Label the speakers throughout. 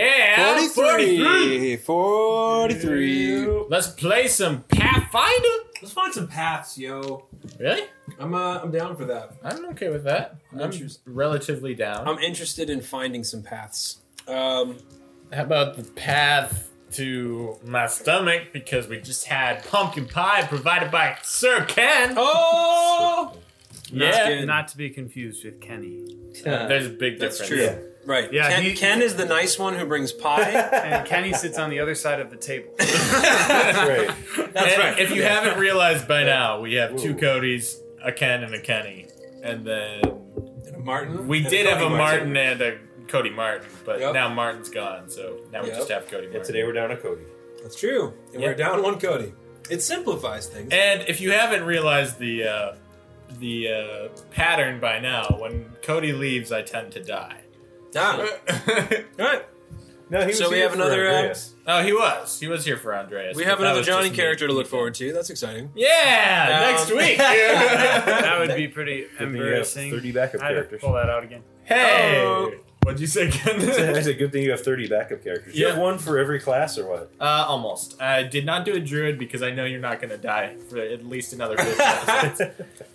Speaker 1: Yeah, 43.
Speaker 2: 43. 43.
Speaker 1: Let's play some Pathfinder.
Speaker 3: Let's find some paths, yo.
Speaker 1: Really?
Speaker 3: I'm uh, I'm down for that.
Speaker 1: I'm okay with that.
Speaker 3: I'm
Speaker 1: I'm
Speaker 3: interested.
Speaker 1: relatively down.
Speaker 3: I'm interested in finding some paths. Um,
Speaker 1: How about the path to my stomach? Because we just had pumpkin pie provided by Sir Ken.
Speaker 3: oh,
Speaker 1: yeah.
Speaker 3: good.
Speaker 4: Not to be confused with Kenny.
Speaker 1: There's a big difference.
Speaker 3: that's true. Right.
Speaker 4: Yeah,
Speaker 3: Ken,
Speaker 4: he-
Speaker 3: Ken is the nice one who brings pie.
Speaker 4: And Kenny sits on the other side of the table.
Speaker 2: Right.
Speaker 3: That's
Speaker 1: And
Speaker 3: right.
Speaker 1: If you haven't realized by now, we have two Codys, a Ken, and a Kenny. And then
Speaker 3: Martin.
Speaker 1: we did have a Martin and a Cody Martin, but
Speaker 3: Yep.
Speaker 1: now Martin's gone, so now we
Speaker 3: Yep.
Speaker 1: just have Cody Martin.
Speaker 2: And today we're down to Cody.
Speaker 3: That's true. And
Speaker 1: Yeah.
Speaker 3: we're down one Cody. It simplifies things.
Speaker 1: And if you haven't realized the uh, the uh, pattern by now, when Cody leaves, I tend to die.
Speaker 3: ah, all right.
Speaker 2: No, he was
Speaker 3: So we
Speaker 2: here
Speaker 3: have
Speaker 2: for
Speaker 3: another, uh,
Speaker 2: Andreas.
Speaker 1: oh, he was. He was here for Andreas.
Speaker 3: We
Speaker 1: but
Speaker 3: have
Speaker 1: that
Speaker 3: another
Speaker 1: was just
Speaker 3: Johnny
Speaker 1: me.
Speaker 3: character to look forward to. That's exciting.
Speaker 1: Yeah,
Speaker 3: Um,
Speaker 1: next week. dude.
Speaker 4: That would be pretty
Speaker 2: Good thing you have
Speaker 4: embarrassing.
Speaker 2: 30 backup
Speaker 4: I had to
Speaker 2: characters.
Speaker 4: pull that out again.
Speaker 1: hey,
Speaker 3: Oh.
Speaker 1: what'd you say, Ken?
Speaker 2: It's a good thing you have 30 backup characters. You
Speaker 1: Yeah.
Speaker 2: have one for every class or what?
Speaker 1: uh, almost. I did not do a druid because I know you're not gonna die for at least another. 50 episodes.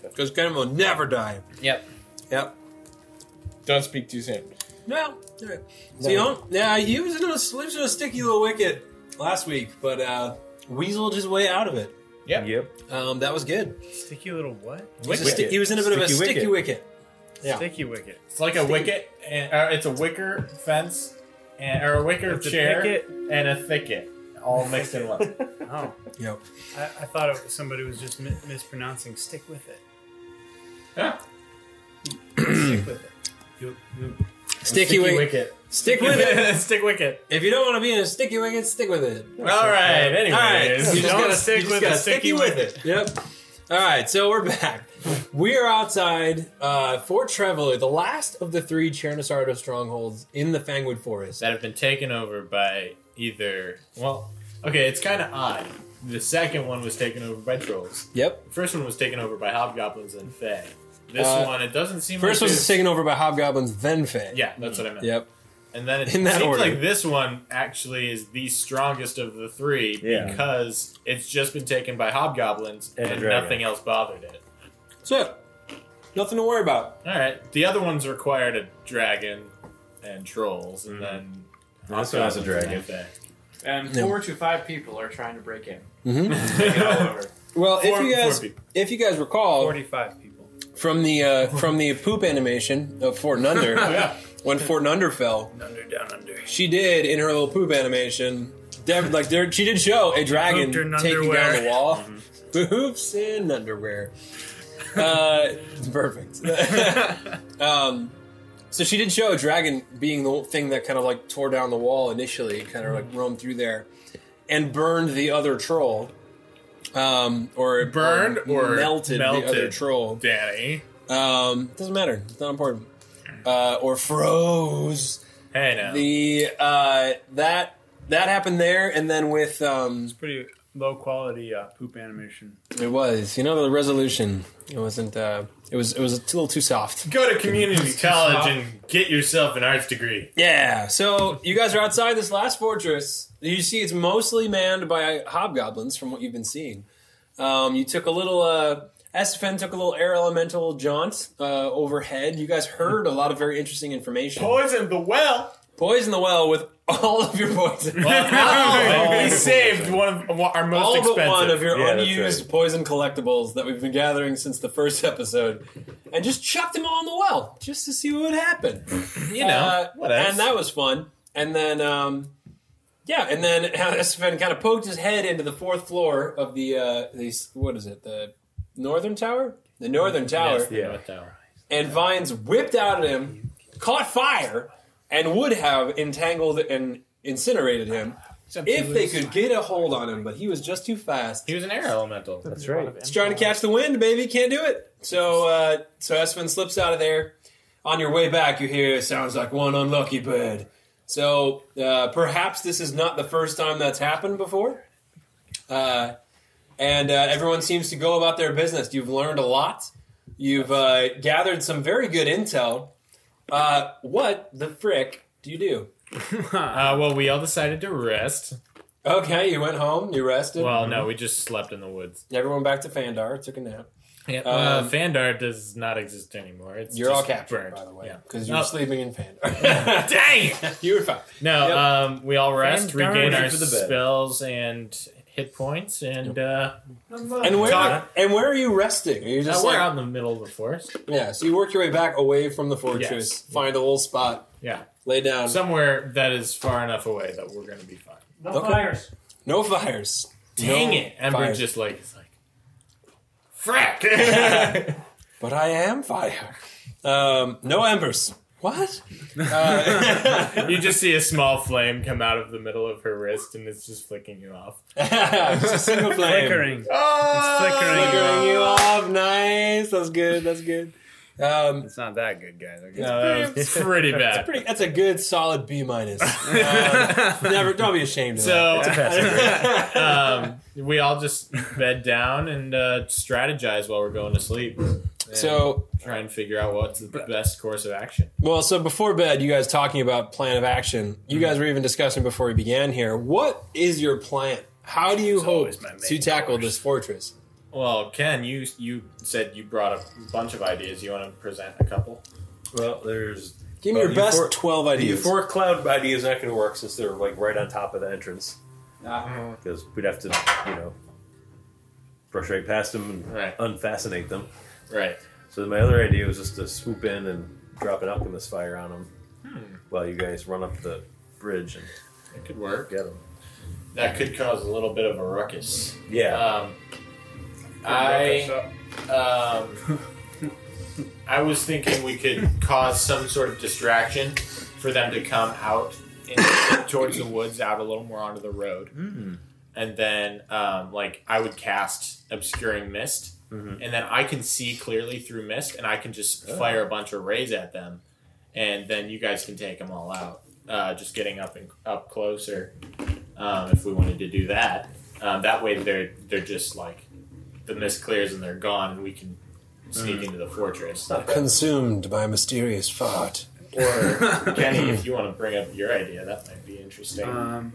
Speaker 3: Because Ken will never die.
Speaker 1: yep.
Speaker 3: Yep.
Speaker 1: Don't speak too soon.
Speaker 3: No. All right. So you don't, yeah, he was in a, slipped in a sticky little wicket last week, but uh, weaseled his way out of it.
Speaker 1: Yep.
Speaker 2: Yep.
Speaker 3: Um, that was good.
Speaker 4: Sticky little what?
Speaker 3: He was, a
Speaker 2: Wicket.
Speaker 3: sti- he was in a bit of a
Speaker 2: Sticky
Speaker 3: sticky wicket. Yeah.
Speaker 4: Sticky wicket.
Speaker 1: It's like a wicket, and, uh, it's a wicker fence, and, or a wicker
Speaker 4: It's a
Speaker 1: chair,
Speaker 4: picket.
Speaker 1: and a thicket, all mixed in one.
Speaker 4: Oh,
Speaker 3: Yep.
Speaker 4: I, I thought it was somebody was just mi- mispronouncing. Stick with it.
Speaker 1: Yeah.
Speaker 4: Stick with it. You, you.
Speaker 3: Sticky, wicket. Stick with it.
Speaker 1: stick wicket.
Speaker 3: If you don't want to be in a sticky wicket, stick with it.
Speaker 1: All right.
Speaker 3: All right.
Speaker 1: Anyways,
Speaker 3: You just
Speaker 4: don't
Speaker 3: gotta-
Speaker 4: stick
Speaker 3: you just
Speaker 4: with
Speaker 3: gotta
Speaker 4: a sticky
Speaker 3: sticky with it. Yep. All right, so we're back. We are outside uh, Fort Traveler, the last of the three Chernosardo strongholds in the Fangwood Forest.
Speaker 1: that have been taken over by either. Well, okay, it's kind of odd. The second one was taken over by trolls.
Speaker 3: Yep.
Speaker 1: The first one was taken over by hobgoblins and fae. This
Speaker 3: Uh,
Speaker 1: one, it doesn't seem.
Speaker 3: First
Speaker 1: like
Speaker 3: was
Speaker 1: there's-
Speaker 3: taken over by hobgoblins, then Fae.
Speaker 1: Yeah, that's what I meant.
Speaker 3: Yep.
Speaker 1: And then it
Speaker 3: In that
Speaker 1: seems
Speaker 3: order.
Speaker 1: like this one actually is the strongest of the three
Speaker 2: Yeah.
Speaker 1: because it's just been taken by hobgoblins
Speaker 2: And
Speaker 1: and,
Speaker 2: a dragon.
Speaker 1: nothing else bothered it.
Speaker 3: So, nothing to worry about.
Speaker 1: All right, the other ones required a dragon and trolls, and then
Speaker 2: And Mm. this one has a dragon.
Speaker 5: And
Speaker 3: Yeah.
Speaker 5: four to five people are trying to break in.
Speaker 3: Mhm.
Speaker 5: Take it all over.
Speaker 3: Well,
Speaker 1: Four-
Speaker 3: if you guys,
Speaker 1: four people.
Speaker 3: if you guys recall
Speaker 4: 45 people.
Speaker 3: from the uh, from the poop animation of Fort Nunder,
Speaker 1: yeah.
Speaker 3: when Fort Nunder fell,
Speaker 4: Under, down, under.
Speaker 3: she did in her little poop animation. Def, like there, she did show a dragon
Speaker 4: Pooped in
Speaker 3: taking down
Speaker 4: underwear.
Speaker 3: the wall. Hoops in underwear. Uh, perfect. um, so she did show a dragon being the thing that kind of like tore down the wall initially, kind of like roamed through there, and burned the other troll. Um, or it
Speaker 1: Burned or
Speaker 3: melted, the other
Speaker 1: melted.
Speaker 3: troll.
Speaker 1: Danny.
Speaker 3: Um, doesn't matter. It's not important. Uh, or froze
Speaker 1: Hey now.
Speaker 3: the uh, that that happened there, and then with um,
Speaker 4: Pretty low quality uh, poop animation.
Speaker 3: it was you know the resolution. It wasn't. Uh, it was. It was a little too soft.
Speaker 1: Go to community college and get yourself an arts degree.
Speaker 3: Yeah. So you guys are outside this last fortress. You see, it's mostly manned by hobgoblins, from what you've been seeing. Um, you took a little. Uh, Esfen took a little air elemental jaunt uh, overhead. You guys heard a lot of very interesting information.
Speaker 1: Poison the well.
Speaker 3: Poison the well with all of your poison.
Speaker 1: Wow. we
Speaker 2: Oh.
Speaker 1: saved one of our most
Speaker 3: all
Speaker 1: expensive.
Speaker 3: but one of your
Speaker 2: Yeah, that's
Speaker 3: unused
Speaker 2: right.
Speaker 3: poison collectibles that we've been gathering since the first episode, and just chucked them all in the well just to see what would happen.
Speaker 1: you know.
Speaker 3: Uh,
Speaker 1: what else?
Speaker 3: And that was fun. And then, um, yeah, and then Sven kind of poked his head into the fourth floor of the uh, the what is it the northern tower, the northern tower,
Speaker 1: Yes, the
Speaker 2: Yeah.
Speaker 1: North Tower.
Speaker 3: and vines whipped out at him, caught fire, and would have entangled and incinerated him. If they could get a hold on him, but he was just too fast.
Speaker 1: He was an air elemental.
Speaker 2: That's right.
Speaker 3: He's trying to catch the wind, baby. Can't do it. So, uh, so Espen slips out of there. On your way back, you hear sounds like one unlucky bird. So, uh, perhaps this is not the first time that's happened before. Uh, and uh, everyone seems to go about their business. You've learned a lot. You've uh, gathered some very good intel. Uh, what the frick do you do?
Speaker 1: Uh, well, we all decided to rest.
Speaker 3: Okay, you went home, you rested.
Speaker 1: Well, no, we just slept in the woods.
Speaker 3: Everyone back to Fandar, took a nap.
Speaker 1: Yep.
Speaker 3: Um,
Speaker 1: uh, Fandar does not exist anymore. It's
Speaker 3: You're all
Speaker 1: just
Speaker 3: captured,
Speaker 1: burned.
Speaker 3: by the way,
Speaker 1: Yeah.
Speaker 3: because you were
Speaker 1: Oh.
Speaker 3: sleeping in Fandar.
Speaker 1: Dang! it!
Speaker 3: you were fine.
Speaker 1: No,
Speaker 3: Yep.
Speaker 1: um, we all rest,
Speaker 4: Fandar
Speaker 1: regain
Speaker 2: ready
Speaker 1: our
Speaker 2: for the bed.
Speaker 1: spells and hit points, and uh,
Speaker 3: And where
Speaker 1: Talk.
Speaker 3: and where are you resting? Are you
Speaker 1: uh,
Speaker 3: just
Speaker 1: we're
Speaker 3: like
Speaker 1: out in the middle of the forest.
Speaker 3: yeah? So you work your way back away from the fortress,
Speaker 1: Yes.
Speaker 3: find a little spot,
Speaker 1: Yeah,
Speaker 3: lay down.
Speaker 1: somewhere that is far enough away that we're gonna be fine.
Speaker 6: No
Speaker 3: Okay.
Speaker 6: fires.
Speaker 3: no fires.
Speaker 1: Dang
Speaker 3: No
Speaker 1: it! Ember
Speaker 3: fires.
Speaker 1: just like is like, frack.
Speaker 3: But I am fire. Um, no embers. What? Uh,
Speaker 1: you just see a small flame come out of the middle of her wrist, and it's just flicking you off.
Speaker 3: just a single flame.
Speaker 4: Flickering.
Speaker 1: Oh,
Speaker 4: It's flickering.
Speaker 3: Flickering you off. Nice. That's good. That's good. Um,
Speaker 4: It's not that good, guys. I guess.
Speaker 1: No, that was pretty bad.
Speaker 3: that's pretty. That's a good solid B minus. Um, never. Don't be ashamed of
Speaker 1: So
Speaker 4: It's a pass.
Speaker 3: that.
Speaker 1: um, we all just bed down and uh, strategize while we're going to sleep. And
Speaker 3: so
Speaker 1: try and figure out what's the best course of action.
Speaker 3: well. So before bed, you guys talking about plan of action. You guys were even discussing before we began here. What is your plan? How do you hope
Speaker 4: always my main
Speaker 3: to tackle this fortress?
Speaker 1: Well, Ken, you you said you brought a bunch of ideas. You want to present a couple?
Speaker 2: Well, there's
Speaker 3: Give me
Speaker 2: Well,
Speaker 3: your
Speaker 2: you
Speaker 3: best
Speaker 2: for-
Speaker 3: twelve
Speaker 2: the
Speaker 3: ideas.
Speaker 2: euphoric cloud idea is not going to work since they're like right on top of the entrance because we'd have to, you know, brush right past them and
Speaker 1: Right.
Speaker 2: unfascinate them.
Speaker 1: Right.
Speaker 2: So my other idea was just to swoop in and drop an alchemist fire on them while you guys run up the bridge and
Speaker 1: That could work.
Speaker 2: get them.
Speaker 1: That could cause a little bit of a ruckus.
Speaker 2: Yeah.
Speaker 1: Um, I um, I was thinking we could cause some sort of distraction for them to come out in, towards the woods, out a little more onto the road,
Speaker 2: Hmm.
Speaker 1: and then um, like I would cast obscuring mist,
Speaker 2: Mhm.
Speaker 1: and then I can see clearly through mist, and I can just fire a bunch of rays at them, and then you guys can take them all out. Uh, just getting up and up closer, um, if we wanted to do that. Um, that way, they're they're just like the mist clears and they're gone, and we can sneak into the fortress.
Speaker 2: Not bad.
Speaker 3: Consumed by a mysterious fart.
Speaker 1: Or Kenny, if you want to bring up your idea, that might be interesting.
Speaker 4: Um,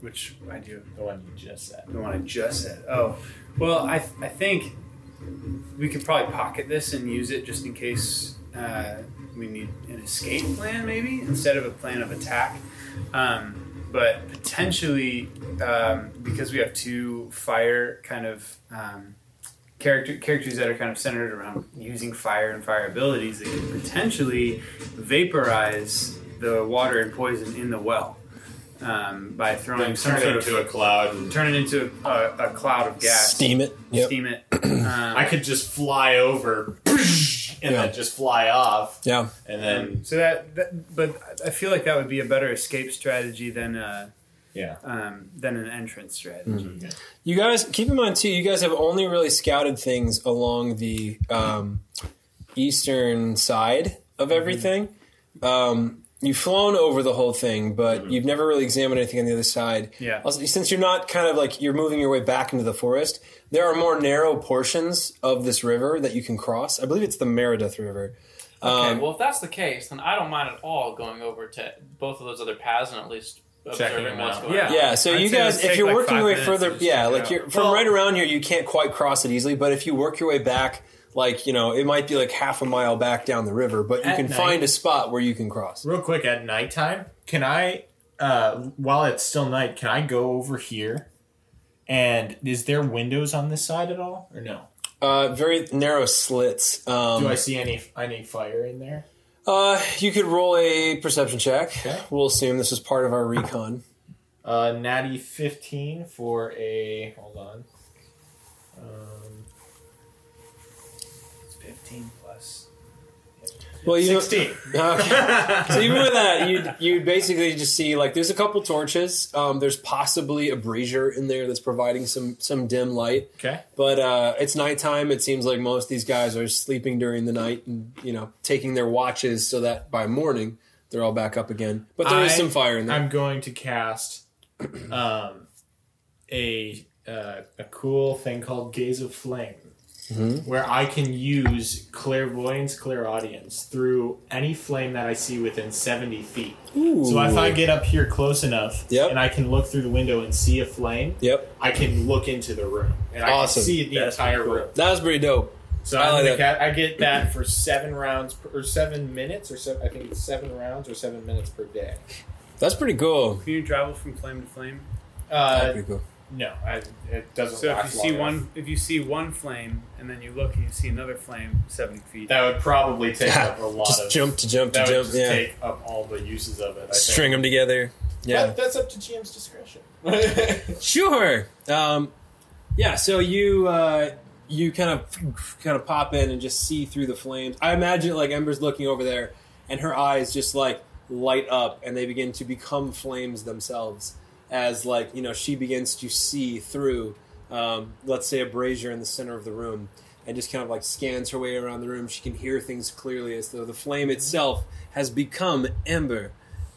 Speaker 4: which I do.
Speaker 1: the one you just said.
Speaker 4: The one I just said. Oh, well, I, th- I think we could probably pocket this and use it just in case uh, we need an escape plan, maybe instead of a plan of attack. Um, but potentially, um, because we have two fire kind of um, character characters that are kind of centered around using fire and fire abilities, that could potentially vaporize the water and poison in the well. Um, by throwing some
Speaker 1: turn it
Speaker 4: sort of
Speaker 1: into a cloud. And
Speaker 4: turn it into a, a cloud of gas.
Speaker 3: Steam it. Yep.
Speaker 4: Steam it. Um,
Speaker 1: I could just fly over and
Speaker 3: Yeah.
Speaker 1: then just fly off,
Speaker 3: Yeah.
Speaker 1: and then
Speaker 4: so that, that, but I feel like that would be a better escape strategy than a,
Speaker 1: yeah.
Speaker 4: um, than an entrance strategy.
Speaker 3: Mm-hmm. You guys keep in mind too. You guys have only really scouted things along the um, eastern side of everything. Um, you've flown over the whole thing, but you've never really examined anything on the other side.
Speaker 4: Yeah.
Speaker 3: Also, since you're not kind of like you're moving your way back into the forest, there are more narrow portions of this river that you can cross. I believe it's the Meredith River.
Speaker 6: Okay,
Speaker 3: Um,
Speaker 6: well, if that's the case, then I don't mind at all going over to both of those other paths and at least observing
Speaker 1: them
Speaker 6: what's
Speaker 1: out.
Speaker 6: going on.
Speaker 3: Yeah, so
Speaker 4: I'd
Speaker 3: you
Speaker 4: say it
Speaker 3: guys,
Speaker 4: would
Speaker 3: if
Speaker 4: take
Speaker 3: you're
Speaker 4: like
Speaker 3: working
Speaker 4: five
Speaker 3: your way
Speaker 4: minutes
Speaker 3: further,
Speaker 4: to just
Speaker 3: yeah,
Speaker 4: figure
Speaker 3: like
Speaker 4: out.
Speaker 3: you're from
Speaker 6: Well-
Speaker 3: right around here, you can't quite cross it easily. But if you work your way back, like you know, it might be like half a mile back down the river, but you
Speaker 1: At
Speaker 3: can
Speaker 1: night.
Speaker 3: find a spot where you can cross.
Speaker 1: Real quick at nighttime, can I, uh, while it's still night, can I go over here? And is there windows on this side at all, or no?
Speaker 3: Uh, very narrow slits. Um,
Speaker 1: Do I see any any fire in there?
Speaker 3: uh, you could roll a perception check.
Speaker 1: Okay.
Speaker 3: We'll assume this is part of our recon.
Speaker 1: Uh, natty fifteen for a hold on. Um,
Speaker 4: It's 15 plus.
Speaker 3: Well, you
Speaker 1: Sixteen.
Speaker 3: Okay. so even with that, you you basically just see like there's a couple torches. Um, there's possibly a brazier in there that's providing some some dim light.
Speaker 1: Okay.
Speaker 3: But uh, it's nighttime. It seems like most of these guys are sleeping during the night and, you know, taking their watches so that by morning they're all back up again. But there is
Speaker 1: I-
Speaker 3: some fire in there.
Speaker 1: I'm going to cast um, a uh, a cool thing called Gaze of Flame.
Speaker 3: Mhm.
Speaker 1: where I can use clairvoyance, clairaudience through any flame that I see within 70 feet.
Speaker 3: Ooh.
Speaker 1: So if I get up here close enough
Speaker 3: Yep.
Speaker 1: and I can look through the window and see a flame,
Speaker 3: Yep.
Speaker 1: I can look into the room and I
Speaker 3: Awesome.
Speaker 1: can see the
Speaker 2: That's
Speaker 1: entire
Speaker 2: cool.
Speaker 1: room.
Speaker 3: That was pretty dope.
Speaker 1: So
Speaker 3: I
Speaker 1: I,
Speaker 3: like
Speaker 1: think I, I get that for seven rounds per, or seven minutes or seven. I think it's seven rounds or seven minutes per day.
Speaker 3: That's pretty cool.
Speaker 4: Can you travel from flame to flame?
Speaker 1: Uh,
Speaker 3: pretty cool.
Speaker 1: no, I, it doesn't.
Speaker 4: So if you
Speaker 1: last long
Speaker 4: see
Speaker 1: enough.
Speaker 4: one, if you see one flame, and then you look and you see another flame seventy feet.
Speaker 1: that would probably take up a lot
Speaker 3: Just
Speaker 1: of
Speaker 3: jump to jump to
Speaker 1: That would
Speaker 3: jump.
Speaker 1: just
Speaker 3: Yeah.
Speaker 1: take up all the uses of it. I think.
Speaker 3: String them together. Yeah.
Speaker 1: But that's up to GM's discretion.
Speaker 3: Sure. Um, yeah. So you uh, you kind of kind of pop in and just see through the flames. I imagine like Ember's looking over there, and her eyes just like light up, and they begin to become flames themselves. As like you know, she begins to see through, um, let's say, a brazier in the center of the room, and just kind of like scans her way around the room. She can hear things clearly, as though the flame itself has become ember.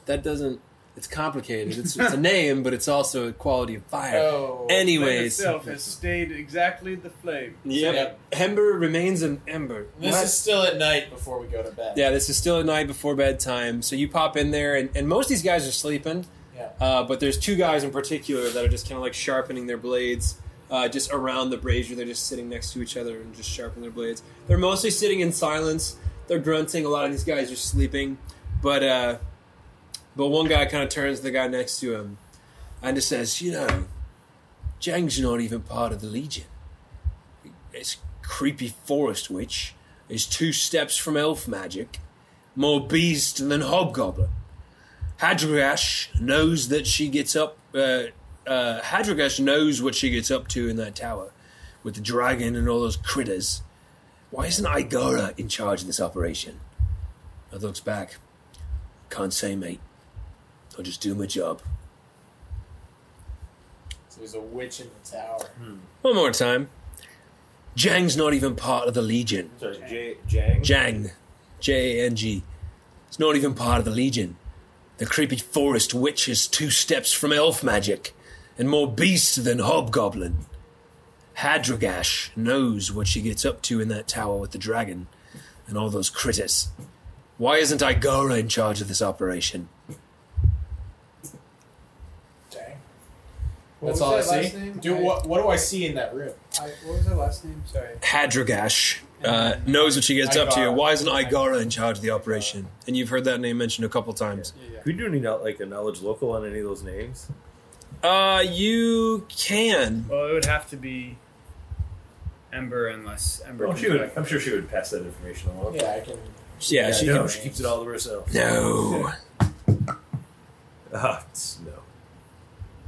Speaker 3: That doesn't. It's complicated. It's, it's a name, but it's also a quality of fire.
Speaker 1: oh,
Speaker 4: flame
Speaker 3: Anyways,
Speaker 4: itself has stayed exactly the flame.
Speaker 3: yep.
Speaker 1: Yep.
Speaker 3: Ember remains an ember.
Speaker 1: this
Speaker 3: What?
Speaker 1: is still at night before we go to bed.
Speaker 3: yeah, this is still at night before bedtime. So you pop in there, and, and most of these guys are sleeping.
Speaker 1: Yeah.
Speaker 3: Uh, but there's two guys in particular that are just kind of like sharpening their blades, uh, just around the brazier. They're just sitting next to each other and just sharpening their blades. They're mostly sitting in silence. They're grunting. A lot of these guys are sleeping, but uh, but one guy kind of turns to the guy next to him and just says, "You know, Jang's not even part of the Legion. It's creepy forest witch." is two steps from elf magic, more beast than hobgoblin. Hadragash knows that she gets up. Uh, uh, Hadragash knows what she gets up to in that tower, with the dragon and all those critters. Why isn't Igora in charge of this operation? I looks back. Can't say, mate. I'll just do my job.
Speaker 1: So there's a witch in the tower.
Speaker 3: One more time. Jang's not even part of the Legion.
Speaker 2: Sorry, J- Jang.
Speaker 3: Jang, J A N G. It's not even part of the Legion. The creepy forest witch is two steps from elf magic, and more beast than hobgoblin. Hadragash knows what she gets up to in that tower with the dragon and all those critters. Why isn't Igora in charge of this operation?
Speaker 1: Dang.
Speaker 4: What
Speaker 1: That's
Speaker 4: was
Speaker 1: all
Speaker 4: that
Speaker 1: I
Speaker 4: last
Speaker 1: see.
Speaker 4: name?
Speaker 1: Dude,
Speaker 4: I-
Speaker 1: what what do I see in that room?
Speaker 4: I, what was her last name? Sorry.
Speaker 3: Hadragash uh, knows what she gets up to.
Speaker 1: Igara.
Speaker 3: Why isn't Igara in charge of the operation? And you've heard that name mentioned a couple times.
Speaker 2: Could you do any like a knowledge local on any of those names?
Speaker 3: Uh, you can.
Speaker 4: Well, it would have to be Ember, unless Ember.
Speaker 2: Oh,
Speaker 4: can
Speaker 2: she
Speaker 4: do
Speaker 2: would.
Speaker 4: it.
Speaker 2: I'm sure she would pass that information along.
Speaker 1: Yeah, I can.
Speaker 3: Yeah, she
Speaker 2: no,
Speaker 1: can-
Speaker 2: she keeps it all to herself.
Speaker 3: No.
Speaker 2: Ah, it's- no.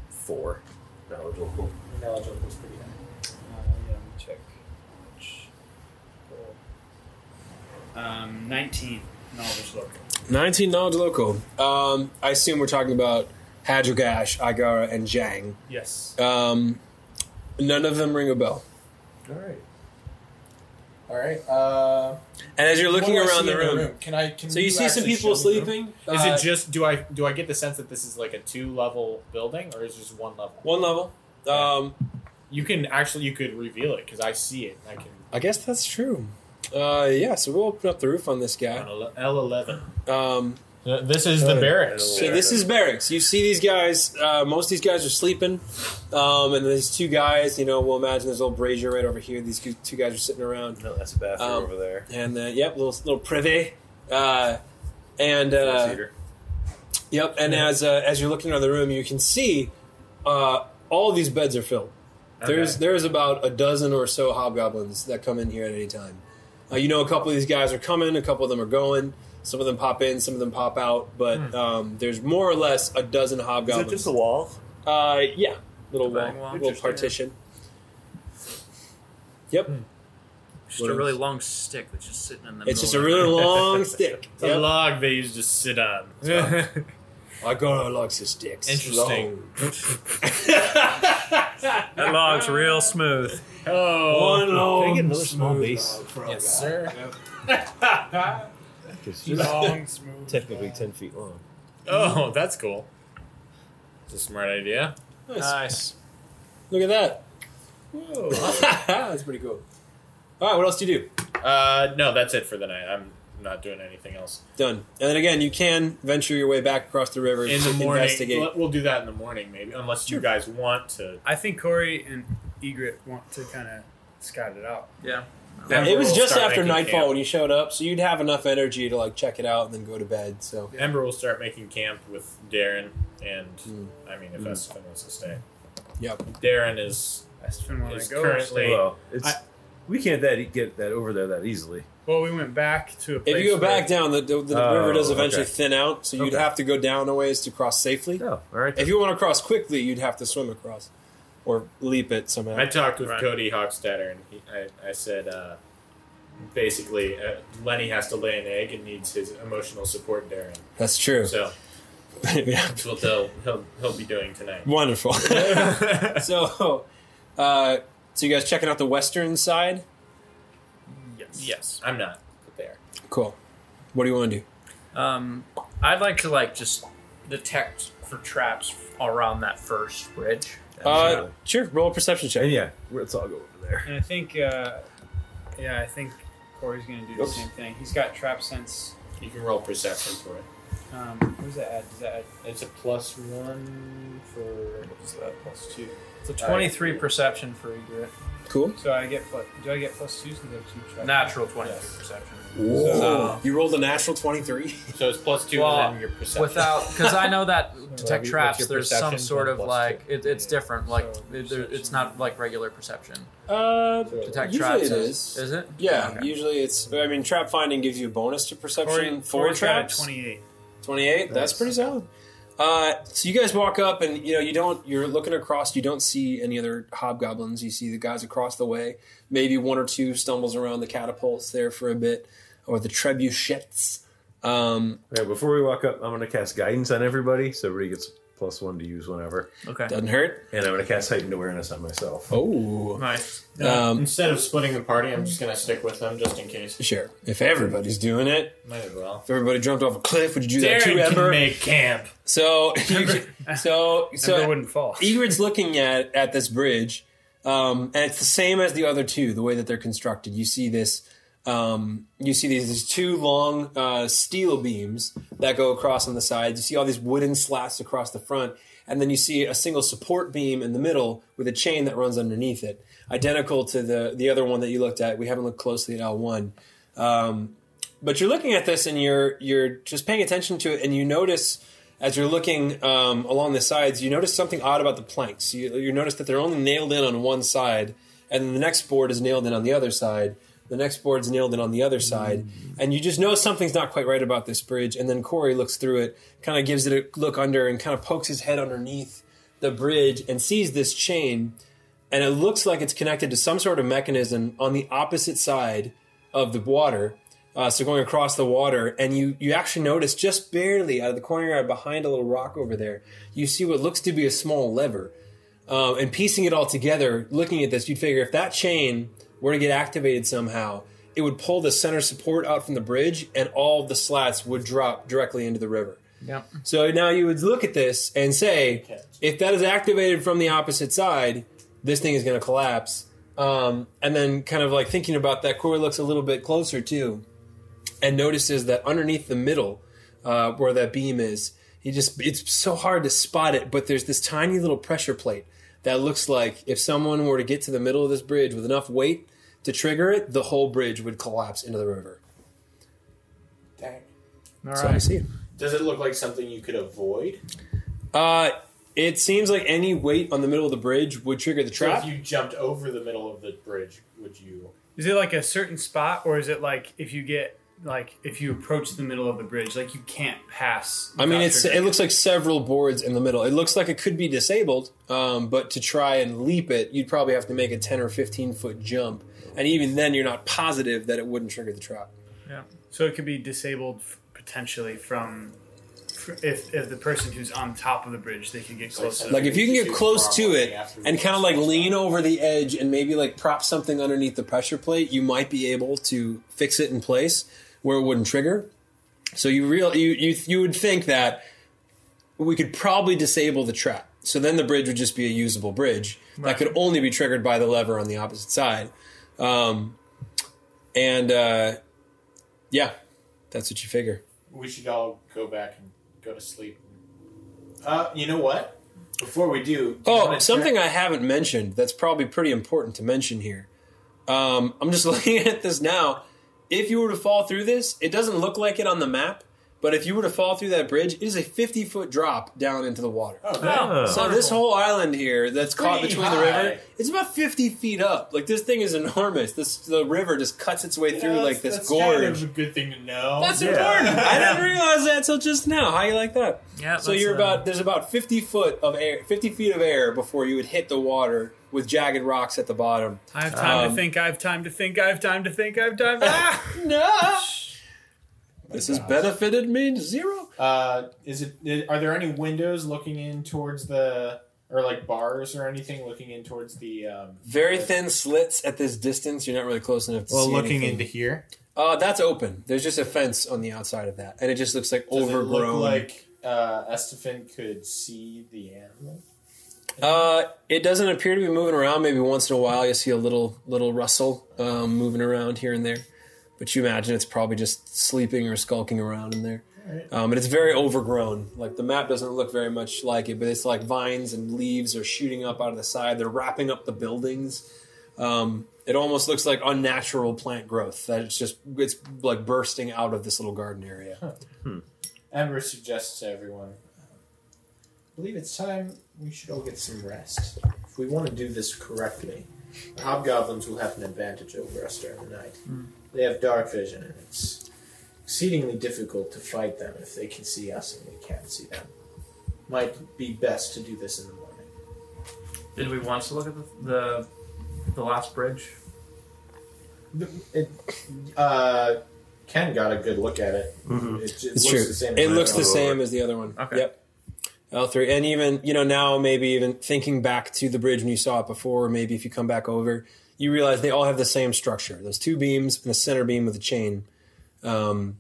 Speaker 2: Four. Knowledge local.
Speaker 1: Knowledge of was pretty high.
Speaker 4: Uh, yeah, let me check. Um, nineteen knowledge local.
Speaker 3: 19 knowledge local. Um, I assume we're talking about Hadragash, Igara, and Jang.
Speaker 4: Yes.
Speaker 3: Um, none of them ring a bell.
Speaker 2: All right.
Speaker 1: All right. Uh,
Speaker 3: And as you're looking
Speaker 1: what do I
Speaker 3: around
Speaker 1: see
Speaker 3: the
Speaker 1: in
Speaker 3: room,
Speaker 1: can I? Can
Speaker 3: so you see some
Speaker 1: actually
Speaker 3: people
Speaker 1: show me the room?
Speaker 3: sleeping.
Speaker 1: Is
Speaker 3: Uh,
Speaker 1: it just do I do I get the sense that this is like a two level building or is it just one level?
Speaker 3: one level? Um,
Speaker 1: You can actually you could reveal it because I see it. I can
Speaker 3: I guess that's true. Uh, yeah, so we'll open up the roof on this guy.
Speaker 1: on L eleven.
Speaker 3: Um,
Speaker 1: Uh, This is the
Speaker 2: Oh,
Speaker 1: barracks.
Speaker 3: So this is barracks. You see these guys. Uh, most of these guys are sleeping, um, and these two guys. You know, we'll imagine there's a little brazier right over here. These two guys are sitting around.
Speaker 2: No, that's a bathroom
Speaker 3: Um,
Speaker 2: over there.
Speaker 3: and uh, yep, little little privy, uh, and uh,
Speaker 2: Cedar.
Speaker 3: yep, and as uh, as you're looking around the room, you can see uh, all these beds are filled. There's there's about a dozen or so hobgoblins that come in here at any time. Uh, you know, a couple of these guys are coming, a couple of them are going. Some of them pop in, some of them pop out, but um, there's more or less a dozen
Speaker 2: Is
Speaker 3: hobgoblins.
Speaker 2: it just a wall?
Speaker 3: Uh, yeah, little
Speaker 4: Long
Speaker 3: wall,
Speaker 4: wall.
Speaker 3: little
Speaker 4: Interesting.
Speaker 3: partition. Yep,
Speaker 6: Just
Speaker 3: What
Speaker 6: a really
Speaker 3: else?
Speaker 6: long stick that's just sitting in the middle.
Speaker 3: it's just a
Speaker 6: of it.
Speaker 3: really long stick.
Speaker 1: It's a
Speaker 3: Yep.
Speaker 1: log they used to sit on.
Speaker 3: I got likes his sticks.
Speaker 1: Interesting.
Speaker 6: That log's real smooth.
Speaker 1: oh,
Speaker 2: Can I get another small base?
Speaker 1: yes, sir.
Speaker 2: It's just
Speaker 1: Long, smooth.
Speaker 2: technically ten feet long.
Speaker 1: Oh, that's cool. It's a smart idea.
Speaker 3: Nice.
Speaker 6: Nice.
Speaker 3: Look at that.
Speaker 4: Whoa.
Speaker 3: That's pretty cool. All right, what else do you do?
Speaker 1: Uh, no, that's it for the night. I'm not doing anything else.
Speaker 3: Done. And then again, you can venture your way back across the river
Speaker 1: In
Speaker 3: to
Speaker 1: the morning,
Speaker 3: investigate.
Speaker 1: let- we'll do that in the morning, maybe, unless you guys want to.
Speaker 4: I think Corey and Egret want to kind of scout it out.
Speaker 6: Yeah.
Speaker 1: Then
Speaker 3: it
Speaker 1: we'll
Speaker 3: was just
Speaker 1: start
Speaker 3: after
Speaker 1: making
Speaker 3: nightfall
Speaker 1: camp.
Speaker 3: when you showed up, so you'd have enough energy to like check it out and then go to bed. So
Speaker 1: Ember will start making camp with Darren, and
Speaker 3: Mm.
Speaker 1: I mean, if
Speaker 2: Mm.
Speaker 1: Espen wants to stay.
Speaker 3: Yep.
Speaker 1: Darren is
Speaker 4: Espin wanted
Speaker 1: Is
Speaker 4: to go.
Speaker 1: currently-
Speaker 2: Well, it's
Speaker 1: I-
Speaker 2: we can't that e- get that over there that easily.
Speaker 4: Well, we went back to a place
Speaker 3: if you go
Speaker 4: where-
Speaker 3: back down, the, the, the
Speaker 2: Oh,
Speaker 3: river does eventually
Speaker 2: okay.
Speaker 3: thin out, so you'd
Speaker 2: Okay.
Speaker 3: have to go down a ways to cross safely.
Speaker 2: No, all right.
Speaker 3: If you want to cross quickly, you'd have to swim across or leap it somehow.
Speaker 1: I talked with
Speaker 6: Right.
Speaker 1: Cody Hochstetter, and he, I, I said uh, basically uh, Lenny has to lay an egg and needs his emotional support, Darren.
Speaker 3: That's true.
Speaker 1: So
Speaker 3: Yeah.
Speaker 1: that's what they'll, he'll he'll be doing tonight.
Speaker 3: Wonderful. so, uh, so you guys checking out the western side?
Speaker 6: Yes.
Speaker 1: yes, I'm not there.
Speaker 3: Cool. What do you want to do?
Speaker 6: Um, I'd like to like just detect for traps around that first bridge.
Speaker 3: Uh, sure. Roll a perception
Speaker 2: and
Speaker 3: check.
Speaker 2: yeah, let's all go over there.
Speaker 4: And I think, uh, yeah, I think Corey's going to do the
Speaker 2: Oops.
Speaker 4: same thing. He's got trap sense.
Speaker 1: You can roll perception for it.
Speaker 4: Um, what does that add? Does that add
Speaker 1: It's a plus one for what's that? Plus two.
Speaker 6: It's a 23 perception for Egret.
Speaker 3: Cool.
Speaker 4: So I get plus. Do I get plus two since I have two traps?
Speaker 6: Natural 23 perception.
Speaker 3: Whoa. Uh, You rolled a natural twenty-three.
Speaker 1: So it's plus two
Speaker 6: Well,
Speaker 1: and then your perception.
Speaker 6: Without, because I know that
Speaker 1: your-
Speaker 6: detect
Speaker 1: what's
Speaker 6: traps.
Speaker 1: your
Speaker 6: There's some
Speaker 1: perception?
Speaker 6: sort of
Speaker 1: Plus
Speaker 6: like it, it's different. Like
Speaker 4: So,
Speaker 6: it- there- it's
Speaker 4: perception.
Speaker 6: not like regular perception.
Speaker 3: Uh,
Speaker 6: Detect
Speaker 3: Usually
Speaker 6: traps
Speaker 3: it
Speaker 6: is,
Speaker 3: is.
Speaker 6: is it?
Speaker 3: yeah.
Speaker 6: Okay.
Speaker 3: Usually it's. I mean, trap finding gives you a bonus to perception
Speaker 4: Corey,
Speaker 3: for
Speaker 4: Corey's got a
Speaker 3: traps.
Speaker 4: Twenty-eight.
Speaker 3: 28 that's
Speaker 4: Nice.
Speaker 3: pretty solid uh, so you guys walk up and you know you don't you're looking across you don't see any other hobgoblins you see the guys across the way maybe one or two stumbles around the catapults there for a bit or the trebuchets um,
Speaker 2: Yeah, before we walk up, I'm gonna cast guidance on everybody, so everybody gets plus one to use whenever.
Speaker 6: Okay.
Speaker 3: doesn't hurt
Speaker 2: And I'm gonna cast heightened awareness on myself.
Speaker 3: oh
Speaker 6: Nice.
Speaker 3: um,
Speaker 1: Instead of splitting the party, I'm just gonna stick with them just in case.
Speaker 3: sure if everybody's doing it
Speaker 1: Might as well.
Speaker 3: if everybody jumped off a cliff would you do
Speaker 1: Darren
Speaker 3: that too
Speaker 1: can
Speaker 3: Ember?
Speaker 1: make camp.
Speaker 3: so you can- so so
Speaker 4: Ember wouldn't fall.
Speaker 3: Egred's looking at at this bridge, um, and it's the same as the other two. The way that they're constructed, you see this. Um, you see these, these two long uh, steel beams that go across on the sides. You see all these wooden slats across the front, and then you see a single support beam in the middle with a chain that runs underneath it, identical to the the other one that you looked at. We haven't looked closely at L one, um, but you're looking at this and you're you're just paying attention to it, and you notice as you're looking um, along the sides, you notice something odd about the planks. You, you notice that they're only nailed in on one side, and then the next board is nailed in on the other side. The next board's nailed in on the other side, and you just know something's not quite right about this bridge. And then Corey looks through it, kind of gives it a look under, and kind of pokes his head underneath the bridge and sees this chain, and it looks like it's connected to some sort of mechanism on the opposite side of the water uh, so going across the water, and you you actually notice just barely out of the corner of your eye behind a little rock over there, you see what looks to be a small lever. Um, and piecing it all together, looking at this, you'd figure if that chain were to get activated somehow, it would pull the center support out from the bridge, and all of the slats would drop directly into the river.
Speaker 6: Yep.
Speaker 3: So now you would look at this and say, if that is activated from the opposite side, this thing is going to collapse. Um, and then, kind of like thinking about that, Corey looks a little bit closer too, and notices that underneath the middle, uh, where that beam is, he just—it's so hard to spot it. But there's this tiny little pressure plate that looks like if someone were to get to the middle of this bridge with enough weight to trigger it, the whole bridge would collapse into the river.
Speaker 6: All
Speaker 3: So I
Speaker 6: right.
Speaker 3: see. it.
Speaker 1: Does it look like something you could avoid?
Speaker 3: Uh, it seems like any weight on the middle of the bridge would trigger the
Speaker 1: So
Speaker 3: trap.
Speaker 1: if you jumped over the middle of the bridge, would you?
Speaker 4: Is it like a certain spot, or is it like if you get like if you approach the middle of the bridge, like you can't pass?
Speaker 3: I mean,
Speaker 4: without
Speaker 3: it's
Speaker 4: triggering?
Speaker 3: it looks like several boards in the middle. It looks like it could be disabled, um, but to try and leap it, you'd probably have to make a ten or fifteen foot jump, and even then, you're not positive that it wouldn't trigger the trap.
Speaker 4: so it could be disabled f- potentially from. fr- If, if the person who's on top of the bridge, they can get close. to the
Speaker 3: Like if you can
Speaker 1: Just
Speaker 3: get
Speaker 1: do
Speaker 3: close to
Speaker 1: arm
Speaker 3: it
Speaker 1: after
Speaker 3: and
Speaker 1: you
Speaker 3: kind of like
Speaker 1: switch
Speaker 3: lean over the edge and maybe like prop something underneath the pressure plate, you might be able to fix it in place where it wouldn't trigger. So you real you you you would think that we could probably disable the trap. So then the bridge would just be a usable bridge that could only be triggered by the lever on the opposite side. Um, And uh, yeah, that's what you figure.
Speaker 1: We should all go back and go to sleep. Uh, you know what? Before we do, do you
Speaker 3: Oh,
Speaker 1: wanna
Speaker 3: something
Speaker 1: check-
Speaker 3: I haven't mentioned that's probably pretty important to mention here. Um, I'm just looking at this now. If you were to fall through this, it doesn't look like it on the map, but if you were to fall through that bridge, it is a 50 foot drop down into the water.
Speaker 1: Oh,
Speaker 6: Oh.
Speaker 3: So this whole island here that's caught
Speaker 1: Pretty
Speaker 3: between the
Speaker 1: high.
Speaker 3: river, it's about 50 feet up. Like this thing is enormous. This the river just cuts its way
Speaker 1: Yeah,
Speaker 3: through
Speaker 1: that's-
Speaker 3: like this
Speaker 1: that's
Speaker 3: gorge.
Speaker 1: Kind of a good thing to know.
Speaker 3: That's
Speaker 2: Yeah.
Speaker 3: important. I didn't realize that till just now. How you like that?
Speaker 6: Yeah.
Speaker 3: So
Speaker 6: that's,
Speaker 3: you're
Speaker 6: uh,
Speaker 3: about there's about 50 foot of air, 50 feet of air before you would hit the water with jagged rocks at the bottom.
Speaker 4: I have time
Speaker 3: Um,
Speaker 4: to think. I have time to think. I have time to think. I have time. Ah!
Speaker 3: No. This has benefited me zero.
Speaker 1: Uh, is it? Are there any windows looking in towards the, or like bars or anything looking in towards the? Um,
Speaker 3: Very thin slits at this distance. You're not really close enough to
Speaker 1: Well,
Speaker 3: see
Speaker 1: looking
Speaker 3: anything.
Speaker 1: into here,
Speaker 3: Uh, that's open. There's just a fence on the outside of that, and it just looks like
Speaker 1: does
Speaker 3: overgrown.
Speaker 1: it look like uh, Estefan could see the animal?
Speaker 3: Uh, it doesn't appear to be moving around. Maybe once in a while you see a little little rustle um, moving around here and there, but you imagine it's probably just sleeping or skulking around in there.
Speaker 1: Alright.
Speaker 3: Um, and it's very overgrown. Like the map doesn't look very much like it, but it's like vines and leaves are shooting up out of the side. They're wrapping up the buildings. Um, it almost looks like unnatural plant growth that it's just it's like bursting out of this little garden area.
Speaker 1: Amber suggests to everyone. I believe it's time we should all get some rest. If we want to do this correctly, the hobgoblins will have an advantage over us during the night. They have dark vision, and it's exceedingly difficult to fight them if they can see us and we can't see them. Might be best to do this in the morning.
Speaker 6: Did we want to look at the the, the last bridge?
Speaker 1: It, uh, Ken got a good look at it.
Speaker 2: Mhm.
Speaker 1: It, it
Speaker 3: It's
Speaker 1: looks
Speaker 3: true.
Speaker 1: the same.
Speaker 3: it
Speaker 1: as
Speaker 3: looks
Speaker 1: mine.
Speaker 3: the same as the other one.
Speaker 6: Okay.
Speaker 3: Yep. L three, and even you know now maybe even thinking back to the bridge when you saw it before, or maybe if you come back over, you realize they all have the same structure: those two beams and the center beam with a chain. Um,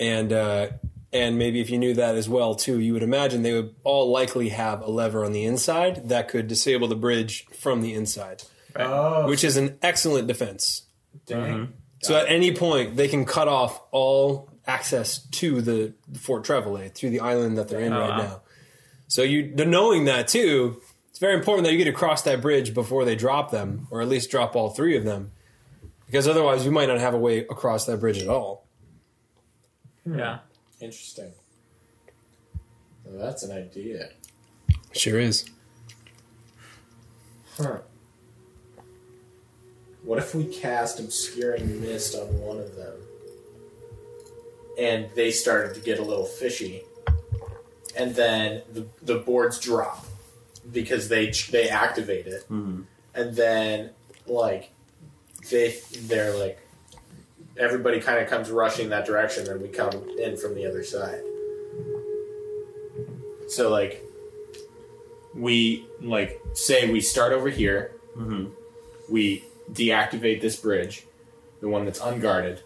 Speaker 3: and uh, and maybe if you knew that as well too, you would imagine they would all likely have a lever on the inside that could disable the bridge from the inside,
Speaker 1: Oh,
Speaker 3: which is an excellent defense.
Speaker 1: dang.
Speaker 3: So at any point, they can cut off all access to the Fort Trevelay, through the island that they're in
Speaker 6: Oh,
Speaker 3: right
Speaker 6: wow.
Speaker 3: now. So you they're knowing that too, it's very important that you get across that bridge before they drop them, or at least drop all three of them, because otherwise you might not have a way across that bridge at all.
Speaker 4: Hmm.
Speaker 6: Yeah.
Speaker 1: Interesting. Well, that's an idea.
Speaker 3: Sure is.
Speaker 1: Huh. What if we cast obscuring mist on one of them? And they started to get a little fishy. And then the, the boards drop because they they activate it.
Speaker 2: Mhm.
Speaker 1: And then like they they're like everybody kind of comes rushing that direction and we come in from the other side. So like we like say we start over here
Speaker 2: Mhm.
Speaker 1: we deactivate this bridge, the one that's unguarded.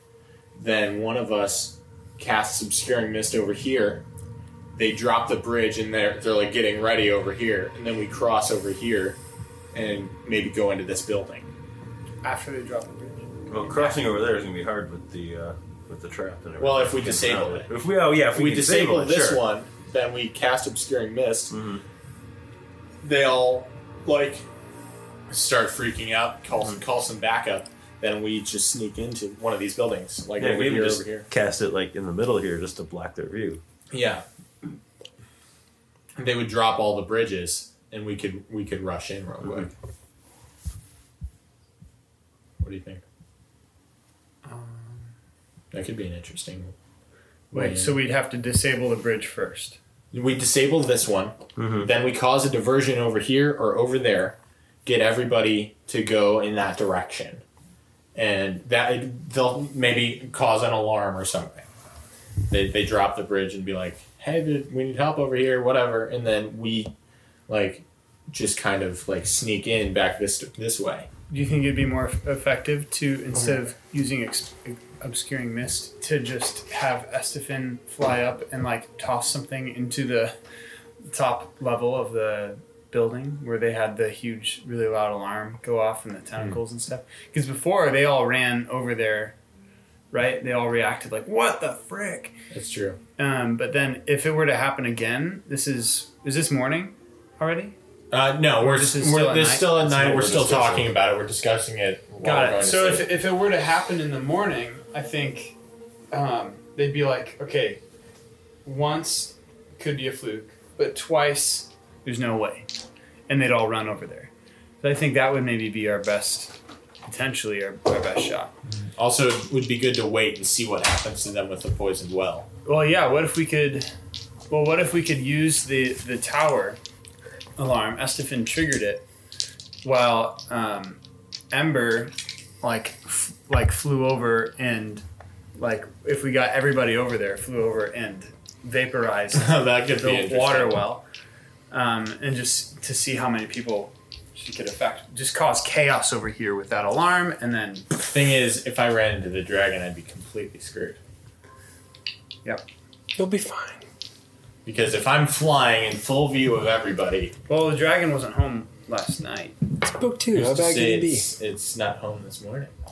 Speaker 1: Then one of us casts obscuring mist over here. They drop the bridge and they're they're like getting ready over here, and then we cross over here, and maybe go into this building.
Speaker 4: After they drop the bridge.
Speaker 2: Well, crossing over there is gonna be hard with the uh, with the trap and everything.
Speaker 1: Well, if we disable it,
Speaker 2: If we oh yeah, if
Speaker 1: if
Speaker 2: we,
Speaker 1: we disable
Speaker 2: it,
Speaker 1: this
Speaker 2: sure.
Speaker 1: one, then we cast obscuring mist.
Speaker 2: Mhm.
Speaker 1: They all like start freaking out, call
Speaker 2: Mm-hmm.
Speaker 1: some call some backup. Then we just sneak into one of these buildings, like
Speaker 2: Yeah,
Speaker 1: over
Speaker 2: we
Speaker 1: here,
Speaker 2: can
Speaker 1: over
Speaker 2: just
Speaker 1: here.
Speaker 2: cast it like in the middle here just to block their view.
Speaker 1: Yeah. They would drop all the bridges, and we could we could rush in real quick. What do you think? That could be an interesting.
Speaker 4: Wait,
Speaker 1: Yeah.
Speaker 4: so we'd have to disable the bridge first.
Speaker 1: We disable this one,
Speaker 2: Mhm.
Speaker 1: then we cause a diversion over here or over there, get everybody to go in that direction, and that they'll maybe cause an alarm or something. They they drop the bridge and be like, "Hey, dude, we need help over here, whatever," and then we, like, just kind of like sneak in back this this way.
Speaker 4: Do you think it'd be more eff- effective to instead of using ex- obscuring mist to just have Estefan fly up and like toss something into the top level of the building where they had the huge, really loud alarm go off and the tentacles and stuff? Because before they all ran over there right? They all reacted like, "What the frick?"
Speaker 1: That's true.
Speaker 4: Um, but then, if it were to happen again, this is is this morning already?
Speaker 1: Uh, no, we're
Speaker 4: This
Speaker 1: just
Speaker 4: is
Speaker 1: we're,
Speaker 4: still at
Speaker 1: this
Speaker 4: night?
Speaker 1: still at night. We're,
Speaker 2: we're
Speaker 1: still
Speaker 2: discussing.
Speaker 1: talking about it. We're discussing it. while we're
Speaker 4: Got
Speaker 1: going
Speaker 4: it.
Speaker 1: to
Speaker 4: So if,
Speaker 1: sleep.
Speaker 4: if it were to happen in the morning, I think um, they'd be like, okay, once could be a fluke, but twice there's no way, and they'd all run over there. So I think that would maybe be our best, potentially our, our best shot.
Speaker 1: also it would be good to wait and see what happens to them with the poisoned well.
Speaker 4: Well, yeah. What if we could? Well, what if we could use the the tower alarm? Estefan triggered it while um, Ember like f- like flew over and like if we got everybody over there, flew over and vaporized
Speaker 1: that could be
Speaker 4: the
Speaker 1: interesting.
Speaker 4: water well, um, and just to see how many people she could affect. Just cause chaos over here with that alarm, and then
Speaker 1: Thing is, if I ran into the dragon, I'd be completely screwed.
Speaker 7: You'll be fine.
Speaker 1: Because if I'm flying in full view of everybody,
Speaker 4: well, the dragon wasn't home last night.
Speaker 8: It's book two.
Speaker 1: who's
Speaker 8: How
Speaker 1: to
Speaker 8: bad can
Speaker 1: say
Speaker 8: it be?
Speaker 1: it's, it's not home this morning?
Speaker 6: uh,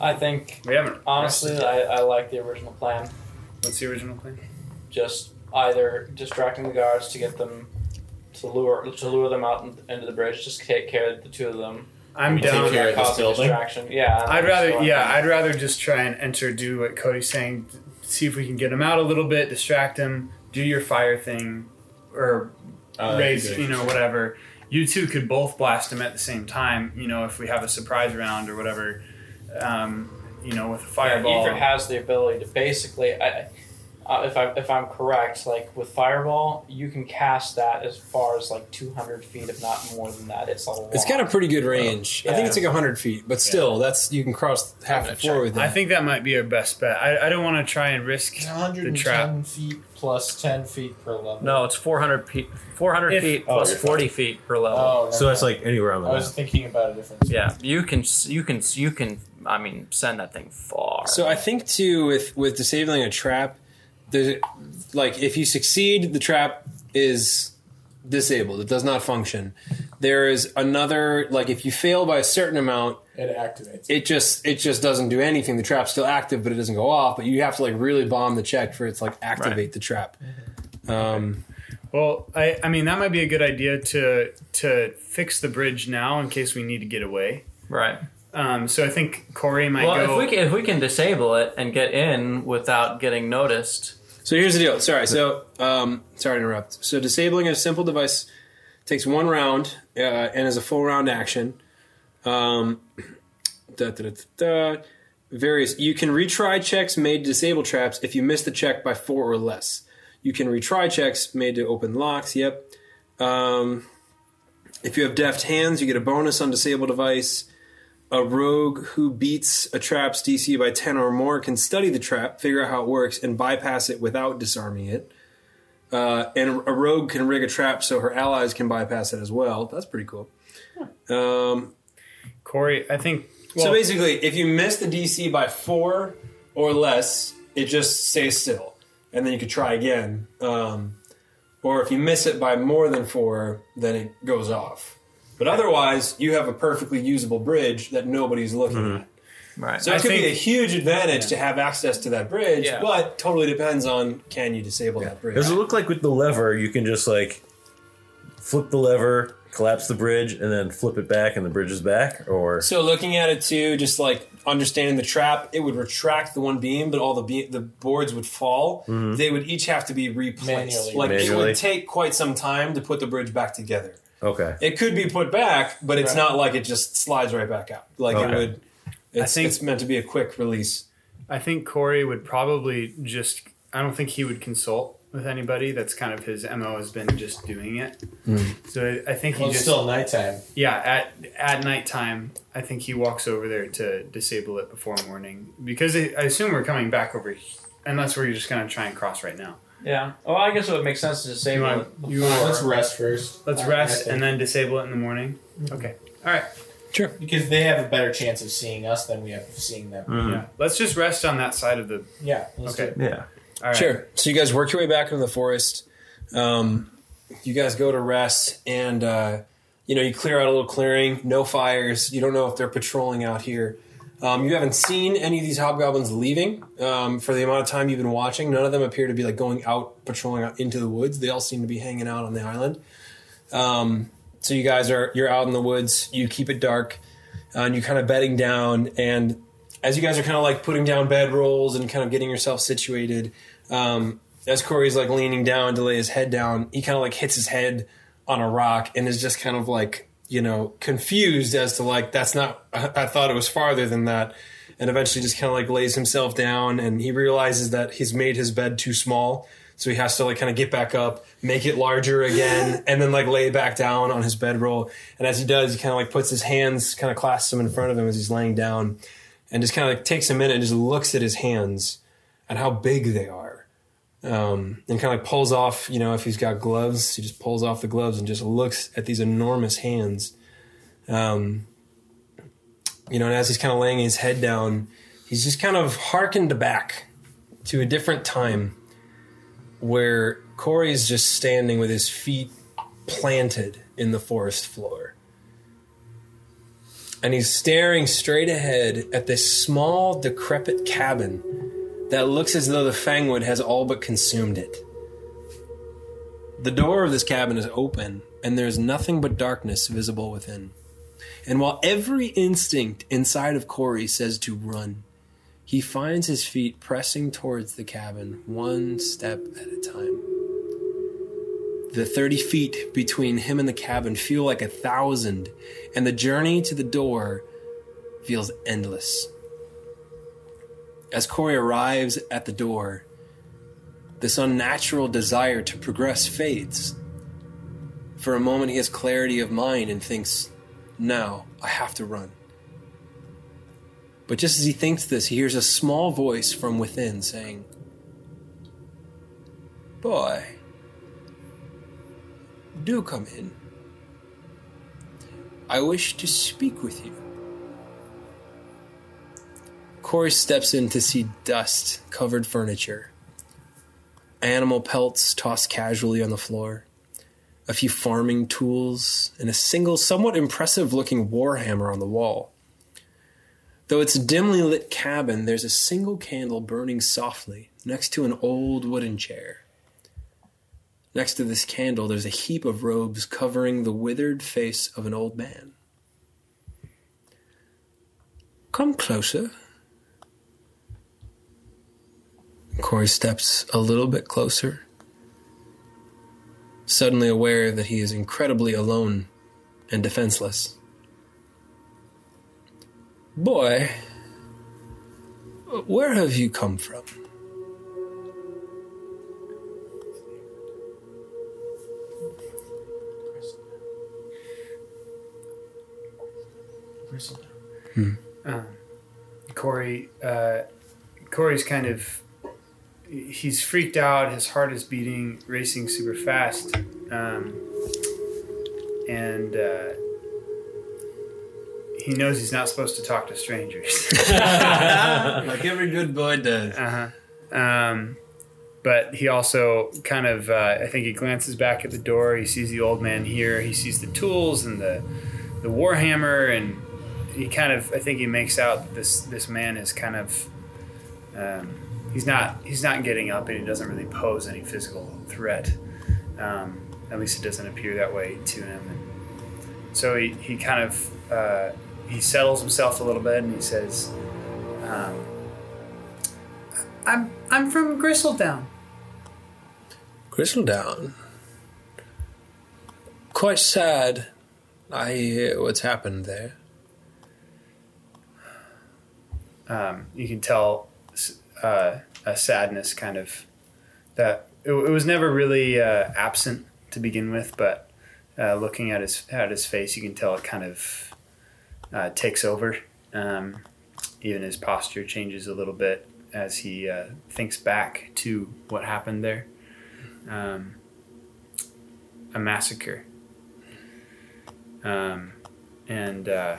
Speaker 8: I think
Speaker 4: We haven't
Speaker 8: honestly,
Speaker 4: rested.
Speaker 8: I, I like the original plan.
Speaker 4: What's the original plan?
Speaker 8: Just either distracting the guards to get them to lure to lure them out in- into the bridge. Just take care of the two of them.
Speaker 4: I'm
Speaker 1: We take
Speaker 4: down.
Speaker 1: care of this
Speaker 8: causing
Speaker 1: building?
Speaker 8: distraction. Yeah.
Speaker 4: I'd rather,
Speaker 8: so-
Speaker 4: yeah, I'd rather just try and enter, do what Cody's saying, see if we can get him out a little bit, distract him, do your fire thing, or
Speaker 1: Uh,
Speaker 4: raise,
Speaker 1: that'd be
Speaker 4: you know, whatever. You two could both blast him at the same time, you know, if we have a surprise round or whatever, um, you know, with a fireball.
Speaker 8: Ether has the ability to basically, I, uh, if I if I'm correct, like with fireball, you can cast that as far as like 200 feet, if not more than that. It's a lot.
Speaker 3: It's got a pretty good range. I
Speaker 8: Yeah.
Speaker 3: think it's like hundred feet, but still, that's you can cross half the floor with
Speaker 4: I
Speaker 3: it.
Speaker 4: think that might be our best bet. I, I don't want to try and risk
Speaker 1: It's
Speaker 4: the trap.
Speaker 1: 110 feet plus 10 feet per level.
Speaker 6: No, it's 400 feet. 400
Speaker 4: If-
Speaker 6: feet
Speaker 1: Oh,
Speaker 6: plus
Speaker 1: you're fine.
Speaker 6: 40 feet per level.
Speaker 1: Oh,
Speaker 2: So that's like anywhere on the
Speaker 1: I was
Speaker 2: map.
Speaker 1: thinking about a different.
Speaker 6: Yeah, you can, s- you can, s- you can. I mean, send that thing far.
Speaker 3: So I think too with with disabling a trap, there's like if you succeed, the trap is disabled. It does not function. There is another like if you fail by a certain amount,
Speaker 1: It activates.
Speaker 3: it just it just doesn't do anything. The trap's still active, but it doesn't go off. But you have to like really bomb the check for it to like activate the trap. Um,
Speaker 4: Well, I, I mean, that might be a good idea to to fix the bridge now in case we need to get away.
Speaker 6: right.
Speaker 4: Um, so I think Corey might
Speaker 6: Well,
Speaker 4: go.
Speaker 6: if we can, if we can disable it and get in without getting noticed,
Speaker 3: so here's the deal. Sorry. So um, sorry to interrupt. So disabling a simple device takes one round uh, and is a full round action. Um, da, da, da, da, da. Various. You can retry checks made to disable traps if you miss the check by four or less. You can retry checks made to open locks. Yep. Um, if you have deft hands, you get a bonus on disable device. A rogue who beats a trap's DC by 10 or more can study the trap, figure out how it works, and bypass it without disarming it. Uh, and a rogue can rig a trap so her allies can bypass it as well. That's pretty cool. Um,
Speaker 4: Corey, I think. Well,
Speaker 3: so basically, if you miss the DC by four or less, it just stays still, and then you could try again. Um, or if you miss it by more than four, then it goes off. But otherwise, you have a perfectly usable bridge that nobody's looking at.
Speaker 6: right?
Speaker 3: So it
Speaker 4: I
Speaker 3: could be a
Speaker 4: think-
Speaker 3: huge advantage to have access to that bridge,
Speaker 6: Yeah.
Speaker 3: but totally depends on can you disable that bridge.
Speaker 2: Does it look like with the lever you can just like flip the lever, collapse the bridge, and then flip it back, and the bridge is back? Or
Speaker 3: So looking at it too, just like understanding the trap, it would retract the one beam, but all the be- the boards would fall. They would each have to be replaced.
Speaker 1: Manually.
Speaker 3: Like it
Speaker 2: Mm-hmm. Manually.
Speaker 3: would take quite some time to put the bridge back together.
Speaker 2: okay,
Speaker 3: It could be put back, but it's
Speaker 8: Right.
Speaker 3: not like it just slides right back out. Like
Speaker 2: Okay.
Speaker 3: it would. It's,
Speaker 4: think-
Speaker 3: it's meant to be a quick release.
Speaker 4: I think Corey would probably just. I don't think he would consult with anybody. That's kind of his mo has been just doing it. So I think he
Speaker 1: Well, it's
Speaker 4: just
Speaker 1: still nighttime.
Speaker 4: yeah at at nighttime. I think he walks over there to disable it before morning because I I assume we're coming back over, he- unless we're just gonna try and cross right now.
Speaker 8: Yeah. Well, I guess it would make sense to disable
Speaker 4: You
Speaker 8: it.
Speaker 4: want- you
Speaker 8: before.
Speaker 4: want-
Speaker 1: Let's rest first.
Speaker 4: Let's
Speaker 1: Uh,
Speaker 4: rest
Speaker 1: I think-
Speaker 4: and then disable it in the morning. Okay. All right.
Speaker 1: Because they have a better chance of seeing us than we have of seeing them.
Speaker 4: Yeah. Let's just rest on that side of the.
Speaker 1: Yeah. let's
Speaker 4: Mm. Okay.
Speaker 1: do
Speaker 2: yeah.
Speaker 4: All right.
Speaker 3: Sure. So you guys work your way back into the forest. Um, you guys go to rest, and uh, you know you clear out a little clearing. No fires. You don't know if they're patrolling out here. Um, you haven't seen any of these hobgoblins leaving um, for the amount of time you've been watching. None of them appear to be like going out patrolling out into the woods. They all seem to be hanging out on the island. Um, so you guys are you're out in the woods. You keep it dark, uh, and you're kind of bedding down. And as you guys are kind of like putting down bed rolls and kind of getting yourself situated, um, as Corey's like leaning down to lay his head down, he kind of like hits his head on a rock and is just kind of like you know confused as to like that's not I, I thought it was farther than that, and eventually just kind of like lays himself down and he realizes that he's made his bed too small, so he has to like kind of get back up, make it larger again, and then like lay back down on his bedroll. And as he does, he kind of like puts his hands, kind of clasps them in front of him as he's laying down, and just kind of like takes a minute and just looks at his hands and how big they are. Um, and kind of like pulls off, you know, if he's got gloves, he just pulls off the gloves and just looks at these enormous hands. Um, you know, and as he's kind of laying his head down, he's just kind of hearkened back to a different time where Corey's just standing with his feet planted in the forest floor. And he's staring straight ahead at this small, decrepit cabin that looks as though the Fangwood has all but consumed it. The door of this cabin is open, and there is nothing but darkness visible within. And while every instinct inside of Corey says to run, he finds his feet pressing towards the cabin, one step at a time. The 30 feet between him and the cabin feel like a thousand, and the journey to the door feels endless. As Corey arrives at the door, this unnatural desire to progress fades. For a moment, he has clarity of mind and thinks, Now I have to run. But just as he thinks this, he hears a small voice from within saying, Boy, do come in. I wish to speak with you. Corey steps in to see dust covered furniture, animal pelts tossed casually on the floor, a few farming tools, and a single, somewhat impressive looking warhammer on the wall. Though it's a dimly lit cabin, there's a single candle burning softly next to an old wooden chair. Next to this candle, there's a heap of robes covering the withered face of an old man. Come closer. Corey steps a little bit closer, suddenly aware that he is incredibly alone and defenseless. Boy, where have you come from?
Speaker 4: Um, Corey, uh, Corey's kind of he's freaked out. His heart is beating, racing super fast, um, and uh, he knows he's not supposed to talk to strangers.
Speaker 3: Like every good boy does.
Speaker 4: Uh huh. Um, but he also kind of, uh, I think he glances back at the door. He sees the old man here. He sees the tools and the the warhammer, and he kind of, I think he makes out that this this man is kind of, um, he's not he's not getting up, and he doesn't really pose any physical threat. Um, at least it doesn't appear that way to him. And so he, he kind of uh, he settles himself a little bit, and he says. Um, I'm I'm from Gristledown.
Speaker 3: Crystaldown. Quite sad. I hear what's happened there.
Speaker 4: Um, you can tell s- uh, a sadness kind of that it, it was never really uh, absent to begin with, but uh, looking at his at his face, you can tell it kind of uh, takes over. Um, even his posture changes a little bit as he uh, thinks back to what happened there. Um, a massacre. Um, and uh,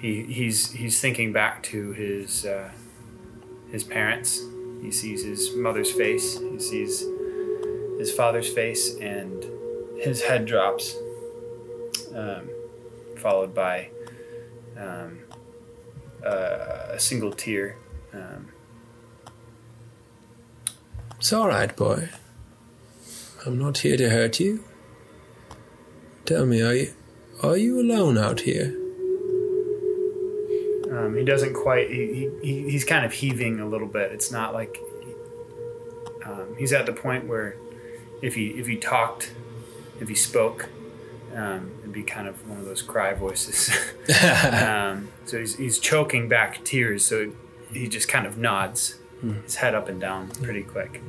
Speaker 4: he, he's he's thinking back to his uh, his parents. He sees his mother's face. He sees his father's face, and his head drops, um, followed by uh, um, uh, a single tier. Um,
Speaker 3: It's all right, boy. I'm not here to hurt you. Tell me, are you are you alone out here?
Speaker 4: Um, he doesn't quite. He, he he's kind of heaving a little bit. It's not like um, he's at the point where if he if he talked, if he spoke, um, it'd be kind of one of those cry voices. um, so he's he's choking back tears. So he just kind of nods his head up and down pretty quick.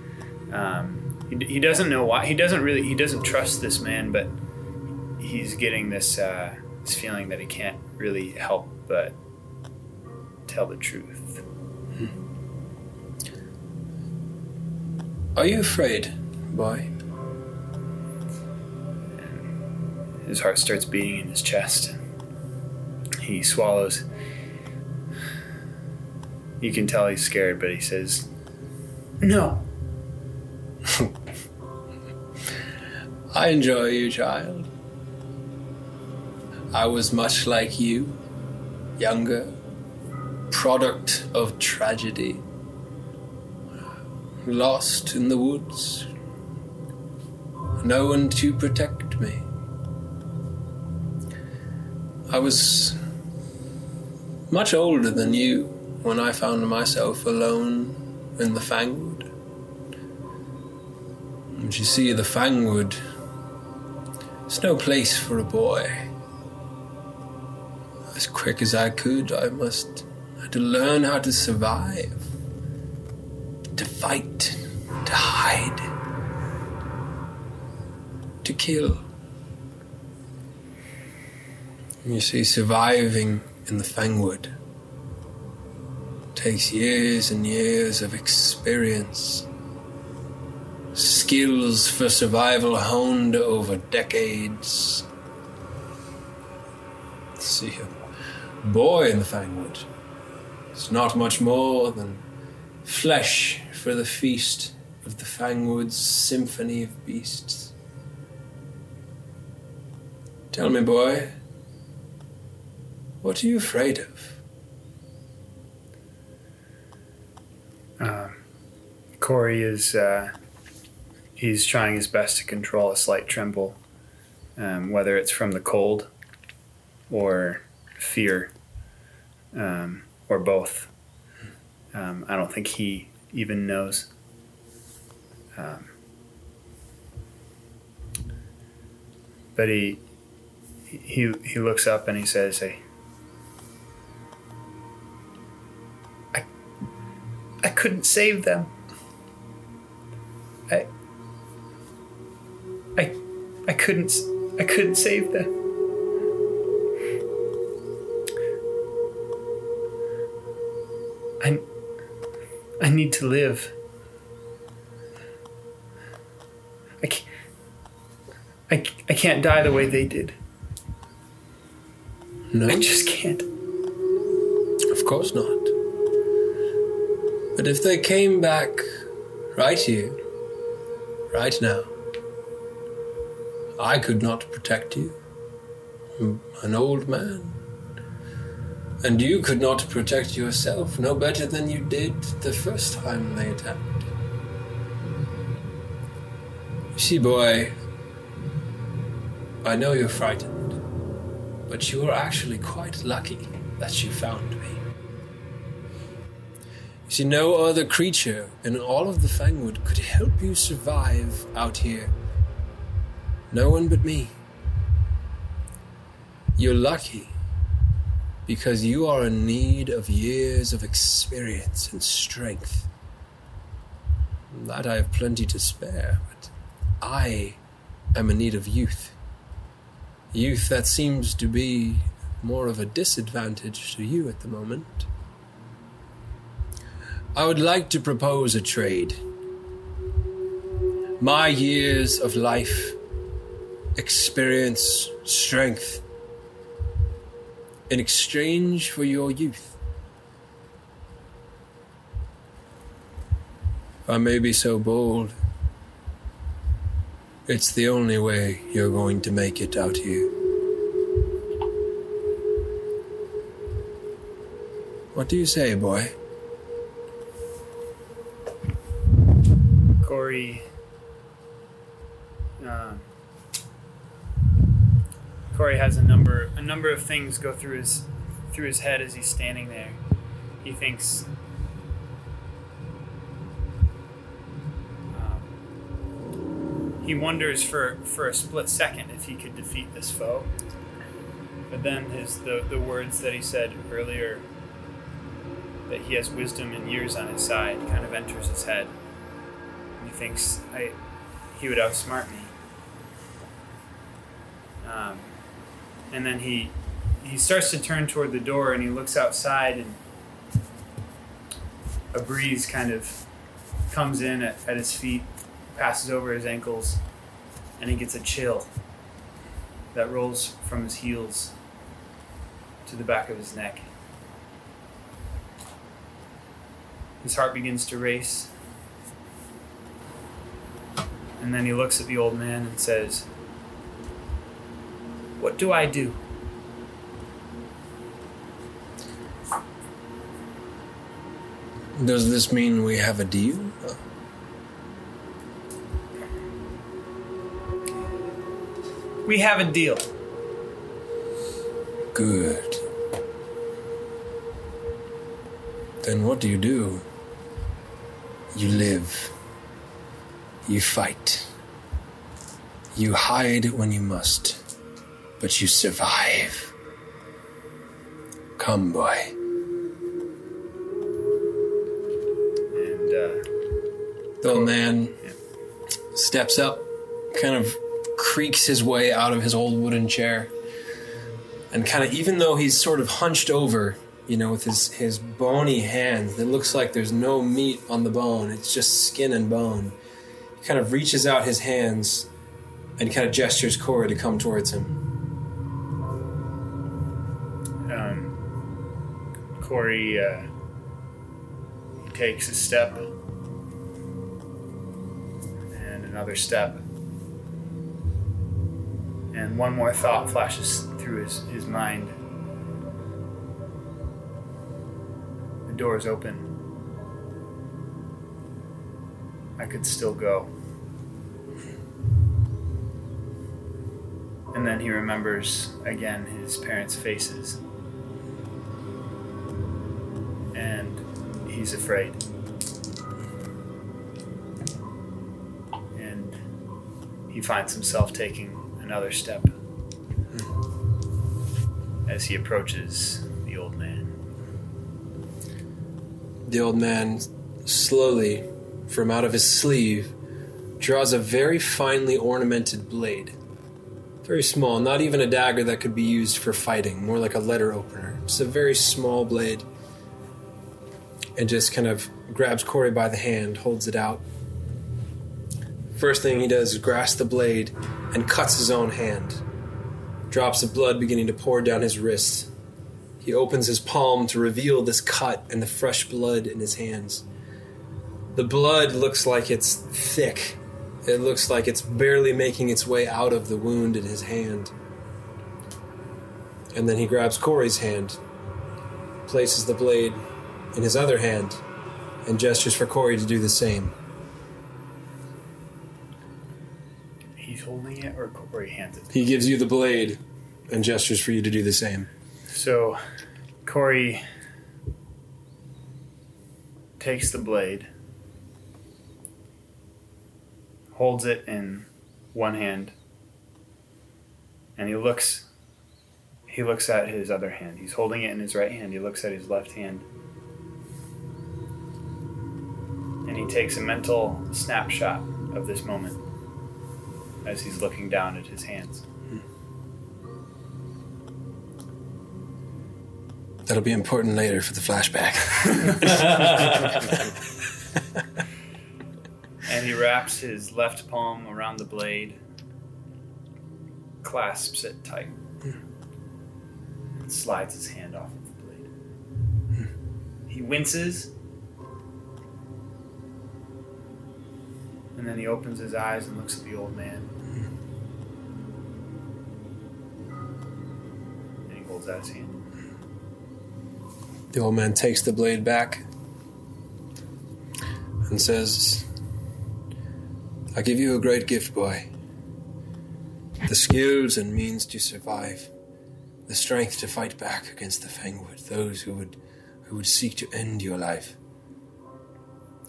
Speaker 4: Um, he, he doesn't know why. He doesn't really. He doesn't trust this man, but he's getting this uh, this feeling that he can't really help but tell the truth.
Speaker 3: Are you afraid, boy?
Speaker 4: His heart starts beating in his chest. He swallows. You can tell he's scared, but he says, No.
Speaker 3: I enjoy you, child. I was much like you, younger, product of tragedy, lost in the woods, no one to protect me. I was much older than you when I found myself alone in the Fangwood. And you see, the Fangwood it's no place for a boy. As quick as I could, I must I had to learn how to survive, to fight, to hide, to kill. You see, surviving in the Fangwood takes years and years of experience, skills for survival honed over decades. See, a boy in the Fangwood is not much more than flesh for the feast of the Fangwood's symphony of beasts. Tell me, boy, what are you afraid of?
Speaker 4: Um, Corey is, uh, he's trying his best to control a slight tremble, um, whether it's from the cold or fear um, or both. Um, I don't think he even knows. Um, but he, he he looks up and he says, "Hey, I, I couldn't save them. I, I, I couldn't, s- I couldn't save them. I, I need to live. I can't, I, c- I can't die the way they did.
Speaker 3: No.
Speaker 4: I just can't.
Speaker 3: Of course not. But if they came back right here, right now, I could not protect you. I'm an old man. And you could not protect yourself no better than you did the first time they attacked. You see, boy, I know you're frightened, but you are actually quite lucky that you found me. You see, no other creature in all of the Fangwood could help you survive out here. No one but me. You're lucky because you are in need of years of experience and strength. That I have plenty to spare, but I am in need of youth. Youth that seems to be more of a disadvantage to you at the moment. I would like to propose a trade. My years of life, experience, strength, in exchange for your youth. If I may be so bold, it's the only way you're going to make it out here. What do you say, boy?
Speaker 4: Corey. Um, Corey has a number a number of things go through his through his head as he's standing there. He thinks. um, He wonders for, for a split second if he could defeat this foe. But then his the, the words that he said earlier that he has wisdom and years on his side kind of enters his head. And he thinks I, he would outsmart me. Um, and then he he starts to turn toward the door and he looks outside and a breeze kind of comes in at, at his feet, passes over his ankles, and he gets a chill that rolls from his heels to the back of his neck. His heart begins to race. And then he looks at the old man and says, What do I do?
Speaker 3: Does this mean we have a deal?
Speaker 4: We have a deal.
Speaker 3: Good. Then what do you do? You live. You fight. You hide when you must. But you survive. Come, boy.
Speaker 4: And uh,
Speaker 3: The old man steps up, kind of creaks his way out of his old wooden chair, and kind of, even though he's sort of hunched over, you know, with his, his bony hands, it looks like there's no meat on the bone, it's just skin and bone. He kind of reaches out his hands and kind of gestures Corey to come towards him.
Speaker 4: um, Corey uh, he takes a step and another step. And one more thought flashes through his, his mind. The door is open. I could still go. And then he remembers again his parents' faces. And he's afraid. And he finds himself taking another step as he approaches the old man.
Speaker 3: The old man slowly, from out of his sleeve, draws a very finely ornamented blade. Very small, not even a dagger that could be used for fighting, more like a letter opener. It's a very small blade. And just kind of grabs Corey by the hand, holds it out. First thing he does is grasp the blade and cuts his own hand. Drops of blood beginning to pour down his wrist. He opens his palm to reveal this cut and the fresh blood in his hands. The blood looks like it's thick. It looks like it's barely making its way out of the wound in his hand. And then he grabs Corey's hand, places the blade in his other hand, and gestures for Corey to do the same.
Speaker 4: He's holding it, or Corey hands it.
Speaker 3: He gives you the blade and gestures for you to do the same.
Speaker 4: So Corey takes the blade, holds it in one hand, and he looks he looks at his other hand. He's holding it in his right hand. He looks at his left hand. And he takes a mental snapshot of this moment as he's looking down at his hands.
Speaker 3: That'll be important later for the flashback.
Speaker 4: and he wraps his left palm around the blade, clasps it tight, and slides his hand off of the blade. He winces, and then he opens his eyes and looks at the old man. And he holds out his hand.
Speaker 3: The old man takes the blade back and says, I give you a great gift, boy. The skills and means to survive, the strength to fight back against the Fangwood, those who would, who would seek to end your life.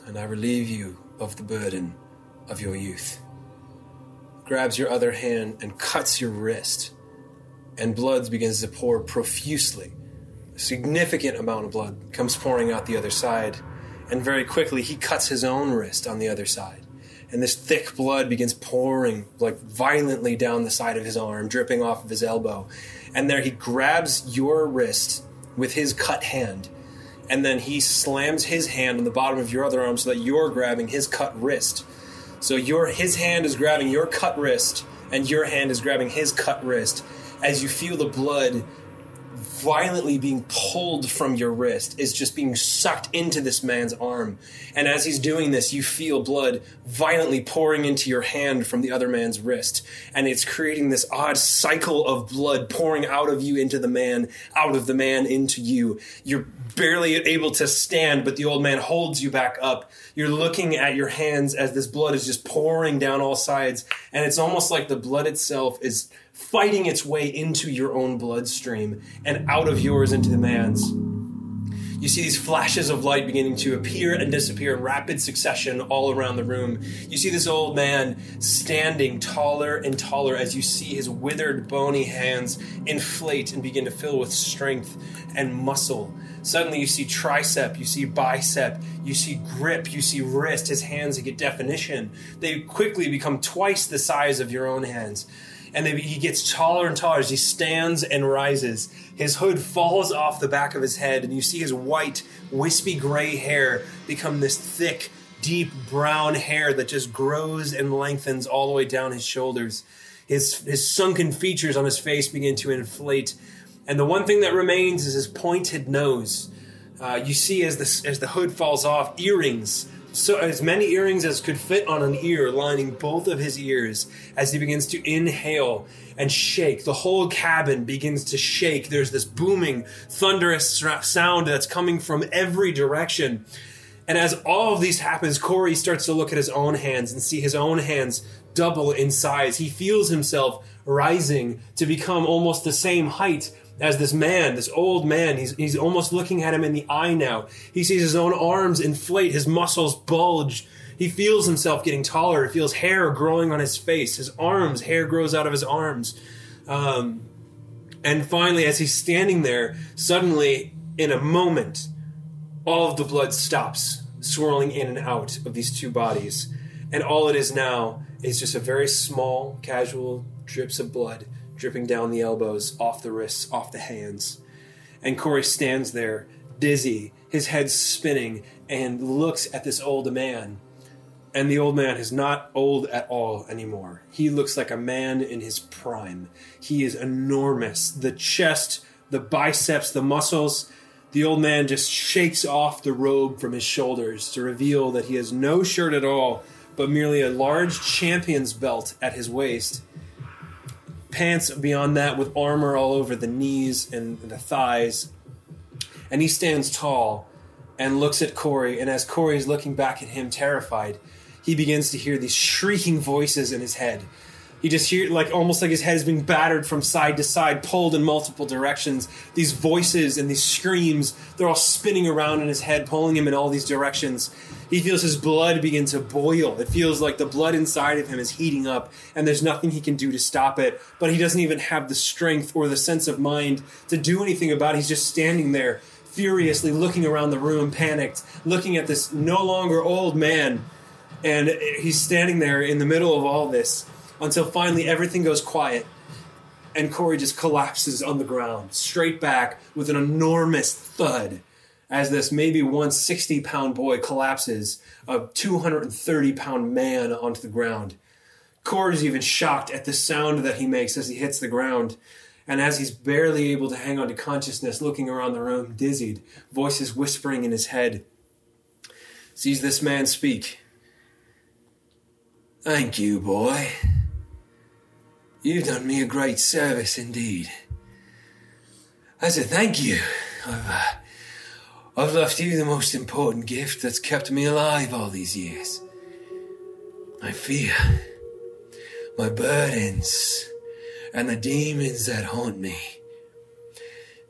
Speaker 3: And I relieve you of the burden of your youth. Grabs your other hand and cuts your wrist, and blood begins to pour profusely significant amount of blood comes pouring out the other side, and very quickly he cuts his own wrist on the other side. And this thick blood begins pouring like violently down the side of his arm, dripping off of his elbow. And there he grabs your wrist with his cut hand, and then he slams his hand on the bottom of your other arm so that you're grabbing his cut wrist. So your his hand is grabbing your cut wrist, and your hand is grabbing his cut wrist. As you feel the blood violently being pulled from your wrist is just being sucked into this man's arm. And as he's doing this, you feel blood violently pouring into your hand from the other man's wrist. And it's creating this odd cycle of blood pouring out of you into the man, out of the man into you. You're barely able to stand, but the old man holds you back up. You're looking at your hands as this blood is just pouring down all sides. And it's almost like the blood itself is fighting its way into your own bloodstream and out of yours into the man's. You see these flashes of light beginning to appear and disappear in rapid succession all around the room. You see this old man standing taller and taller as you see his withered, bony hands inflate and begin to fill with strength and muscle. Suddenly, you see tricep, you see bicep, you see grip, you see wrist. His hands get definition. They quickly become twice the size of your own hands and then he gets taller and taller as he stands and rises. His hood falls off the back of his head, and you see his white, wispy gray hair become this thick, deep brown hair that just grows and lengthens all the way down his shoulders. His, his sunken features on his face begin to inflate, and the one thing that remains is his pointed nose. Uh, you see as the, as the hood falls off, earrings so as many earrings as could fit on an ear lining both of his ears as he begins to inhale and shake the whole cabin begins to shake there's this booming thunderous sra- sound that's coming from every direction and as all of these happens corey starts to look at his own hands and see his own hands double in size he feels himself rising to become almost the same height as this man, this old man, he's, he's almost looking at him in the eye now. He sees his own arms inflate, his muscles bulge. He feels himself getting taller. He feels hair growing on his face, his arms, hair grows out of his arms. Um, and finally, as he's standing there, suddenly, in a moment, all of the blood stops swirling in and out of these two bodies. And all it is now is just a very small, casual drips of blood dripping down the elbows, off the wrists, off the hands. And Corey stands there, dizzy, his head spinning, and looks at this old man. And the old man is not old at all anymore. He looks like a man in his prime. He is enormous. The chest, the biceps, the muscles. The old man just shakes off the robe from his shoulders to reveal that he has no shirt at all, but merely a large champion's belt at his waist pants beyond that with armor all over the knees and the thighs. And he stands tall and looks at Corey. And as Corey is looking back at him, terrified, he begins to hear these shrieking voices in his head. He just hear like almost like his head is being battered from side to side, pulled in multiple directions. These voices and these screams, they're all spinning around in his head, pulling him in all these directions. He feels his blood begin to boil. It feels like the blood inside of him is heating up, and there's nothing he can do to stop it. But he doesn't even have the strength or the sense of mind to do anything about it. He's just standing there, furiously looking around the room, panicked, looking at this no longer old man and he's standing there in the middle of all this until finally everything goes quiet and Corey just collapses on the ground, straight back with an enormous thud as this maybe 160 pound boy collapses, a 230 pound man onto the ground. Corey's even shocked at the sound that he makes as he hits the ground. And as he's barely able to hang on to consciousness, looking around the room, dizzied, voices whispering in his head, sees this man speak. Thank you, boy. You've done me a great service indeed. As a thank you, I've, uh, I've left you the most important gift that's kept me alive all these years. My fear, my burdens, and the demons that haunt me.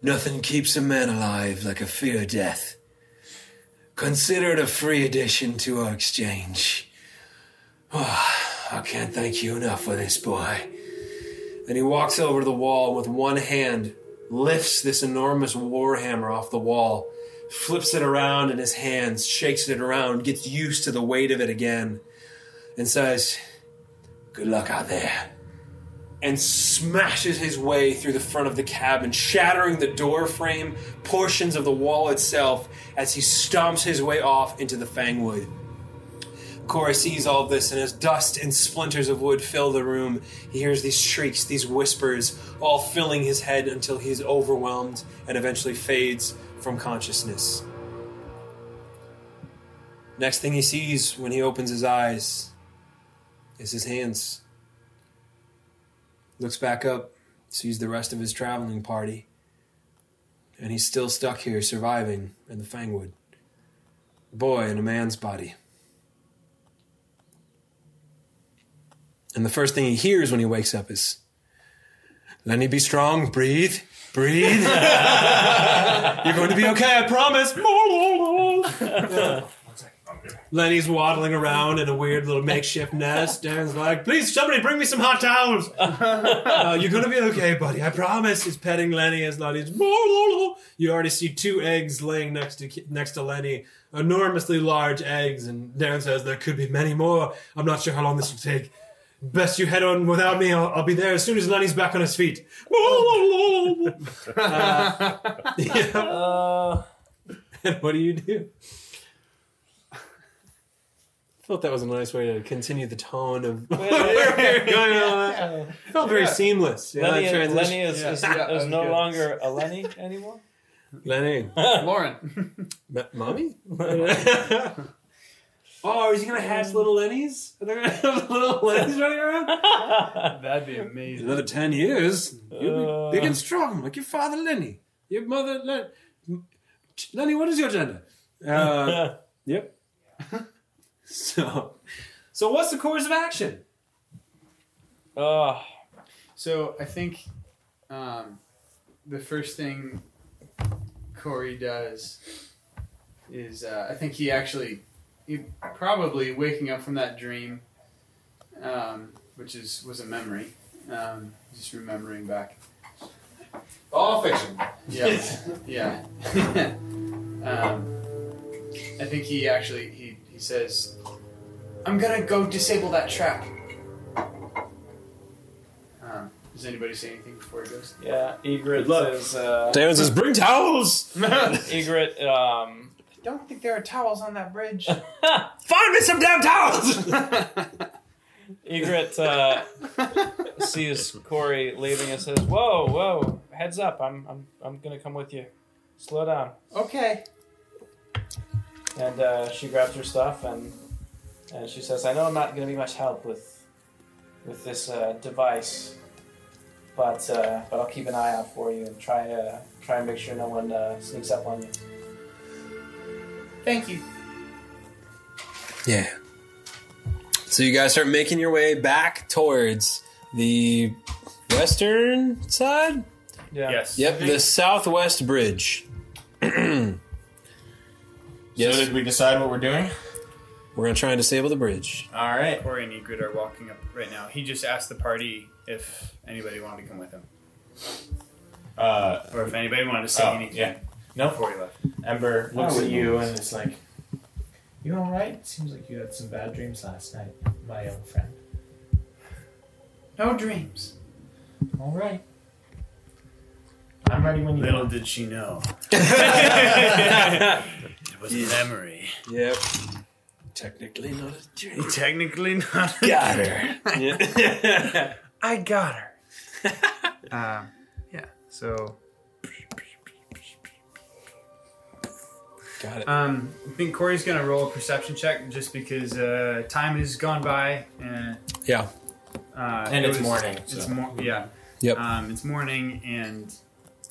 Speaker 3: Nothing keeps a man alive like a fear of death. Consider it a free addition to our exchange. Oh, I can't thank you enough for this, boy. Then he walks over to the wall and with one hand, lifts this enormous warhammer off the wall, flips it around in his hands, shakes it around, gets used to the weight of it again, and says, Good luck out there. And smashes his way through the front of the cabin, shattering the door frame, portions of the wall itself, as he stomps his way off into the Fangwood. Cora sees all this, and as dust and splinters of wood fill the room, he hears these shrieks, these whispers, all filling his head until he's overwhelmed and eventually fades from consciousness. Next thing he sees when he opens his eyes is his hands. Looks back up, sees the rest of his traveling party, and he's still stuck here surviving in the Fangwood. A boy in a man's body. And the first thing he hears when he wakes up is Lenny, be strong, breathe, breathe. You're going to be okay, I promise. Lenny's waddling around in a weird little makeshift nest. Dan's like, please, somebody bring me some hot towels. Uh, you're going to be okay, buddy. I promise. He's petting Lenny as Lenny's. You already see two eggs laying next to next to Lenny, enormously large eggs. And Dan says, there could be many more. I'm not sure how long this will take. Best you head on without me. I'll, I'll be there as soon as Lenny's back on his feet. Uh, yeah.
Speaker 8: Uh,
Speaker 3: And what do you do? I felt that was a nice way to continue the tone of where we were going on that. Felt very seamless. Yeah,
Speaker 8: Lenny,
Speaker 3: that
Speaker 8: is,
Speaker 3: transition.
Speaker 8: Lenny is, is,
Speaker 4: Yeah,
Speaker 8: is
Speaker 4: I'm
Speaker 8: no
Speaker 4: good.
Speaker 8: longer a Lenny anymore.
Speaker 3: Lenny.
Speaker 4: Lauren.
Speaker 3: M- mommy? oh, is he gonna hatch little Lennies? Are they gonna have little Lennies running around?
Speaker 4: That'd be amazing.
Speaker 3: Another ten years, you'll
Speaker 8: Uh.
Speaker 3: be big and strong, like your father Lenny, your mother Len- Lenny. What is your gender? Uh, Yep. so, so what's the course of action?
Speaker 8: Uh,
Speaker 4: So I think um, the first thing Corey does is uh, I think he actually he probably waking up from that dream, um, which is was a memory, um, just remembering back.
Speaker 3: All fiction.
Speaker 4: Yeah, yeah. um, I think he actually he, he says, "I'm gonna go disable that trap." Um, does anybody say anything before he goes?
Speaker 8: yeah, Egret
Speaker 2: Good luck.
Speaker 8: is. Uh,
Speaker 3: Dan says, "Bring towels.
Speaker 8: Egret. Um,
Speaker 4: Don't think there are towels on that bridge.
Speaker 3: Find me some damn towels."
Speaker 8: Egret uh, sees Corey leaving and says, "Whoa, whoa! Heads up! I'm, I'm, I'm gonna come with you. Slow down."
Speaker 4: okay.
Speaker 8: And uh, she grabs her stuff and and she says, "I know I'm not gonna be much help with with this uh, device, but uh, but I'll keep an eye out for you and try uh, try and make sure no one uh, sneaks up on you."
Speaker 4: Thank you.
Speaker 3: Yeah. So you guys start making your way back towards the western side.
Speaker 8: Yeah.
Speaker 6: Yes.
Speaker 3: Yep, the southwest bridge. yes,
Speaker 1: So did we decide what we're doing?
Speaker 3: we're gonna try and disable the bridge.
Speaker 1: All right.
Speaker 4: Corey and Egret are walking up right now. He just asked the party if anybody wanted to come with him,
Speaker 1: Uh,
Speaker 4: or if anybody wanted to say
Speaker 1: Oh,
Speaker 4: anything
Speaker 1: yeah. no.
Speaker 4: before he left.
Speaker 1: Ember looks
Speaker 8: Oh,
Speaker 1: at
Speaker 8: we-
Speaker 1: you and it's like, "You all right? Seems like you had some bad dreams last night, my young friend."
Speaker 4: No dreams.
Speaker 1: All right. I'm ready when you
Speaker 4: Little
Speaker 1: are.
Speaker 4: did she know,
Speaker 3: yep.
Speaker 4: it was a memory.
Speaker 3: Technically not a dream.
Speaker 4: Technically not.
Speaker 3: Got her. Yeah.
Speaker 4: I got her. uh, yeah. So
Speaker 3: Got it.
Speaker 4: um, I think Corey's gonna roll a perception check just because uh, time has gone by and
Speaker 3: Yeah.
Speaker 4: uh,
Speaker 1: And
Speaker 4: it
Speaker 1: it's
Speaker 4: was-
Speaker 1: morning,
Speaker 4: It's
Speaker 1: so.
Speaker 4: more. Yeah.
Speaker 3: Yep.
Speaker 4: Um, it's morning and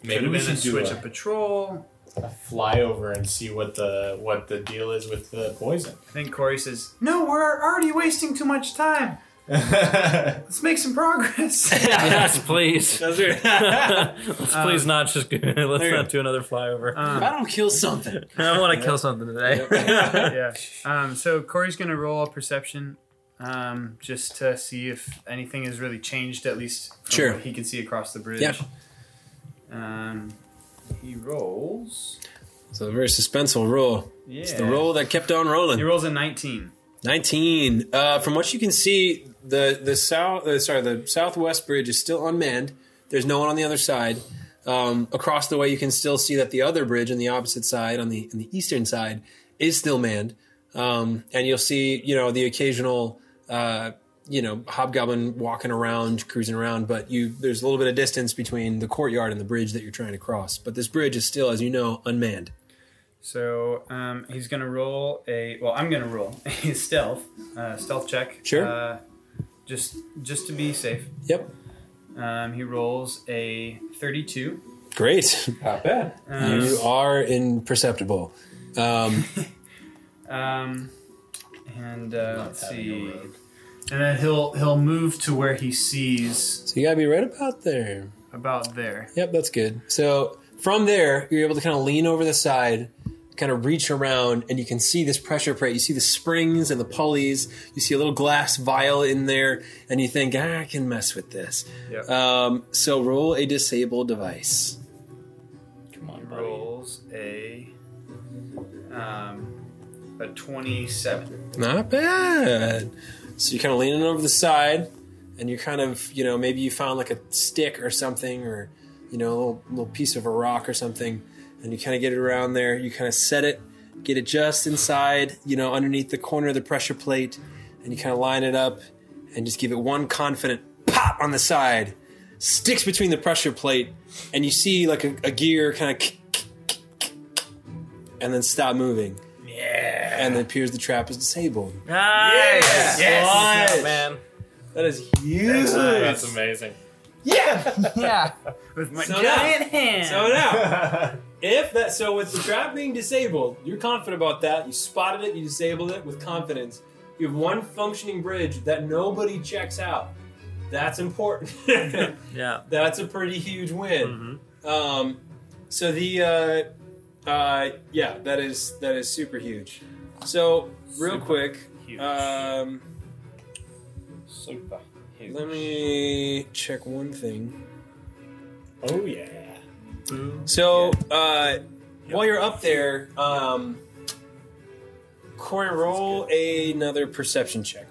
Speaker 1: Maybe
Speaker 4: could've
Speaker 1: we
Speaker 4: been a
Speaker 1: should do
Speaker 4: switch
Speaker 1: a-
Speaker 4: of patrol.
Speaker 1: fly over and see what the what the deal is with the poison.
Speaker 4: I think Corey says, "No, we're already wasting too much time. Let's make some progress."
Speaker 6: yes, please.
Speaker 3: Those are-
Speaker 6: let's
Speaker 4: Um,
Speaker 6: please not just. let's
Speaker 3: you
Speaker 6: not do another flyover.
Speaker 3: If
Speaker 4: Um,
Speaker 3: I don't kill something.
Speaker 6: I want to kill something today.
Speaker 4: yeah. Um, so Corey's gonna roll a perception, um, just to see if anything has really changed, at least from
Speaker 3: Sure.
Speaker 4: what he can see across the bridge.
Speaker 3: Yeah.
Speaker 4: Um, he rolls.
Speaker 3: So a very suspenseful roll.
Speaker 4: Yeah.
Speaker 3: It's the roll that kept on rolling.
Speaker 4: He rolls a nineteen.
Speaker 3: 19. Uh, from what you can see, the the south uh, sorry the southwest bridge is still unmanned. There's no one on the other side. Um, across the way, you can still see that the other bridge on the opposite side, on the on the eastern side, is still manned. Um, and you'll see, you know, the occasional, uh, you know, hobgoblin walking around, cruising around. But you, there's a little bit of distance between the courtyard and the bridge that you're trying to cross. But this bridge is still, as you know, unmanned.
Speaker 4: So um, he's gonna roll a. Well, I'm gonna roll a stealth, uh, stealth check.
Speaker 3: Sure.
Speaker 4: Uh, just just to be safe.
Speaker 3: Yep.
Speaker 4: Um, he rolls a 32.
Speaker 3: Great.
Speaker 2: Not bad.
Speaker 4: Um,
Speaker 3: You are imperceptible. Um,
Speaker 4: um, and uh, let's
Speaker 1: having
Speaker 4: see.
Speaker 1: a rogue.
Speaker 4: And then he'll he'll move to where he sees
Speaker 3: so you gotta be right about there.
Speaker 4: about there.
Speaker 3: Yep, that's good. So from there, you're able to kind of lean over the side, kind of reach around, and you can see this pressure plate. You see the springs and the pulleys. You see a little glass vial in there, and you think, ah, I can mess with this.
Speaker 4: Yep.
Speaker 3: Um, so roll a disable device.
Speaker 1: Come on,
Speaker 4: Rolls a um, a 27.
Speaker 3: Not bad. So you're kind of leaning over the side, and you're kind of, you know, maybe you found like a stick or something, or you know, a little, little piece of a rock or something, and you kind of get it around there. You kind of set it, get it just inside, you know, underneath the corner of the pressure plate, and you kind of line it up, and just give it one confident pop on the side. Sticks between the pressure plate, and you see like a, a gear kind of, and then stop moving. Yeah. And it appears the trap is disabled.
Speaker 6: Nice.
Speaker 4: Yes.
Speaker 6: Nice, man.
Speaker 3: That is huge.
Speaker 1: That's amazing.
Speaker 6: Yeah.
Speaker 4: With my
Speaker 3: So
Speaker 4: giant hand.
Speaker 3: So now, if that, so with the trap being disabled, you're confident about that. You spotted it, you disabled it with confidence. You have one functioning bridge that nobody checks out. That's important.
Speaker 6: Yeah.
Speaker 3: That's a pretty huge win.
Speaker 1: Mm-hmm.
Speaker 3: Um, so the, uh, uh, yeah, that is that is super huge. So real quick, um,
Speaker 2: Super. huge.
Speaker 3: let me check one thing.
Speaker 1: Oh yeah.
Speaker 3: So uh, while you're up there, um, Corey, roll another perception check.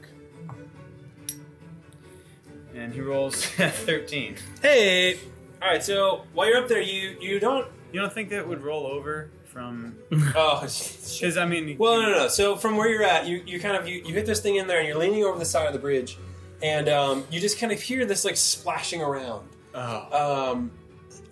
Speaker 4: and he rolls a 13.
Speaker 3: Hey, all right. So while you're up there, you you don't.
Speaker 4: You don't think that would roll over from?
Speaker 3: Oh, shit.
Speaker 4: Because I mean,
Speaker 3: well, no, no, no. So from where you're at, you, you kind of you, you hit this thing in there, and you're leaning over the side of the bridge, and um, you just kind of hear this like splashing around.
Speaker 1: Oh.
Speaker 3: um,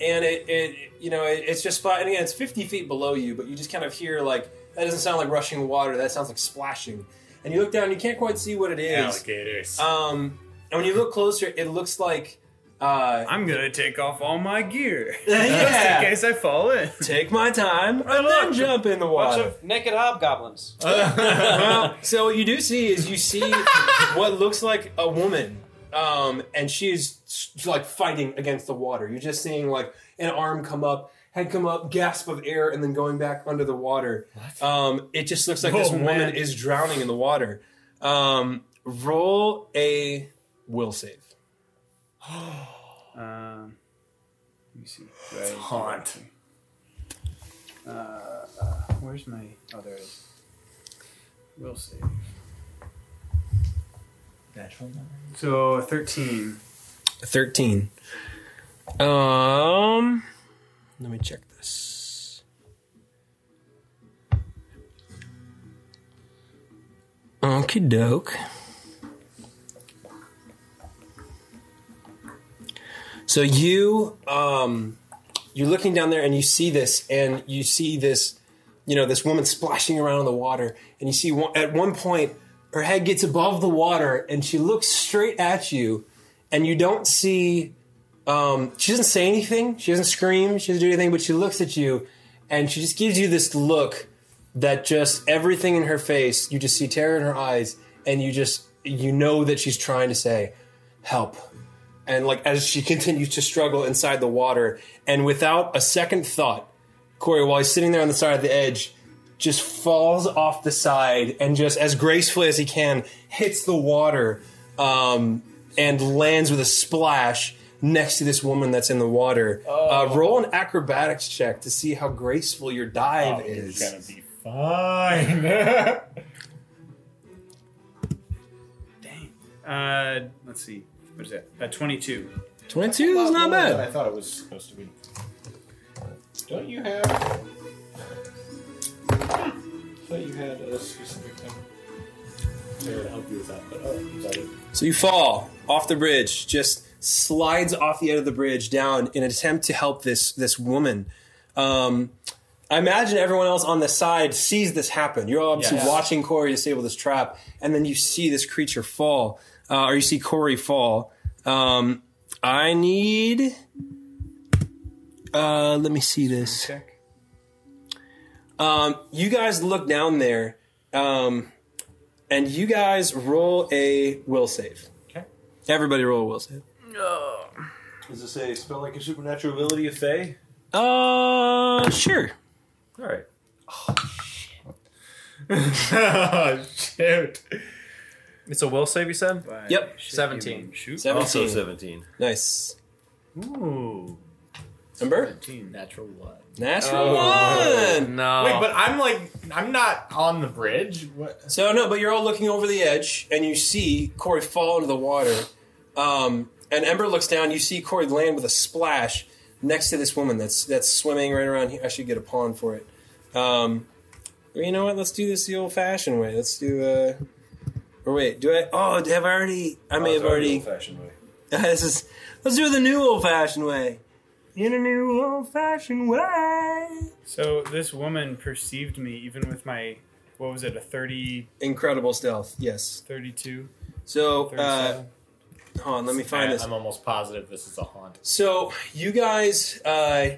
Speaker 3: and it, it you know it, it's just spot and again it's 50 feet below you but you just kind of hear like that doesn't sound like rushing water that sounds like splashing and you look down and you can't quite see what it is
Speaker 1: Alligators.
Speaker 3: um, and when you look closer it looks like uh,
Speaker 4: I'm gonna take off all my gear just in
Speaker 3: yeah
Speaker 4: case I fall in.
Speaker 3: take my time and then jump in the
Speaker 8: Bunch
Speaker 3: water
Speaker 8: of naked hobgoblins.
Speaker 3: well, so what you do see is you see what looks like a woman, um, and she is s- like fighting against the water. You're just seeing like an arm come up, head come up, gasp of air, and then going back under the water. Um, it just looks like this
Speaker 4: Oh,
Speaker 3: woman
Speaker 4: man.
Speaker 3: is drowning in the water. Um, roll a will save.
Speaker 4: Um, let me see.
Speaker 1: Haunt.
Speaker 4: Uh, uh, where's my? Oh, there it is. We'll see.
Speaker 1: Natural
Speaker 4: So thirteen.
Speaker 3: Thirteen. Um, let me check this. Okie doke. So you um, you're looking down there and you see this, and you see this, you know, this woman splashing around in the water, and you see one, at one point her head gets above the water, and she looks straight at you and you don't see um, she doesn't say anything she doesn't scream she doesn't do anything but she looks at you and she just gives you this look that just everything in her face, you just see terror in her eyes, and you just you know that she's trying to say, "Help." And like as she continues to struggle inside the water, and without a second thought, Corey, while he's sitting there on the side of the edge, just falls off the side and just as gracefully as he can hits the water um, and lands with a splash next to this woman that's in the water. Uh, roll an acrobatics check to see how graceful your
Speaker 1: Oh,
Speaker 3: dive is.
Speaker 1: It's gonna be fine.
Speaker 4: Uh, let's see. What is that? Uh, 22.
Speaker 3: 22 is not
Speaker 1: I
Speaker 3: bad.
Speaker 1: thought it was supposed to be. Don't you have? I thought you had a specific thing. To help you with that, but oh, is that it?
Speaker 3: So you fall off the bridge, just slides off the edge of the bridge down in an attempt to help this this woman. Um, I imagine everyone else on the side sees this happen. You're all obviously
Speaker 1: Yes.
Speaker 3: watching Corey disable this trap, and then you see this creature fall, uh, or you see Corey fall. Um, I need. Uh, let me see this.
Speaker 4: Check.
Speaker 3: Um, you guys look down there, um, and you guys roll a will save.
Speaker 1: Okay.
Speaker 3: Everybody roll a will save.
Speaker 2: Does this a spell like a supernatural ability of Fey?
Speaker 3: Uh, sure.
Speaker 2: All right.
Speaker 1: oh shoot!
Speaker 6: It's a will save, you said?
Speaker 4: By
Speaker 3: Yep.
Speaker 4: shit, you
Speaker 6: 17.
Speaker 4: mean Shoot.
Speaker 2: Also
Speaker 3: 17.
Speaker 2: seventeen.
Speaker 3: Nice.
Speaker 4: Ooh.
Speaker 3: Number?
Speaker 4: 17.
Speaker 1: Natural one.
Speaker 3: Natural one.
Speaker 6: No.
Speaker 1: Wait, but I'm like, I'm not on the bridge. What?
Speaker 3: So, no, but you're all looking over the edge, and you see Corey fall into the water. Um, and Ember looks down. You see Corey land with a splash next to this woman that's that's swimming right around here. I should get a pawn for it. Um, well, you know what? Let's do this the old-fashioned way. Let's do. Uh, or wait, do I? Oh, have I already? I may have already.
Speaker 2: Old-fashioned way.
Speaker 3: this is. Let's do it the new old-fashioned way. In a new old-fashioned way.
Speaker 4: So this woman perceived me even with my, what was it, a 30,
Speaker 3: Incredible stealth. Yes.
Speaker 4: 32,
Speaker 3: So,
Speaker 4: 37?
Speaker 3: uh, hold on. Let me find
Speaker 1: I,
Speaker 3: this.
Speaker 1: I'm almost positive this is a haunt.
Speaker 3: So you guys, uh,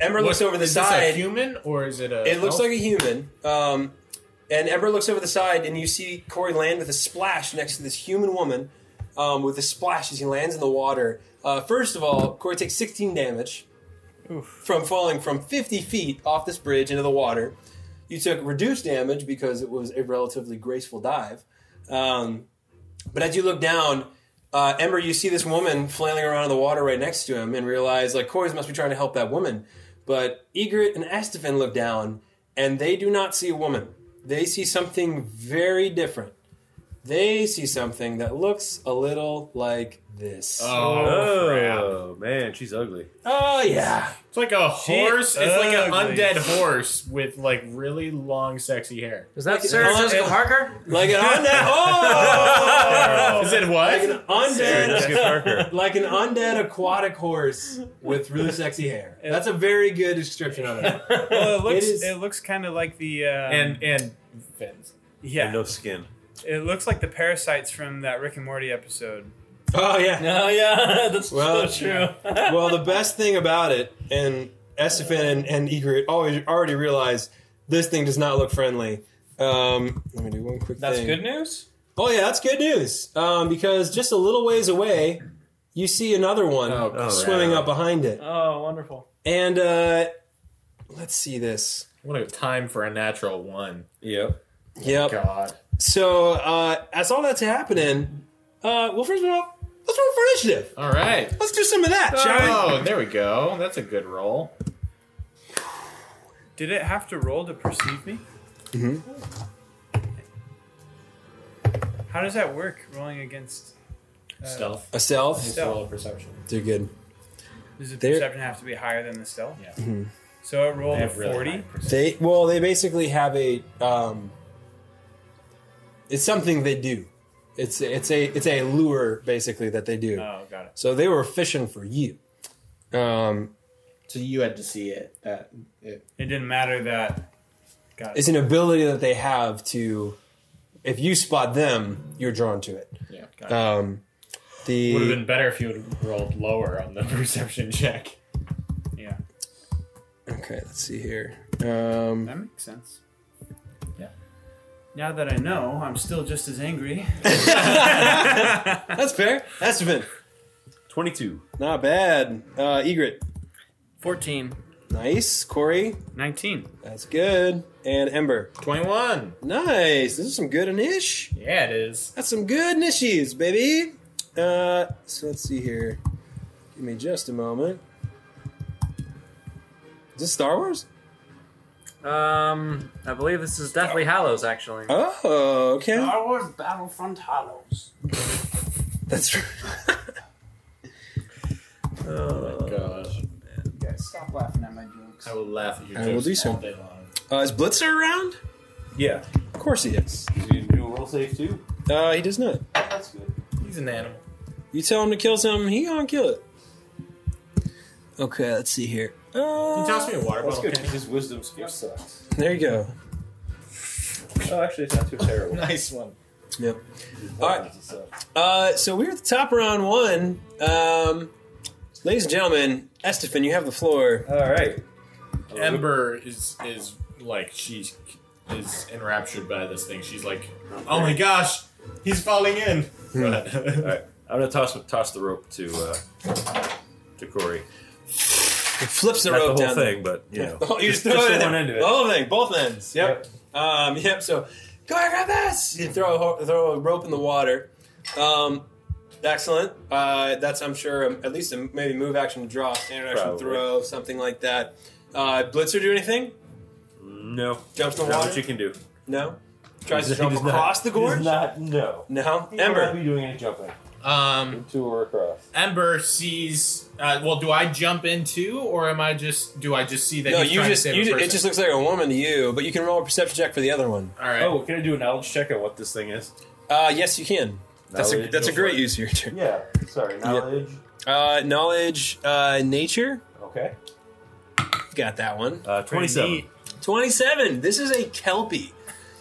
Speaker 3: Ember looks
Speaker 1: What-
Speaker 3: over the
Speaker 1: is This a
Speaker 3: side.
Speaker 1: human or is it a?
Speaker 3: it looks
Speaker 1: elf?
Speaker 3: like a human. Um, and Ember looks over the side, and you see Corey land with a splash next to this human woman. Um, with a splash as he lands in the water. Uh, first of all, Corey takes 16 damage from falling from 50 feet off this bridge into the water. You took reduced damage because it was a relatively graceful dive. Um, but as you look down, uh, Ember, you see this woman flailing around in the water right next to him and realize, like, Corey's must be trying to help that woman. But Egret and Estefan look down and they do not see a woman. They see something very different. They see something that looks a little like this. Oh,
Speaker 1: Oh, crap.
Speaker 2: Oh, man, she's ugly.
Speaker 6: Oh,
Speaker 3: yeah.
Speaker 1: It's like a horse. It's like an
Speaker 4: ugly.
Speaker 1: undead horse with like really long, sexy hair.
Speaker 6: Is that
Speaker 3: Wait,
Speaker 6: Sarah
Speaker 3: hold on,
Speaker 6: Jessica
Speaker 3: hold on.
Speaker 6: Parker?
Speaker 3: Like an undead. Oh!
Speaker 1: Is it
Speaker 3: Like an
Speaker 1: what?
Speaker 3: undead. Like an undead aquatic horse with really sexy hair. That's a very good description of it.
Speaker 4: Well, it looks
Speaker 3: It is-
Speaker 4: it, looks kind of like the uh,
Speaker 1: And and fins.
Speaker 4: yeah,
Speaker 2: And no skin.
Speaker 4: it looks like the parasites from that Rick and Morty episode.
Speaker 3: Oh yeah.
Speaker 6: No, yeah, that's
Speaker 3: Well,
Speaker 6: so true.
Speaker 3: well, the best thing about it, and Estefan and, and Egret always already realized this thing does not look friendly. Um, let me do one quick
Speaker 6: that's
Speaker 3: thing.
Speaker 6: good news.
Speaker 3: Oh yeah, that's good news. Um, because just a little ways away, you see another one
Speaker 1: Oh, crap.
Speaker 3: swimming up behind it,
Speaker 6: Oh, wonderful.
Speaker 3: and uh, let's see this.
Speaker 1: What a time for a natural one.
Speaker 2: Yep.
Speaker 1: Oh.
Speaker 3: Yep.
Speaker 1: God.
Speaker 3: So uh, as all that's happening, uh, well, first of all, let's roll for initiative.
Speaker 1: All right.
Speaker 3: Let's do some of that, shall we?
Speaker 1: Oh, there we go. That's a good roll.
Speaker 4: Did it have to roll to perceive me?
Speaker 3: Mhm.
Speaker 4: How does that work? Rolling against uh,
Speaker 1: Stealth.
Speaker 3: A stealth.
Speaker 1: Just roll a perception.
Speaker 3: They're good.
Speaker 4: Does the
Speaker 3: There-
Speaker 4: perception have to be higher than the stealth?
Speaker 1: Yeah.
Speaker 4: So it rolled
Speaker 1: They
Speaker 4: a
Speaker 1: have really
Speaker 4: forty.
Speaker 1: high perception.
Speaker 3: Mm-hmm. They well, they basically have a. Um, it's something they do. It's it's a it's a lure basically that they do.
Speaker 4: Oh, got it.
Speaker 3: So they were fishing for you. Um,
Speaker 1: So you had to see it. That it.
Speaker 4: It didn't matter that. Got it.
Speaker 3: it's an ability that they have to. If you spot them, you're drawn to it.
Speaker 1: Yeah.
Speaker 3: Um, the
Speaker 1: Would have been better if you had rolled lower on the perception check.
Speaker 4: yeah.
Speaker 3: Okay, let's see here. Um,
Speaker 4: That makes sense. Yeah. Now that I know, I'm still just as angry.
Speaker 3: that's fair. That's been
Speaker 2: Twenty-two.
Speaker 3: not bad. Uh, Egret,
Speaker 6: 14.
Speaker 3: nice. Corey,
Speaker 4: 19.
Speaker 3: that's good. And Ember,
Speaker 1: 21.
Speaker 3: nice. This is some good ish.
Speaker 1: Yeah, it is.
Speaker 3: That's some good nishies, baby. Uh, so let's see here. Give me just a moment. Is this Star Wars?
Speaker 6: Um, I believe this is Deathly Hallows, actually.
Speaker 3: Oh, okay.
Speaker 8: Star Wars Battlefront Hollows.
Speaker 3: That's true.
Speaker 1: Oh my gosh.
Speaker 8: Guys, stop laughing at my jokes.
Speaker 1: I will laugh at your
Speaker 3: I
Speaker 1: jokes
Speaker 3: will do so.
Speaker 1: all day long.
Speaker 3: Uh, is Blitzer around?
Speaker 2: Yeah.
Speaker 3: Of course he is.
Speaker 2: Does he do a roll save too?
Speaker 3: Uh, he does not.
Speaker 2: That's good.
Speaker 1: He's an animal.
Speaker 3: You tell him to kill something, he gonna kill it. Okay, let's see here.
Speaker 1: Can
Speaker 3: Uh,
Speaker 1: you toss me a water
Speaker 2: That's
Speaker 1: bottle?
Speaker 2: good.
Speaker 1: Kenny?
Speaker 2: His wisdom score sucks.
Speaker 3: There you go.
Speaker 2: Oh, actually, it's not too terrible.
Speaker 1: Nice one.
Speaker 3: All right. Uh, so we're at the top of round one. Um, ladies and gentlemen, Estefan, you have the floor.
Speaker 2: All right.
Speaker 3: Oh,
Speaker 1: Ember is is like she is enraptured by this thing. She's like, oh my gosh, he's falling in. But-
Speaker 3: Hmm.
Speaker 2: All right. I'm gonna toss toss the rope to uh, to Corey.
Speaker 3: It flips the
Speaker 2: Not
Speaker 3: rope
Speaker 2: the whole
Speaker 3: down.
Speaker 2: thing, but you know.
Speaker 3: Oh, you're
Speaker 2: Just-
Speaker 3: still
Speaker 2: just the
Speaker 3: in
Speaker 2: one end of it.
Speaker 3: The whole thing, both ends. Yep. Um, yep. So go ahead, grab this. You throw a, ho- throw a rope in the water. Um, excellent. Uh, that's I'm sure um, at least a, maybe move action to draw, standard action
Speaker 2: Probably.
Speaker 3: throw, something like that. Uh, Blitzer do anything?
Speaker 2: No.
Speaker 3: Jumps in the
Speaker 2: Not
Speaker 3: water?
Speaker 2: what you can do.
Speaker 3: No. Tries
Speaker 2: He
Speaker 3: to jump
Speaker 2: does not-
Speaker 3: across the
Speaker 2: he does
Speaker 3: gorge?
Speaker 2: Not no.
Speaker 3: No.
Speaker 2: He will not
Speaker 3: Ember.
Speaker 2: be doing any jumping
Speaker 1: um,
Speaker 2: into or across.
Speaker 1: Ember sees. Uh, well, do I jump in too, or am I just? Do I just see that?
Speaker 3: No,
Speaker 1: he's
Speaker 3: you
Speaker 1: trying to
Speaker 3: just
Speaker 1: save a
Speaker 3: you ju- it
Speaker 1: person?
Speaker 3: just looks like a woman to you, but you can roll a perception check for the other one.
Speaker 1: All right.
Speaker 2: Oh, can I do a knowledge check on what this thing is?
Speaker 3: Uh, yes, you can. That's a
Speaker 2: Knowledge,
Speaker 3: that's a
Speaker 2: go for
Speaker 3: great
Speaker 2: it.
Speaker 3: use of your turn.
Speaker 2: Yeah. Sorry. Knowledge.
Speaker 3: Uh, knowledge, uh, nature.
Speaker 2: Okay.
Speaker 3: Got that one.
Speaker 2: Uh, Twenty-seven.
Speaker 3: 27. This is a Kelpie.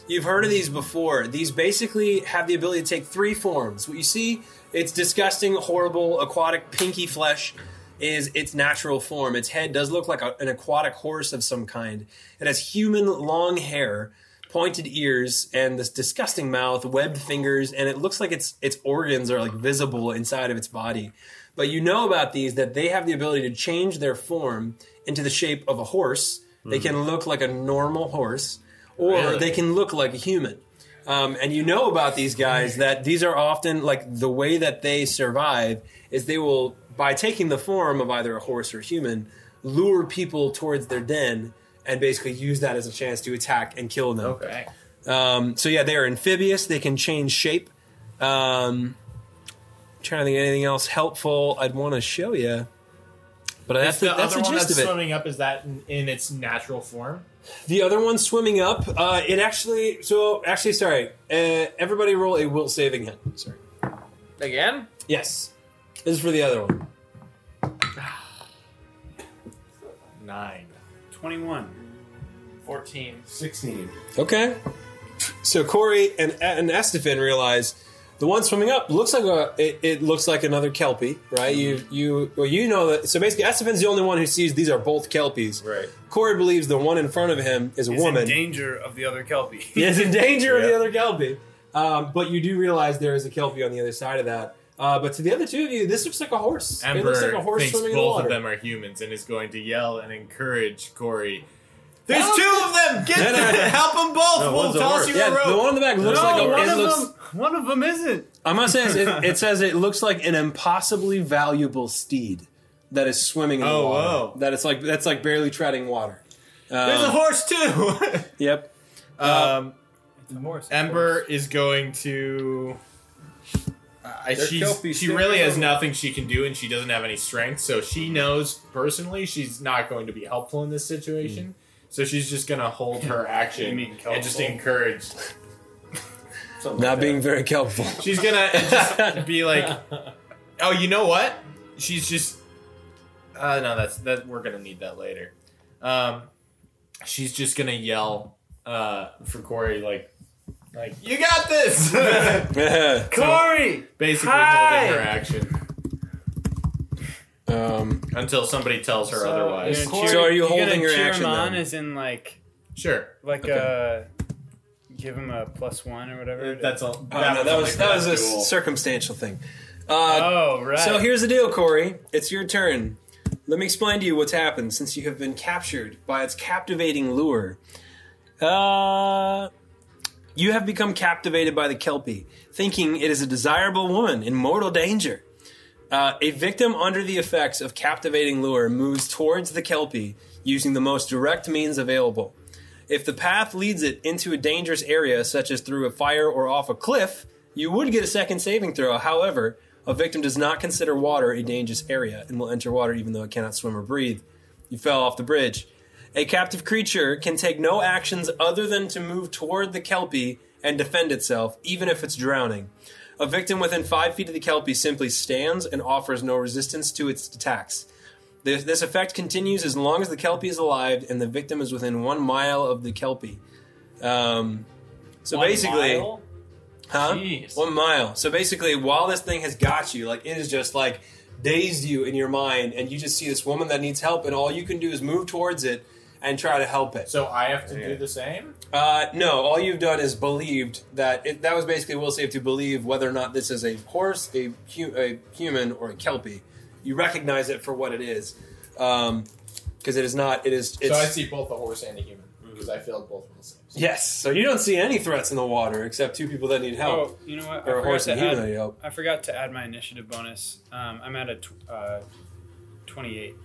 Speaker 3: You've heard of these before. These basically have the ability to take three forms. What you see, it's disgusting, horrible, aquatic, pinky flesh is its natural form. Its head does look like a- an aquatic horse of some kind. It has human long hair, pointed ears, and this disgusting mouth, webbed fingers, and it looks like its its organs are like visible inside of its body. But you know about these that they have the ability to change their form into the shape of a horse. They can look like a normal horse, or
Speaker 1: Really?
Speaker 3: they can look like a human. Um, and you know about these guys that these are often like the way that they survive is they will, by taking the form of either a horse or a human, lure people towards their den and basically use that as a chance to attack and kill them.
Speaker 1: Okay.
Speaker 3: Um, so yeah, they are amphibious. They can change shape. Um, trying to think of anything else helpful I'd want to show you. But
Speaker 1: That's
Speaker 3: that's the,
Speaker 1: the,
Speaker 3: that's
Speaker 1: other
Speaker 3: the
Speaker 1: one
Speaker 3: gist
Speaker 1: that's
Speaker 3: of it.
Speaker 1: swimming up. Is that in, in its natural form?
Speaker 3: The other one swimming up. Uh, it actually. So actually, sorry. Uh, everybody, roll a will saving hit. Sorry.
Speaker 6: Again?
Speaker 3: Yes. This is for the other one.
Speaker 1: Nine.
Speaker 4: 21.
Speaker 6: 14.
Speaker 2: Sixteen.
Speaker 3: Okay. So Corey and and Estefan realize the one swimming up looks like a it, it looks like another kelpie, right? You you well you know that. So basically, Estefan's the only one who sees these are both kelpies.
Speaker 2: Right.
Speaker 3: Corey believes the one in front of him is a
Speaker 4: Is
Speaker 3: woman.
Speaker 4: in danger of the other Kelpie.
Speaker 3: He is in danger of the
Speaker 2: Yeah.
Speaker 3: other Kelpie. Um, but you do realize there is a Kelpie on the other side of that. Uh, but to the other two of you, this looks like a horse. it
Speaker 1: Ember
Speaker 3: looks like a horse
Speaker 1: thinks
Speaker 3: swimming in the
Speaker 1: both
Speaker 3: water.
Speaker 1: of them are humans and is going to yell and encourage Corey. There's
Speaker 3: Help!
Speaker 1: two of them. Get
Speaker 3: No, no,
Speaker 1: them.
Speaker 3: no.
Speaker 1: Help them both.
Speaker 2: No,
Speaker 1: we'll
Speaker 2: one's a
Speaker 1: toss
Speaker 2: horse.
Speaker 1: you
Speaker 3: Yeah,
Speaker 1: a rope.
Speaker 3: the one in the back looks like a.
Speaker 4: one,
Speaker 3: It
Speaker 4: of
Speaker 3: looks,
Speaker 4: them, one of them isn't.
Speaker 3: I'm not saying it, it says it looks like an impossibly valuable steed that is swimming in the
Speaker 1: Oh,
Speaker 3: water.
Speaker 1: whoa.
Speaker 3: That it's like that's like barely treading water.
Speaker 1: There's a
Speaker 3: Um,
Speaker 1: horse too.
Speaker 3: yep.
Speaker 1: um, Ember is going to. I
Speaker 2: They're
Speaker 1: she's,
Speaker 2: Kelpies,
Speaker 1: she
Speaker 2: they're
Speaker 1: really has
Speaker 2: Kelpies.
Speaker 1: nothing she can do, and she doesn't have any strength. So she knows personally she's not going to be helpful in this situation. So she's just going to hold her
Speaker 4: You
Speaker 1: action
Speaker 4: mean
Speaker 1: and just
Speaker 4: helpful?
Speaker 1: encourage.
Speaker 2: Something
Speaker 3: Not
Speaker 2: like
Speaker 3: being
Speaker 2: That.
Speaker 3: very helpful.
Speaker 1: She's going to just be like, "Oh, you know what? She's just." Uh, no, that's that. We're gonna need that later. Um, she's just gonna yell uh, for Corey, like, like you got this.
Speaker 3: Yeah.
Speaker 1: Corey, basically
Speaker 4: Hi!
Speaker 1: holding her action.
Speaker 3: Um,
Speaker 1: until somebody tells her otherwise.
Speaker 8: is-
Speaker 4: You're gonna
Speaker 3: So are you
Speaker 4: you're gonna
Speaker 3: holding your
Speaker 4: cheer
Speaker 3: action
Speaker 4: him on
Speaker 3: then?
Speaker 4: as in like
Speaker 1: Sure,
Speaker 4: like
Speaker 3: Okay.
Speaker 4: uh give him a plus one or
Speaker 9: Uh,
Speaker 4: whatever.
Speaker 1: that's all.
Speaker 3: oh, no, that
Speaker 1: only
Speaker 3: was
Speaker 1: for
Speaker 3: that was a
Speaker 1: duel.
Speaker 3: circumstantial thing. Uh,
Speaker 4: oh right.
Speaker 3: So here's the deal, Corey. It's your turn. Let me explain to you what's happened since you have been captured by its captivating lure. Uh, you have become captivated by the Kelpie, thinking it is a desirable woman in mortal danger. Uh, a victim under the effects of captivating lure moves towards the Kelpie using the most direct means available. If the path leads it into a dangerous area, such as through a fire or off a cliff, you would get a second saving throw. However, a victim does not consider water a dangerous area and will enter water even though it cannot swim or breathe. You fell off the bridge. A captive creature can take no actions other than to move toward the Kelpie and defend itself, even if it's drowning. A victim within five feet of the Kelpie simply stands and offers no resistance to its attacks. This, this effect continues as long as the Kelpie is alive and the victim is within one mile of the Kelpie. Um, so basically, huh?
Speaker 6: Jeez.
Speaker 3: One mile. So basically, while this thing has got you, like it is just like dazed you in your mind, and you just see this woman that needs help, and all you can do is move towards it and try to help it.
Speaker 1: So I have to do the same.
Speaker 3: Uh, no, all you've done is believed that it, that was basically will save to believe whether or not this is a horse, a, hu- a human, or a kelpie. You recognize it for what it is, because it is not. It is. It's,
Speaker 9: So I see both a horse and a human
Speaker 1: Mm-hmm.
Speaker 9: because I failed both of the saves.
Speaker 3: Yes. So you don't see any threats in the water except two people that need help,
Speaker 4: oh, you know what? I
Speaker 3: or a
Speaker 4: forgot
Speaker 3: horse
Speaker 4: to
Speaker 3: and human that
Speaker 4: add-
Speaker 3: need help.
Speaker 4: I forgot to add my initiative bonus. Um, I'm at a tw- uh, 28.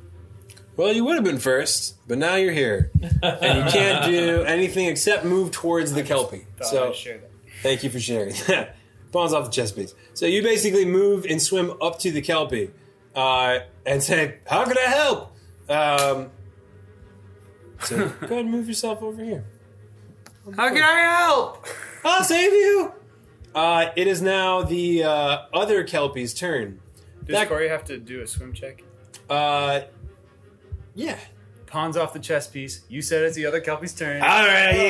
Speaker 3: Well, you would have been first, but now you're here. And you can't do anything except move towards the Kelpie.
Speaker 4: Thought
Speaker 3: So
Speaker 4: I'd share that.
Speaker 3: thank you for sharing that. Bounce off the chest piece. So you basically move and swim up to the Kelpie uh, and say, How can I help? Um, so go ahead and move yourself over here.
Speaker 6: How can I help?
Speaker 3: I'll save you! Uh, it is now the uh, other Kelpie's turn.
Speaker 4: Does
Speaker 3: That-
Speaker 4: Corey have to do a swim check?
Speaker 3: Uh, yeah.
Speaker 4: Pawns off the chess piece. You said it's the other Kelpie's turn.
Speaker 3: All right.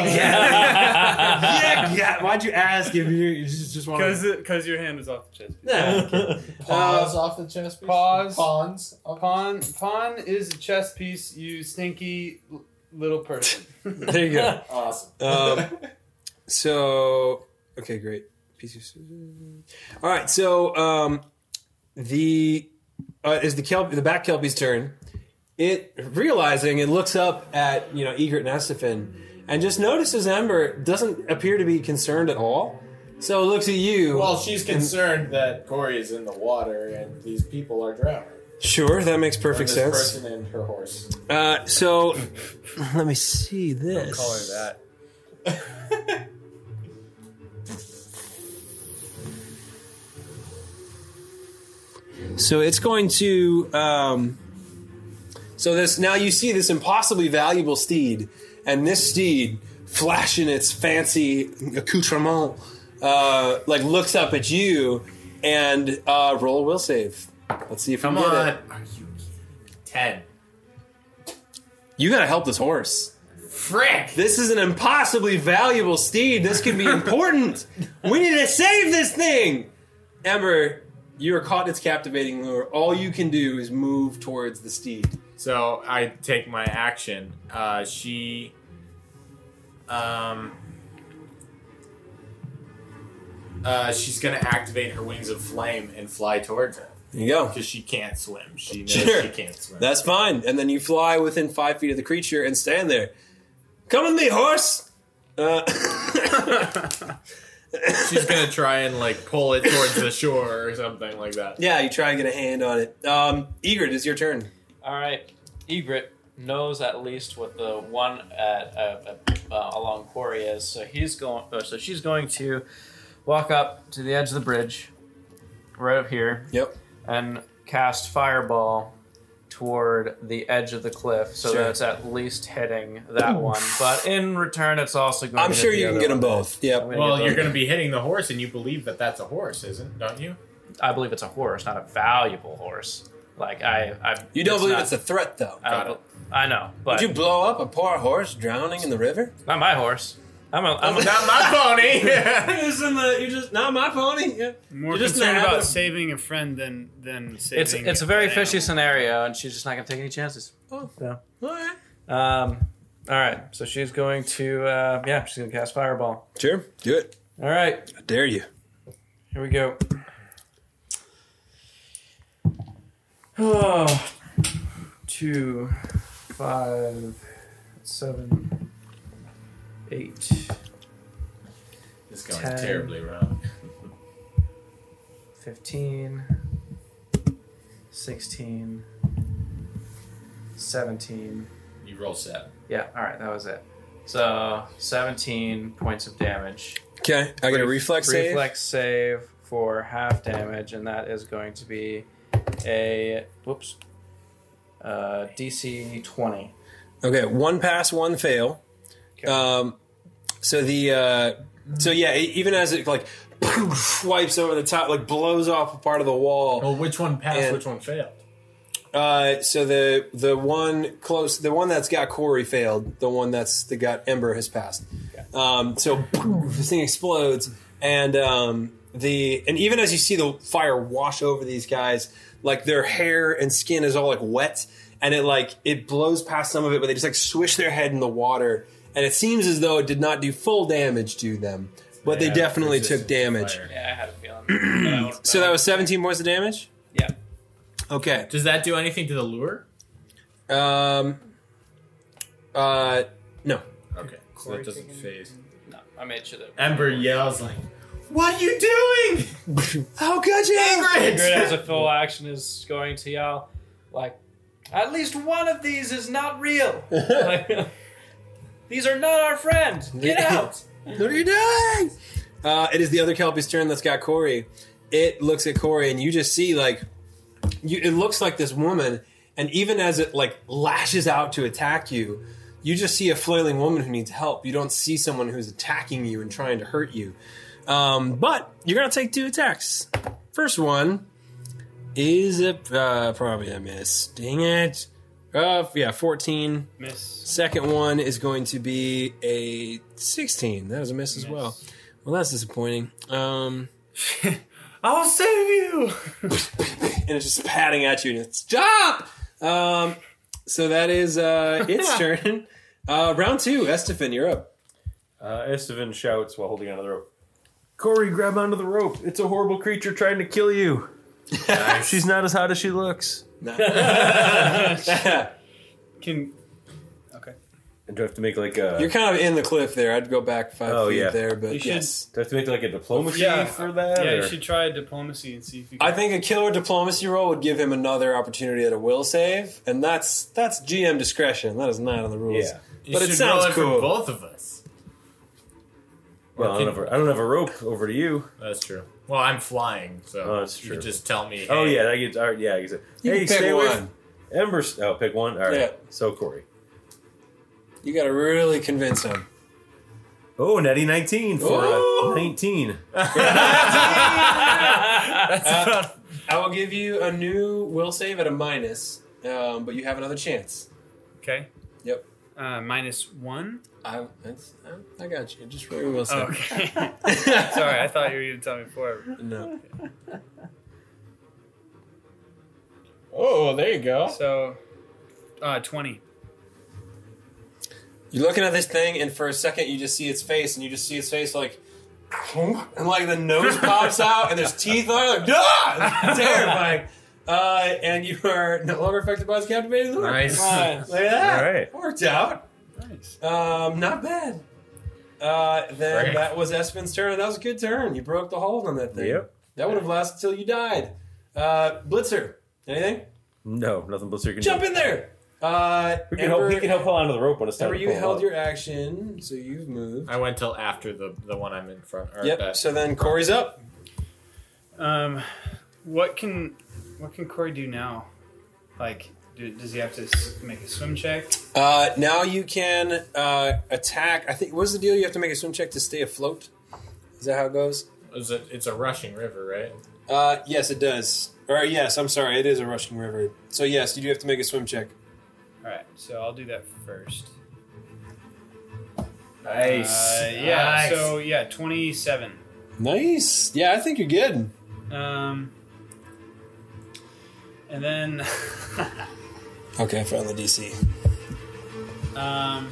Speaker 3: Yeah. yeah. Why'd you ask if you, you just, just want
Speaker 4: Because your hand was off the chess piece.
Speaker 9: Paws off the chest piece.
Speaker 4: Paws.
Speaker 9: Pawns. off-
Speaker 4: Pawn pawn is a chess piece, you stinky l- little person.
Speaker 3: There you go.
Speaker 9: Awesome.
Speaker 3: Um, so, okay, great. Piece of scissors. All right. So, um, the uh, is the kelp the back kelpie's turn. It realizing it looks up at you know Egret and Estefan and just notices Ember doesn't appear to be concerned at all. So it looks at you.
Speaker 9: Well, she's concerned that Corey is in the water and these people are drowning.
Speaker 3: sure, that makes
Speaker 9: Or
Speaker 3: perfect
Speaker 9: this
Speaker 3: sense.
Speaker 9: person and her horse.
Speaker 3: Uh, so let me see this.
Speaker 4: Call her that.
Speaker 3: So it's going to. Um, so this now you see this impossibly valuable steed, and this steed, flashing its fancy accoutrement, uh, like looks up at you, and uh, roll a will save. Let's see if
Speaker 1: Come
Speaker 3: you get
Speaker 1: on.
Speaker 3: it.
Speaker 1: Are you kidding? ten?
Speaker 3: You gotta help this horse.
Speaker 1: Frick!
Speaker 3: This is an impossibly valuable steed. This could be important. we need to save this thing. Ember, you are caught in its captivating lure. All you can do is move towards the steed.
Speaker 1: So I take my action. Uh, she, um, uh, she's gonna activate her wings of flame and fly towards it
Speaker 3: There you go.
Speaker 1: because she can't swim. She knows
Speaker 3: Sure.
Speaker 1: she can't swim.
Speaker 3: That's fine. And then you fly within five feet of the creature and stand there. Come with me, horse. Uh,
Speaker 1: she's gonna try and like pull it towards the shore or something like that.
Speaker 3: yeah, you try and get a hand on it. Um, Egret, it's your turn.
Speaker 8: All right, Egret knows at least what the one at uh, uh, uh, along quarry is, so he's going. Uh, so she's going to walk up to the edge of the bridge, right up here.
Speaker 3: Yep.
Speaker 8: And cast fireball toward the edge of the cliff, so
Speaker 3: Sure.
Speaker 8: that it's at least hitting that one. But in return, it's also going.
Speaker 3: I'm
Speaker 8: to hit
Speaker 3: sure
Speaker 8: the
Speaker 3: you can
Speaker 8: other
Speaker 3: get them
Speaker 8: one.
Speaker 3: both.
Speaker 8: I'm
Speaker 3: Yep.
Speaker 8: gonna
Speaker 1: Well,
Speaker 8: get
Speaker 1: you're
Speaker 8: both.
Speaker 1: gonna be hitting the horse, and you believe that that's a horse, isn't? Don't you?
Speaker 8: I believe it's a horse, not a valuable horse. Like I, I
Speaker 3: You don't believe
Speaker 8: not-
Speaker 3: it's a threat, though.
Speaker 8: I, don't
Speaker 1: got
Speaker 8: bel- I know, but
Speaker 3: Would you blow up a poor horse drowning in the river?
Speaker 8: not my horse.
Speaker 6: I'm a, I'm a,
Speaker 1: Not my pony.
Speaker 3: It's in the you just not my pony. Yeah.
Speaker 4: More
Speaker 3: You're just
Speaker 4: concerned
Speaker 3: gonna have
Speaker 4: about
Speaker 3: a-
Speaker 4: saving a friend than than saving.
Speaker 6: it's it's a very
Speaker 4: an
Speaker 6: fishy
Speaker 4: animal.
Speaker 6: scenario, and she's just not gonna take any chances.
Speaker 3: Oh.
Speaker 6: So,
Speaker 3: All right.
Speaker 6: um, all right. So she's going to uh, yeah, she's gonna cast fireball.
Speaker 3: Sure. Do it.
Speaker 6: All right.
Speaker 3: I dare you.
Speaker 6: Here we go. Oh, two, five, seven, eight.
Speaker 1: It's going
Speaker 6: Ten.
Speaker 1: terribly wrong.
Speaker 6: 15, 16, 17.
Speaker 1: You roll seven.
Speaker 6: Yeah, alright, that was it. So, 17 points of damage.
Speaker 3: Okay. I get a
Speaker 6: Ref-
Speaker 3: reflex save.
Speaker 6: Reflex save for half damage, and that is going to be a. Whoops. Uh, DC 20.
Speaker 3: Okay. One pass, one fail.
Speaker 6: Okay.
Speaker 3: Um, so the uh, so yeah, e- even as it like wipes over the top, like blows off a part of the wall.
Speaker 1: Well, which one passed?
Speaker 3: And-
Speaker 1: which one failed?
Speaker 3: Uh, so the the one close, the one that's got Corey failed. The one that's that got Ember has passed. Um, so this thing explodes, and um, the and even as you see the fire wash over these guys, like their hair and skin is all like wet, and it like it blows past some of it, but they just like swish their head in the water, and it seems as though it did not do full damage to them, but they,
Speaker 1: have
Speaker 3: definitely
Speaker 1: resistance
Speaker 3: took
Speaker 1: to
Speaker 3: damage.
Speaker 1: fire.
Speaker 6: Yeah, I had a feeling.
Speaker 3: So that was seventeen points of damage.
Speaker 6: Yeah.
Speaker 3: Okay.
Speaker 1: Does that do anything to the lure?
Speaker 3: Um. Uh. No.
Speaker 1: Okay, so that doesn't phase.
Speaker 6: No, I made sure that.
Speaker 1: Ember yells like, "What are you doing,
Speaker 3: How could you?
Speaker 6: Ingrid
Speaker 1: Ingrid?"
Speaker 6: as a full action is going to yell, like, at least one of these is not real. Like, these are not our friend. Get out.
Speaker 3: What are you doing? Uh, it is the other Kelpie's turn that's got Corey. It looks at Corey, and you just see like, you, it looks like this woman, and even as it like lashes out to attack you, you just see a flailing woman who needs help. You don't see someone who's attacking you and trying to hurt you. Um, but you're gonna take two attacks. First one is a uh, probably a miss. Dang it. Uh, yeah, fourteen.
Speaker 4: miss.
Speaker 3: Second one is going to be a 16. That was a miss, as well. Well, that's disappointing. Um,
Speaker 1: I'll save you.
Speaker 3: and it's just patting at you, and it's stop. Um, so that is uh, its turn. Uh, round two, Estefan, you're up.
Speaker 2: Uh, Estevan shouts while holding onto the rope. Corey, grab onto the rope. It's a horrible creature trying to kill you. She's not as hot as she looks.
Speaker 3: you're
Speaker 4: Can
Speaker 2: And do I have to make like a?
Speaker 3: kind of in the cliff there. I'd go back five
Speaker 2: Oh,
Speaker 3: feet
Speaker 2: yeah.
Speaker 3: there, but
Speaker 4: You should-
Speaker 3: yes,
Speaker 2: do I have to make like a diplomacy
Speaker 4: Yeah.
Speaker 2: for that?
Speaker 4: yeah,
Speaker 2: or-
Speaker 4: you should try diplomacy and see if you. Can
Speaker 3: I think a killer diplomacy roll would give him another opportunity at a will save, and that's that's GM discretion. That is not on the rules.
Speaker 2: Yeah.
Speaker 3: But it sounds cool.
Speaker 1: For both of us.
Speaker 2: Well, I don't, have a, I don't have a rope. Over to you.
Speaker 1: That's true. Well, I'm flying, so
Speaker 2: Oh, that's
Speaker 1: you
Speaker 2: true.
Speaker 1: could just tell me.
Speaker 2: Oh
Speaker 1: hey,
Speaker 2: yeah, I get. All right, yeah, I get it.
Speaker 3: You
Speaker 2: hey,
Speaker 3: can pick
Speaker 2: stay away.
Speaker 3: one.
Speaker 2: from- Ember. Oh, pick one. All right.
Speaker 3: Yeah.
Speaker 2: So Corey.
Speaker 3: You got to really convince him.
Speaker 2: Oh, Nettie nineteen for
Speaker 3: Ooh.
Speaker 2: uh, nineteen.
Speaker 3: I will give you a new will save at a minus, um, but you have another chance.
Speaker 4: Okay.
Speaker 3: Yep.
Speaker 4: Uh, minus one.
Speaker 3: I, that's, I got you. Just roll your will
Speaker 4: Oh,
Speaker 3: save.
Speaker 4: okay. Sorry, I thought you were going to tell me before.
Speaker 3: No.
Speaker 1: Oh, there you go.
Speaker 4: So, uh, twenty.
Speaker 3: You're looking at this thing, and for a second, you just see its face, and you just see its face like, and like the nose pops out, and there's teeth on it. Like, ah! It's terrifying. Uh, and you are no longer affected by its captivating lure.
Speaker 1: Nice.
Speaker 3: Look at that.
Speaker 2: All right.
Speaker 3: Worked out.
Speaker 4: Nice.
Speaker 3: Um, not bad. Uh, then
Speaker 1: Great.
Speaker 3: that was Espen's turn. That was a good turn. You broke the hold on that thing.
Speaker 2: Yep.
Speaker 3: That would have lasted till you died. Uh, Blitzer, anything?
Speaker 2: No, nothing Blitzer can
Speaker 3: Jump
Speaker 2: do.
Speaker 3: in there. Uh,
Speaker 2: We can
Speaker 3: Ember,
Speaker 2: help. He can help hold onto the rope when it's time
Speaker 3: Ember,
Speaker 2: to
Speaker 3: you
Speaker 2: pull
Speaker 3: held
Speaker 2: up.
Speaker 3: your action, so you've moved.
Speaker 1: I went till after the the one I'm in front. Or
Speaker 3: Yep.
Speaker 1: back.
Speaker 3: So then Corey's up.
Speaker 4: Um, what can what can Corey do now? Like, do, does he have to s- make a swim check?
Speaker 3: Uh, now you can uh, attack. I think what's the deal? You have to make a swim check to stay afloat. Is that how it goes?
Speaker 1: Is it, it's a rushing river, right?
Speaker 3: Uh, yes, it does. Or yes, I'm sorry, it is a rushing river. So yes, you do have to make a swim check.
Speaker 4: All right, so I'll do that first. Nice. Uh, yeah. So yeah, twenty-seven.
Speaker 3: Nice. Yeah, I think you're good.
Speaker 4: Um, and then
Speaker 3: Okay, I found the DC.
Speaker 4: Um,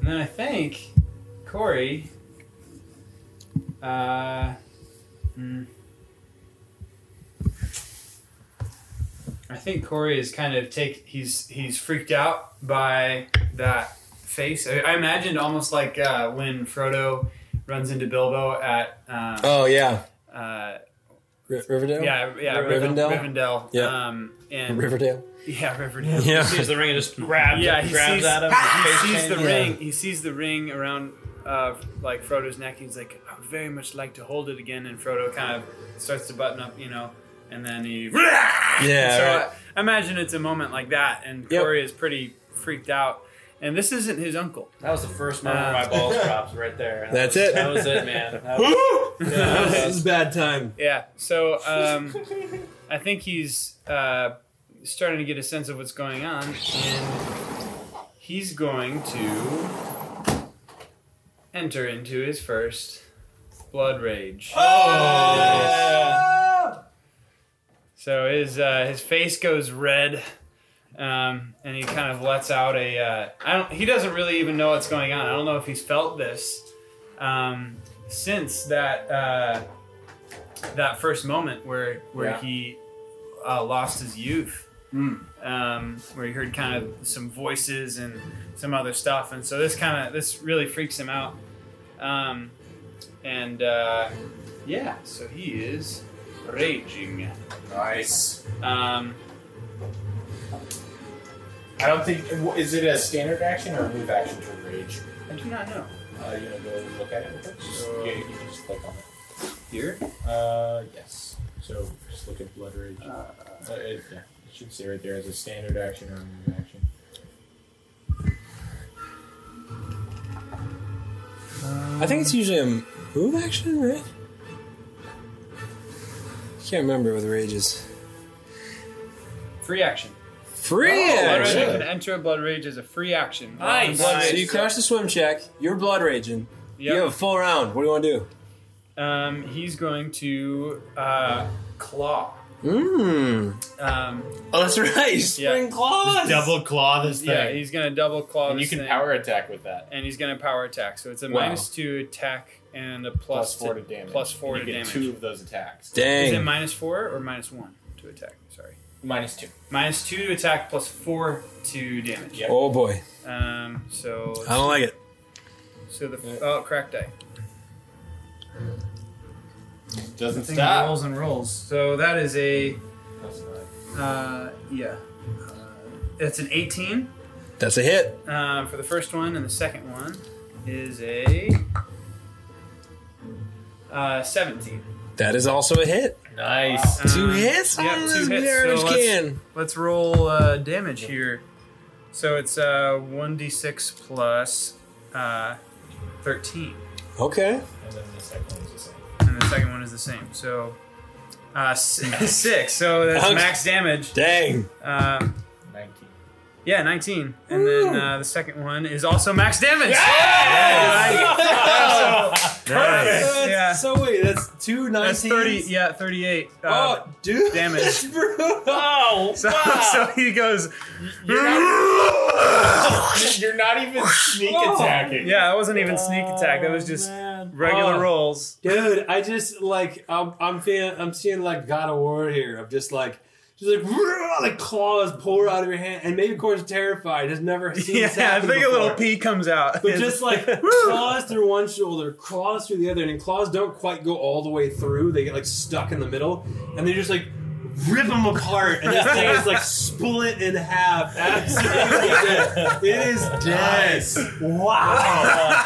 Speaker 4: and then I think Corey. Uh, mm, I think Corey is kind of take he's he's freaked out by that face. I, I imagined almost like uh, when Frodo runs into Bilbo at um,
Speaker 3: Oh yeah,
Speaker 4: uh,
Speaker 3: R- Riverdale.
Speaker 4: yeah yeah
Speaker 3: Rivendell?
Speaker 4: Rivendell
Speaker 3: Yeah.
Speaker 4: um, and
Speaker 3: Riverdale.
Speaker 4: yeah Riverdale
Speaker 6: He sees the ring and just grabs,
Speaker 4: yeah,
Speaker 6: it,
Speaker 4: he
Speaker 6: grabs
Speaker 4: sees,
Speaker 6: at him.
Speaker 4: he
Speaker 6: his face
Speaker 4: sees the
Speaker 6: changes.
Speaker 4: ring. He sees the ring around uh, like Frodo's neck. He's like, I would very much like to hold it again. And Frodo kind of starts to button up, you know, and then he.
Speaker 3: Yeah.
Speaker 4: so
Speaker 3: right.
Speaker 4: I imagine it's a moment like that, and
Speaker 3: Yep.
Speaker 4: Corey is pretty freaked out. And this isn't his uncle.
Speaker 6: That was the first moment where my
Speaker 4: Uh,
Speaker 6: balls dropped right there.
Speaker 3: That's
Speaker 6: That was-
Speaker 3: it.
Speaker 6: That was it, man. That was-
Speaker 3: this is bad time.
Speaker 4: Yeah. So um, I think he's uh, starting to get a sense of what's going on, and he's going to enter into his first blood rage.
Speaker 3: Oh,
Speaker 4: So his uh, his face goes red, um, and he kind of lets out a. Uh, I don't. He doesn't really even know what's going on. I don't know if he's felt this um, since that uh, that first moment where where
Speaker 6: Yeah.
Speaker 4: he uh, lost his youth, um, where he heard kind of some voices and some other stuff, and so this kind of this really freaks him out, um, and uh, yeah, so he is raging.
Speaker 9: Nice.
Speaker 4: Um,
Speaker 9: I don't think. Is it a standard action or a move action to rage?
Speaker 4: I do not know.
Speaker 9: Uh, you gonna go look at it?
Speaker 4: So-
Speaker 9: yeah, you can just click on it.
Speaker 4: Here?
Speaker 9: Uh, yes. So just look at blood rage. Uh, it, yeah, it should say right there as a standard action or a move action.
Speaker 3: I think it's usually a move action, right? Can't remember with rages.
Speaker 4: Free action. Oh,
Speaker 3: Free
Speaker 4: Blood rage.
Speaker 3: action.
Speaker 4: I can enter a blood rage as a free action.
Speaker 6: Nice.
Speaker 4: Blood
Speaker 3: So you
Speaker 4: rage.
Speaker 3: crash the swim check. You're blood raging. You have a full round. What do you want to
Speaker 4: Um, he's going to uh, claw.
Speaker 3: do? Mmm.
Speaker 4: Um,
Speaker 3: Oh, that's right.
Speaker 4: Yeah.
Speaker 3: Spring claws.
Speaker 1: Double claw this thing.
Speaker 4: yeah, he's going to double claw.
Speaker 1: and you
Speaker 4: this
Speaker 1: can
Speaker 4: thing,
Speaker 1: power attack with that.
Speaker 4: And he's going to power attack. So it's a
Speaker 3: Wow.
Speaker 4: minus two attack and a
Speaker 1: Plus
Speaker 4: plus,
Speaker 1: four to damage.
Speaker 4: Plus four
Speaker 1: you get
Speaker 4: to damage.
Speaker 1: two of those attacks.
Speaker 4: Is it
Speaker 3: Dang.
Speaker 4: minus four or minus one to attack? Sorry.
Speaker 1: Minus two.
Speaker 4: Minus two to attack, plus four to damage.
Speaker 1: Yeah.
Speaker 3: Oh boy.
Speaker 4: Um, so
Speaker 3: I
Speaker 1: Oh.
Speaker 3: don't like it.
Speaker 4: so the oh crack die.
Speaker 1: Doesn't
Speaker 4: thing
Speaker 1: stop.
Speaker 4: rolls and rolls. So that is a
Speaker 1: That's not-
Speaker 4: uh, yeah. Uh, it's an 18
Speaker 3: That's a hit.
Speaker 4: um, for the first one, and the second one is a uh, 17.
Speaker 3: That is also a hit.
Speaker 1: Nice.
Speaker 3: two
Speaker 4: Um,
Speaker 3: hits. Oh,
Speaker 4: yeah, two
Speaker 3: this
Speaker 4: hits.
Speaker 3: garbage
Speaker 4: So let's-
Speaker 3: can.
Speaker 4: Let's roll uh, damage here. So it's uh, 1d6 plus uh, 13,
Speaker 3: Okay.
Speaker 1: And then the second one's the same.
Speaker 4: and the second one is the same. So uh, s- six. So that's
Speaker 3: Okay.
Speaker 4: max damage.
Speaker 3: Dang.
Speaker 4: Um,
Speaker 1: 19.
Speaker 4: Yeah, 19. And then uh, the second one is also max damage. Perfect. Yeah.
Speaker 3: So wait, that's two Oh,
Speaker 4: That's 30, yeah, 38 uh,
Speaker 3: dude.
Speaker 4: damage. So,
Speaker 6: oh,
Speaker 4: so he goes,
Speaker 1: You're not even sneak attacking.
Speaker 4: yeah, that wasn't even sneak attack. That was just regular
Speaker 3: Oh.
Speaker 4: rolls.
Speaker 3: Dude, I just like I'm I'm feeling I'm seeing like God of War here. I'm just like just like the claws pour out of your hand, and maybe of course terrified has never seen.
Speaker 4: Yeah,
Speaker 3: this
Speaker 4: I
Speaker 3: happen
Speaker 4: think a little
Speaker 3: before.
Speaker 4: pea comes out.
Speaker 3: But just like claws through one shoulder, claws through the other, and claws don't quite go all the way through. They get like stuck in the middle, and they just like rip them apart, and this thing is like split in half. Absolutely dead. It is dead. Wow,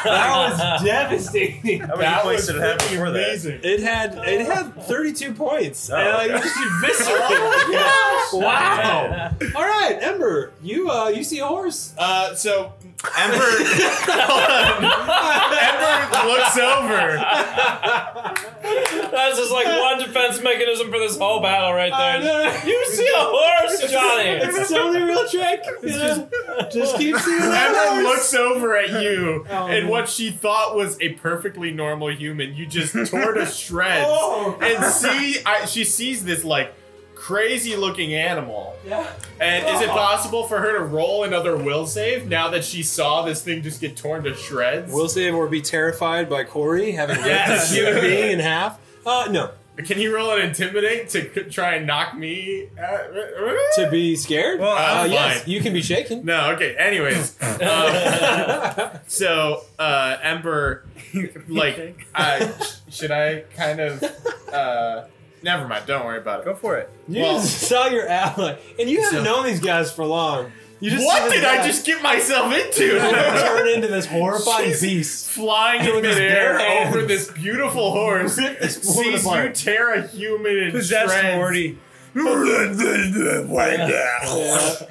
Speaker 3: that was devastating.
Speaker 2: How many points did it have before
Speaker 3: It had it had 32 points. and
Speaker 2: Oh,
Speaker 3: like
Speaker 2: okay.
Speaker 3: it just eviscerated. wow. All right, Ember, you uh you see a horse.
Speaker 1: Uh, so Ember, Ember looks over.
Speaker 6: that's just like one defense mechanism for this whole battle right
Speaker 3: Uh,
Speaker 6: there.
Speaker 3: no, no, no.
Speaker 6: You see a horse, John?
Speaker 10: money.
Speaker 3: It's the only real trick. You know? Just keep seeing that.
Speaker 1: Evelyn looks over at you,
Speaker 6: Oh,
Speaker 1: and
Speaker 6: no.
Speaker 1: what she thought was a perfectly normal human, you just tore to shreds.
Speaker 2: Oh.
Speaker 1: And see, I, she sees this like crazy looking animal.
Speaker 6: Yeah.
Speaker 1: And is it
Speaker 2: Oh.
Speaker 1: possible for her to roll another will save now that she saw this thing just get torn to shreds?
Speaker 3: Will save or be terrified by Corey having ripped
Speaker 1: Yes.
Speaker 3: this human being in half? Uh, no.
Speaker 1: Can you roll an intimidate to c- try and knock me? At,
Speaker 3: To be scared?
Speaker 4: Well,
Speaker 3: uh,
Speaker 1: I'm
Speaker 3: yes,
Speaker 1: fine.
Speaker 3: you can be shaken.
Speaker 1: no, okay. Anyways, um, so uh, Ember like uh, sh- should I kind of uh, never mind, don't worry about it.
Speaker 4: go for it.
Speaker 3: You
Speaker 1: Well-
Speaker 3: just saw your ally, and you haven't
Speaker 1: So-
Speaker 3: known these guys for long. You just saw
Speaker 1: What
Speaker 3: this
Speaker 1: did I
Speaker 3: guy
Speaker 1: just get myself into?
Speaker 3: turn into this horrifying
Speaker 1: Jeez.
Speaker 3: beast?
Speaker 1: Flying in
Speaker 3: With his bare
Speaker 1: midair
Speaker 3: hands.
Speaker 1: over this beautiful horse,
Speaker 3: woman
Speaker 1: sees you
Speaker 3: apart.
Speaker 1: tear a human in
Speaker 4: Possessed
Speaker 1: shreds.
Speaker 4: Morty.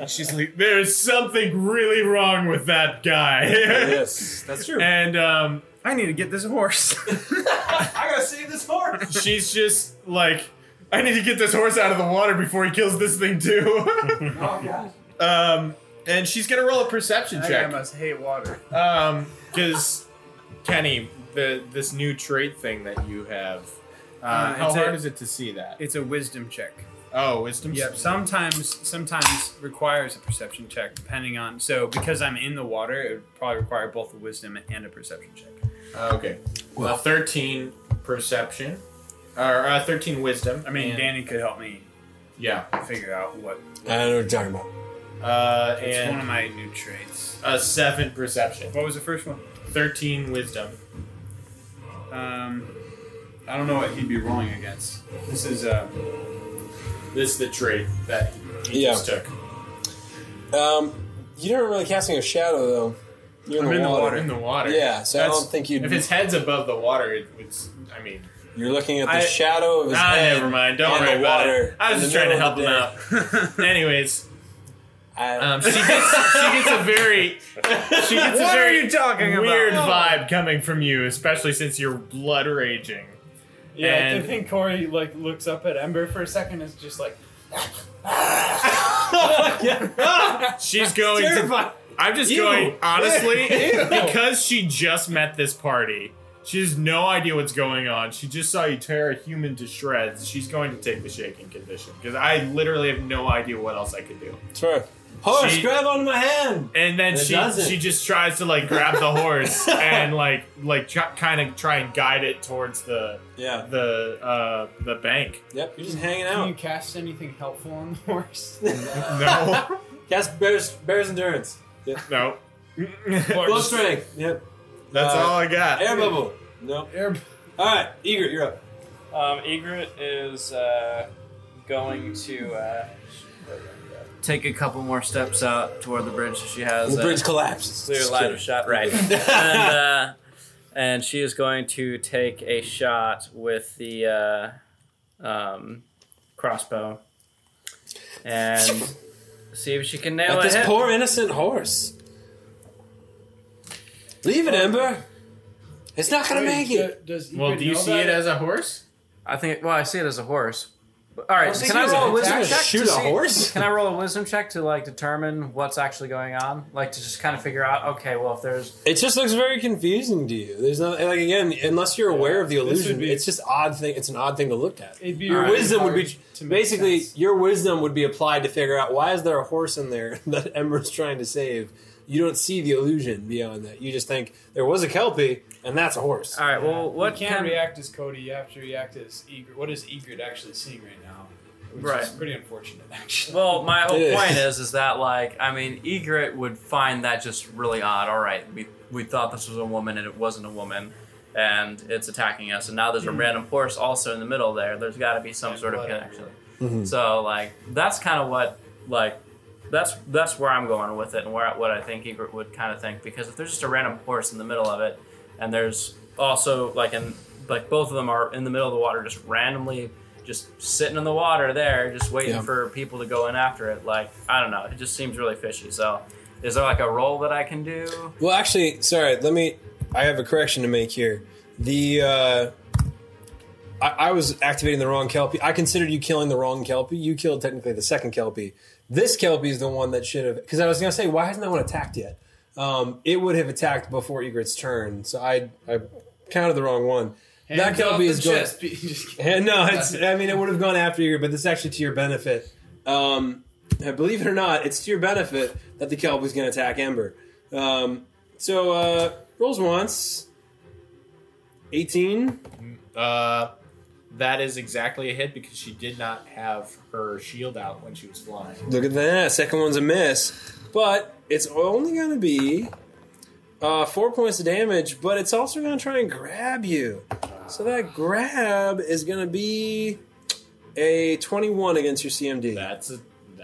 Speaker 1: She's like, there's something really wrong with that guy.
Speaker 3: Yes, that's true.
Speaker 1: and um,
Speaker 4: I need to get this horse.
Speaker 6: I gotta save this horse.
Speaker 1: she's just like, I need to get this horse out of the water before he kills this thing too.
Speaker 6: Oh god.
Speaker 1: um, and she's gonna roll a perception
Speaker 4: that guy
Speaker 1: check.
Speaker 4: must hate water.
Speaker 1: Um, because Kenny, the this new trait thing that you have, uh,
Speaker 4: Uh,
Speaker 1: how
Speaker 4: it's a-
Speaker 1: hard is it to see that?
Speaker 4: It's a wisdom check.
Speaker 1: Oh, wisdom.
Speaker 4: Yep. Sometimes, sometimes requires a perception check, depending on. So, because I'm in the water, it would probably require both a wisdom and a perception check.
Speaker 1: Uh, okay. Well, thirteen perception, or uh, thirteen wisdom.
Speaker 4: I mean,
Speaker 1: and-
Speaker 4: Danny could help me
Speaker 1: yeah.
Speaker 4: figure out what.
Speaker 3: I don't know what you're talking about.
Speaker 1: Uh,
Speaker 4: It's
Speaker 1: and
Speaker 4: one of my new traits.
Speaker 1: A seven perception,
Speaker 4: What was the first one?
Speaker 1: thirteen wisdom.
Speaker 4: Um, I don't know what he'd be rolling against. This is uh,
Speaker 1: This is the trait that he
Speaker 3: Yeah.
Speaker 1: just took.
Speaker 3: Um, you are not really casting a shadow though. You're in,
Speaker 4: I'm
Speaker 3: the,
Speaker 4: in the
Speaker 3: water.
Speaker 1: In the water.
Speaker 3: Yeah, so I
Speaker 1: That's-
Speaker 3: don't think you'd.
Speaker 1: If his head's above the water, it, it's. I mean.
Speaker 3: you're looking at the
Speaker 1: I-
Speaker 3: shadow of his
Speaker 1: Ah,
Speaker 3: head.
Speaker 1: never mind. Don't
Speaker 3: and
Speaker 1: worry
Speaker 3: the
Speaker 1: about it.
Speaker 3: water
Speaker 1: I was
Speaker 3: in
Speaker 1: just
Speaker 3: the
Speaker 1: trying to
Speaker 3: middle of
Speaker 1: help
Speaker 3: the
Speaker 1: him out. Anyways,
Speaker 3: I,
Speaker 1: um, she gets she gets a very she gets a very
Speaker 4: talking
Speaker 1: weird vibe coming from you, especially since you're blood raging.
Speaker 11: Yeah,
Speaker 1: And-
Speaker 11: I think Corey like looks up at Ember for a second. and Is just like
Speaker 1: She's going to. I'm just going honestly because she just met this party. She has no idea what's going on. She just saw you tear a human to shreds. She's going to take the shaking condition because I literally have no idea what else I could do.
Speaker 3: Sure. Horse,
Speaker 1: She-
Speaker 3: grab onto my hand.
Speaker 1: And then
Speaker 3: It
Speaker 1: she
Speaker 3: doesn't.
Speaker 1: she just tries to like grab the horse and like like ch- kind of try and guide it towards the
Speaker 3: Yeah.
Speaker 1: the uh the bank.
Speaker 3: Yep. You're just hanging
Speaker 11: Can you
Speaker 3: out.
Speaker 11: cast anything helpful on the horse?
Speaker 1: No,
Speaker 3: Cast bears, bears endurance.
Speaker 1: no.
Speaker 3: Full strength. Yep.
Speaker 1: That's
Speaker 3: Uh,
Speaker 1: all I got.
Speaker 3: Air bubble. Nope.
Speaker 11: Air-
Speaker 3: All right, Eager, you're up.
Speaker 6: Um, Egret is uh, going to uh, take a couple more steps out toward the bridge. She has uh,
Speaker 3: the
Speaker 6: a
Speaker 3: bridge collapses.
Speaker 6: clear
Speaker 3: Just
Speaker 6: line
Speaker 3: kidding.
Speaker 6: of shot, right? and, uh, and she is going to take a shot with the uh, um, crossbow and see if she can nail
Speaker 3: At
Speaker 6: it.
Speaker 3: this poor innocent horse. Leave
Speaker 11: Oh.
Speaker 3: it, Ember. It's not gonna make it.
Speaker 11: Does
Speaker 1: Well, do you see it as a horse?
Speaker 6: I think. Well, I see it as a horse. All right.
Speaker 3: was
Speaker 6: Can
Speaker 3: thinking
Speaker 6: I
Speaker 3: it was
Speaker 6: roll a
Speaker 3: an
Speaker 6: wisdom
Speaker 3: attack.
Speaker 6: check?
Speaker 3: Shoot
Speaker 6: to
Speaker 3: a
Speaker 6: see-
Speaker 3: horse?
Speaker 6: Can I roll a wisdom check to like determine what's actually going on? Like to just kind of figure out. Okay, well, if there's
Speaker 3: It just looks very confusing to you. There's no like again, unless you're aware of the
Speaker 11: would
Speaker 3: illusion,
Speaker 11: be-
Speaker 3: it's just odd thing. It's an odd thing to look at.
Speaker 11: It'd be
Speaker 3: Your
Speaker 11: really
Speaker 3: wisdom would
Speaker 11: hard
Speaker 3: be
Speaker 11: to make
Speaker 3: basically
Speaker 11: sense.
Speaker 3: your wisdom would be applied to figure out why is there a horse in there that Ember's trying to save. You don't see the illusion beyond that. You just think there was a kelpie and that's a horse.
Speaker 6: all right. Well, what
Speaker 11: You can't
Speaker 6: can
Speaker 11: react as Cody. You have to react as Egret. What is Egret actually seeing right now? Which
Speaker 6: Right.
Speaker 11: is pretty unfortunate, actually.
Speaker 6: Well, my whole
Speaker 3: Yeah.
Speaker 6: point is, is that like, I mean, Egret would find that just really odd. All right, we we thought this was a woman and it wasn't a woman, and it's attacking us, and now there's a random horse also in the middle there. There's got to be some
Speaker 11: And
Speaker 6: sort of
Speaker 11: blood
Speaker 6: connection.
Speaker 11: everywhere.
Speaker 6: So like, that's kind of what like. That's that's where I'm going with it, and where what I think Egret would kind of think because if there's just a random horse in the middle of it, and there's also like an like both of them are in the middle of the water, just randomly just sitting in the water there, just waiting
Speaker 3: Yeah.
Speaker 6: for people to go in after it. Like I don't know, it just seems really fishy. So, is there like a roll that I can do?
Speaker 3: Well, actually, sorry. Let me. I have a correction to make here. The uh, I, I was activating the wrong Kelpie. I considered you killing the wrong Kelpie. You killed technically the second Kelpie. This Kelpie is the one that should have. Because I was going to say, why hasn't that one attacked yet? Um, it would have attacked before Egret's turn. So I I counted the wrong one. that Kelpie is going. And no, it's. I mean, it would have gone after you, but this is actually to your benefit. Um, uh, believe it or not, it's to your benefit that the kelp is going to attack Ember. Um, so uh, rolls once. Eighteen.
Speaker 1: Uh, that is exactly a hit because she did not have her shield out when she was flying.
Speaker 3: Look at that. Second one's a miss, but it's only going to be uh, four points of damage. But it's also going to try and grab you. So that grab is going to be a twenty-one against your CMD.
Speaker 1: That's a,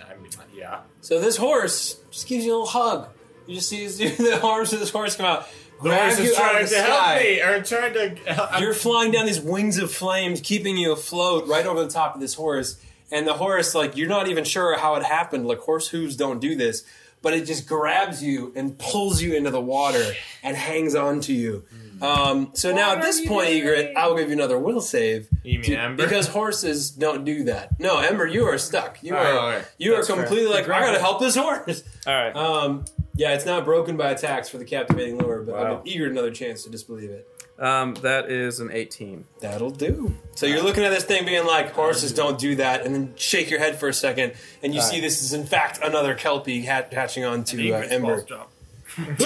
Speaker 1: I mean, yeah.
Speaker 3: So this horse just gives you a little hug. You just see his- the arms of this horse come out.
Speaker 1: The
Speaker 3: grab
Speaker 1: horse
Speaker 3: you
Speaker 1: is
Speaker 3: out of
Speaker 1: trying
Speaker 3: the
Speaker 1: to
Speaker 3: sky.
Speaker 1: help me, or trying to. I'm
Speaker 3: You're flying down these wings of flames, keeping you afloat right over the top of this horse. And the horse, like, you're not even sure how it happened. Like, horse hooves don't do this. But it just grabs you and pulls you into the water and hangs on to you. Um, so now at this point, Egret, I will give you another will save.
Speaker 1: You mean
Speaker 3: to-
Speaker 1: Ember?
Speaker 3: Because horses don't do that. No, Ember, you are stuck. You
Speaker 1: Oh,
Speaker 3: are
Speaker 1: all right.
Speaker 3: you are
Speaker 8: That's fair.
Speaker 3: completely like, I gotta help this horse.
Speaker 8: All right.
Speaker 3: Um, yeah, it's not broken by attacks for the captivating lure, but
Speaker 2: Wow.
Speaker 3: I'm eager another chance to disbelieve it.
Speaker 8: Um, that is an 18.
Speaker 3: That'll do. So you're looking at this thing being like, horses don't do that, and then shake your head for a second, and you see this is in fact another Kelpie hat- hatching on to uh, Ember.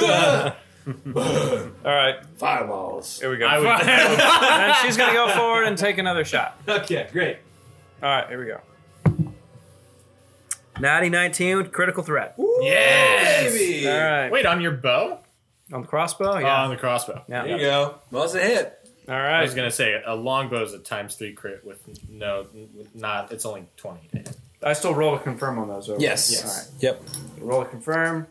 Speaker 8: All right.
Speaker 2: Fireballs.
Speaker 8: Here we go. and she's going to go forward and take another shot.
Speaker 3: okay, great.
Speaker 8: All right. Here we go. Natty 19 with critical threat.
Speaker 1: Yes.
Speaker 3: Baby!
Speaker 8: All right.
Speaker 1: Wait on your bow?
Speaker 8: On the crossbow?
Speaker 1: Oh,
Speaker 8: Yeah.
Speaker 1: on the crossbow.
Speaker 8: yeah.
Speaker 3: There you go. Well, it's a hit.
Speaker 8: All
Speaker 1: I
Speaker 8: right.
Speaker 1: was gonna say a longbow is a times three crit with no, with not. It's only twenty. to hit.
Speaker 8: I still roll a confirm on those. Over.
Speaker 3: Yes. Yep.
Speaker 8: All right. Roll a confirm.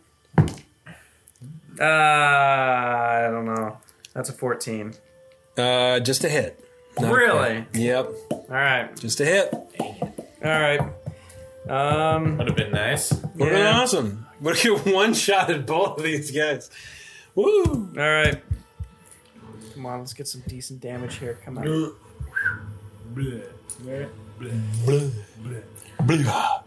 Speaker 8: Uh, I don't know. That's a 14.
Speaker 3: Uh, just a hit. Not
Speaker 8: Really?
Speaker 3: quite. Yep.
Speaker 8: All right.
Speaker 3: Just a hit.
Speaker 8: All right. Um,
Speaker 1: Would have been nice.
Speaker 3: Would have been
Speaker 8: Yeah.
Speaker 3: awesome. Would have one shot at both of these guys. Woo!
Speaker 8: all right. Come on, let's get some decent damage here. Come on. Oh,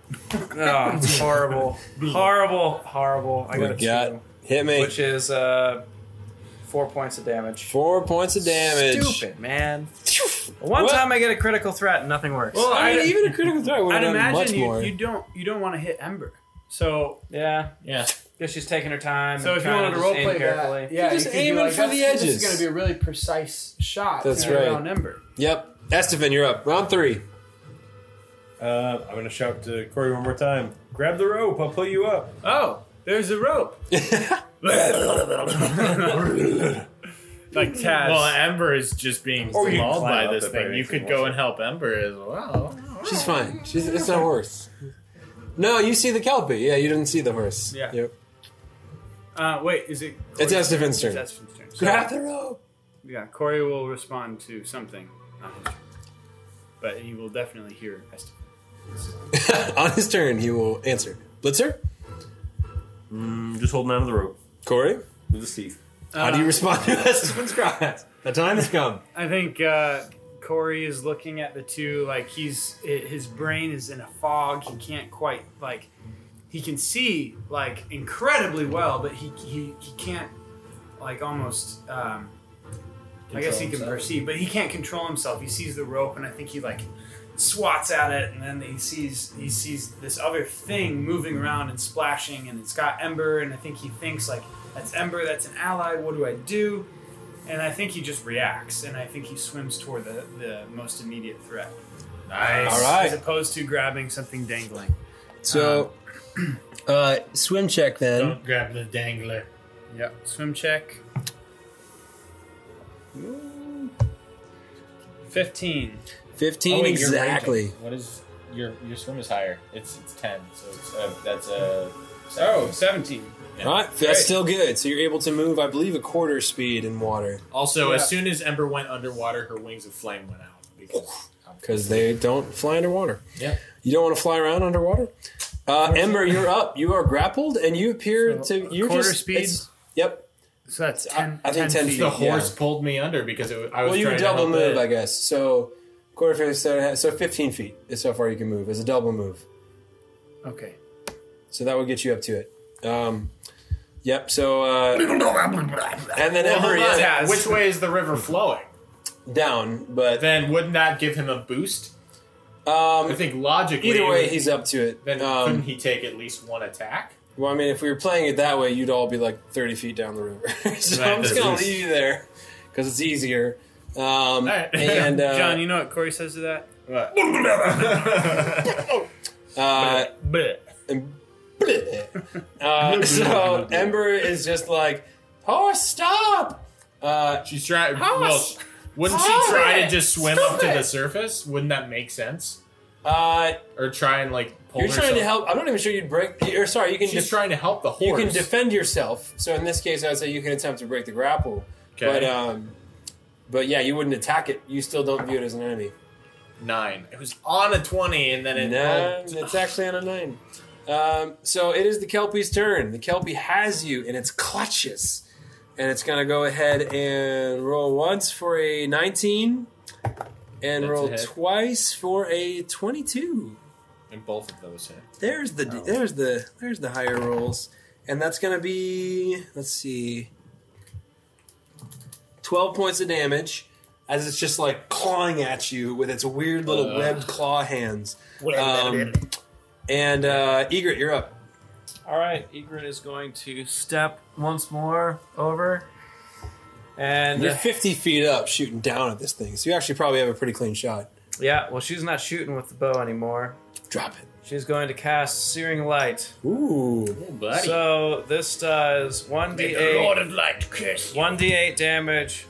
Speaker 8: it's horrible. horrible, horrible. I got a
Speaker 3: We got
Speaker 8: two,
Speaker 3: hit me.
Speaker 8: which is uh, four points of damage.
Speaker 3: Four points of damage.
Speaker 8: Stupid, man. One
Speaker 3: What?
Speaker 8: time I get a critical threat and nothing works.
Speaker 4: Well,
Speaker 3: I mean,
Speaker 4: I'd-
Speaker 3: even a critical threat would have
Speaker 4: I'd
Speaker 3: done much
Speaker 4: imagine you,
Speaker 3: more.
Speaker 4: you don't you don't want to hit Ember. So
Speaker 8: yeah,
Speaker 1: Yeah.
Speaker 8: guess she's taking her time.
Speaker 4: so
Speaker 8: and
Speaker 4: if you
Speaker 8: trying
Speaker 4: wanted to
Speaker 8: just aim
Speaker 4: roleplay
Speaker 8: carefully.
Speaker 4: that, yeah,
Speaker 3: You're just
Speaker 4: you could be
Speaker 3: aiming
Speaker 4: like,
Speaker 3: for the
Speaker 4: "That's- This
Speaker 3: edges."
Speaker 4: is going to be a really precise shot.
Speaker 3: That's
Speaker 4: to hit
Speaker 3: right.
Speaker 4: Around Ember.
Speaker 3: Yep. Estevan, you're up. Round three.
Speaker 2: Uh, I'm gonna shout to Corey one more time. Grab the rope. I'll pull you up.
Speaker 4: Oh, there's a rope.
Speaker 1: Like Taz. Well, Ember is just being
Speaker 2: Or you can
Speaker 1: mauled
Speaker 2: climb
Speaker 1: by
Speaker 2: up
Speaker 1: this
Speaker 2: it,
Speaker 1: thing.
Speaker 2: but
Speaker 1: You
Speaker 2: if
Speaker 1: could
Speaker 2: you
Speaker 1: go
Speaker 2: want
Speaker 1: and help Ember as well.
Speaker 3: She's fine. She's it's not horse. No, you see the Kelpie. Yeah, you didn't see the horse.
Speaker 4: Yeah.
Speaker 3: Yep.
Speaker 4: Uh, wait, is it?
Speaker 3: It's Estevan's turn.
Speaker 4: It's Estevan's turn. So-
Speaker 3: Grab the rope.
Speaker 4: Yeah, Corey will respond to something on his turn. But he will definitely hear Esteban.
Speaker 3: On his turn, he will answer. Blitzer?
Speaker 2: I'm just holding onto the rope
Speaker 3: Corey?
Speaker 2: with his teeth.
Speaker 3: How
Speaker 4: Uh,
Speaker 3: do you respond to Estevan's cries? The time has come.
Speaker 4: I think uh, Corey is looking at the two like he's i his brain is in a fog. He can't quite like he can see like incredibly well, but he he, he can't like almost. Um, I guess he can perceive, but he can't control himself. He sees the rope, and I think he like swats at it, and then he sees he sees this other thing moving around and splashing, and it's got Ember, and I think he thinks like that's Ember, that's an ally. What do I do? And I think he just reacts, and I think he swims toward the, the most immediate threat.
Speaker 1: Nice.
Speaker 3: All right.
Speaker 4: As opposed to grabbing something dangling.
Speaker 3: So, uh, swim check then.
Speaker 1: Don't grab the dangler.
Speaker 4: Yep. Swim check. 15.
Speaker 3: 15
Speaker 1: Oh, wait, you're
Speaker 3: exactly.
Speaker 1: raging. What is your your swim is higher? It's it's ten, so it's uh, that's a.
Speaker 4: Oh, 17.
Speaker 3: All right, that's still good. So you're able to move, I believe, a quarter speed in water
Speaker 1: Also,
Speaker 4: Yeah.
Speaker 1: as soon as Ember went underwater, her wings of flame went out because
Speaker 3: because they don't fly underwater.
Speaker 1: Yeah.
Speaker 3: You don't want to fly around underwater. Uh, Ember, you're up. You are grappled, and you appear
Speaker 4: So,
Speaker 3: to you're
Speaker 4: quarter
Speaker 3: just,
Speaker 4: speed?
Speaker 3: it's- Yep.
Speaker 4: So that's
Speaker 3: I-
Speaker 4: 10.
Speaker 3: I think 10
Speaker 4: feet.
Speaker 1: the
Speaker 3: Yeah.
Speaker 1: horse pulled me under because it, was- I was
Speaker 3: Well, you
Speaker 1: trying to
Speaker 3: double
Speaker 1: help it.
Speaker 3: move, I guess. So Quarter feet, so, so 15 feet is how far you can move. It's a double move.
Speaker 4: Okay.
Speaker 3: So that would get you up to it. Um, yep, so. Uh, and then
Speaker 1: Well,
Speaker 3: every.
Speaker 1: hold on.
Speaker 4: yeah.
Speaker 1: Which way is the river flowing?
Speaker 3: Down, but.
Speaker 1: Then wouldn't that give him a boost? I
Speaker 3: Um,
Speaker 1: think logically.
Speaker 3: either way,
Speaker 1: it would-
Speaker 3: he's up to it.
Speaker 1: Then couldn't
Speaker 3: Um,
Speaker 1: he take at least one attack?
Speaker 3: well, I mean, if we were playing it that way, you'd all be like 30 feet down the river. so
Speaker 1: Right,
Speaker 3: I'm just
Speaker 1: there's
Speaker 3: going
Speaker 1: this-
Speaker 3: to leave you there because it's easier. Um,
Speaker 1: right.
Speaker 3: And uh,
Speaker 4: John, you know what Corey says to that?
Speaker 1: What?
Speaker 3: uh,
Speaker 1: Bleh.
Speaker 3: and uh, so Ember is just like, horse, stop! Uh,
Speaker 1: She's trying.
Speaker 3: How
Speaker 1: Well,
Speaker 3: much-
Speaker 1: wouldn't
Speaker 3: Stop
Speaker 1: she try
Speaker 3: it!
Speaker 1: to just swim
Speaker 3: Stop
Speaker 1: up to the
Speaker 3: it!
Speaker 1: surface? Wouldn't that make sense?
Speaker 3: uh,
Speaker 1: Or try and like pull
Speaker 3: you're trying to
Speaker 1: herself-
Speaker 3: help. I'm not even sure you'd break. Or sorry, you can
Speaker 1: She's
Speaker 3: def-
Speaker 1: trying to help the
Speaker 3: you
Speaker 1: horse.
Speaker 3: can defend yourself. So in this case, I'd say you can attempt to break the grapple.
Speaker 1: okay.
Speaker 3: But um, but yeah, you wouldn't attack it. You still don't view it as an enemy.
Speaker 1: nine. It was on a twenty, and then it.
Speaker 3: No,
Speaker 1: rolled-
Speaker 3: it's actually on a nine. Um, so it is the Kelpie's turn. The Kelpie has you in its clutches. And it's going to go ahead and roll once for a 19 and
Speaker 1: That's
Speaker 3: roll
Speaker 1: a hit.
Speaker 3: twice for a 22.
Speaker 1: And both of those hit.
Speaker 3: There's the there's the there's the higher rolls. And that's going to be let's see 12 points of damage as it's just like clawing at you with its weird little
Speaker 1: Ugh.
Speaker 3: webbed claw hands. Um, and uh, Egret, you're up.
Speaker 6: All right, Egret is going to step once more over, and
Speaker 3: You're 50 feet up, shooting down at this thing, so you actually probably have a pretty clean shot.
Speaker 6: yeah, well, she's not shooting with the bow anymore.
Speaker 3: Drop it.
Speaker 6: She's going to cast Searing Light.
Speaker 3: Ooh.
Speaker 1: Buddy.
Speaker 6: So this does one d eight,
Speaker 1: of Light kiss.
Speaker 6: one d eight damage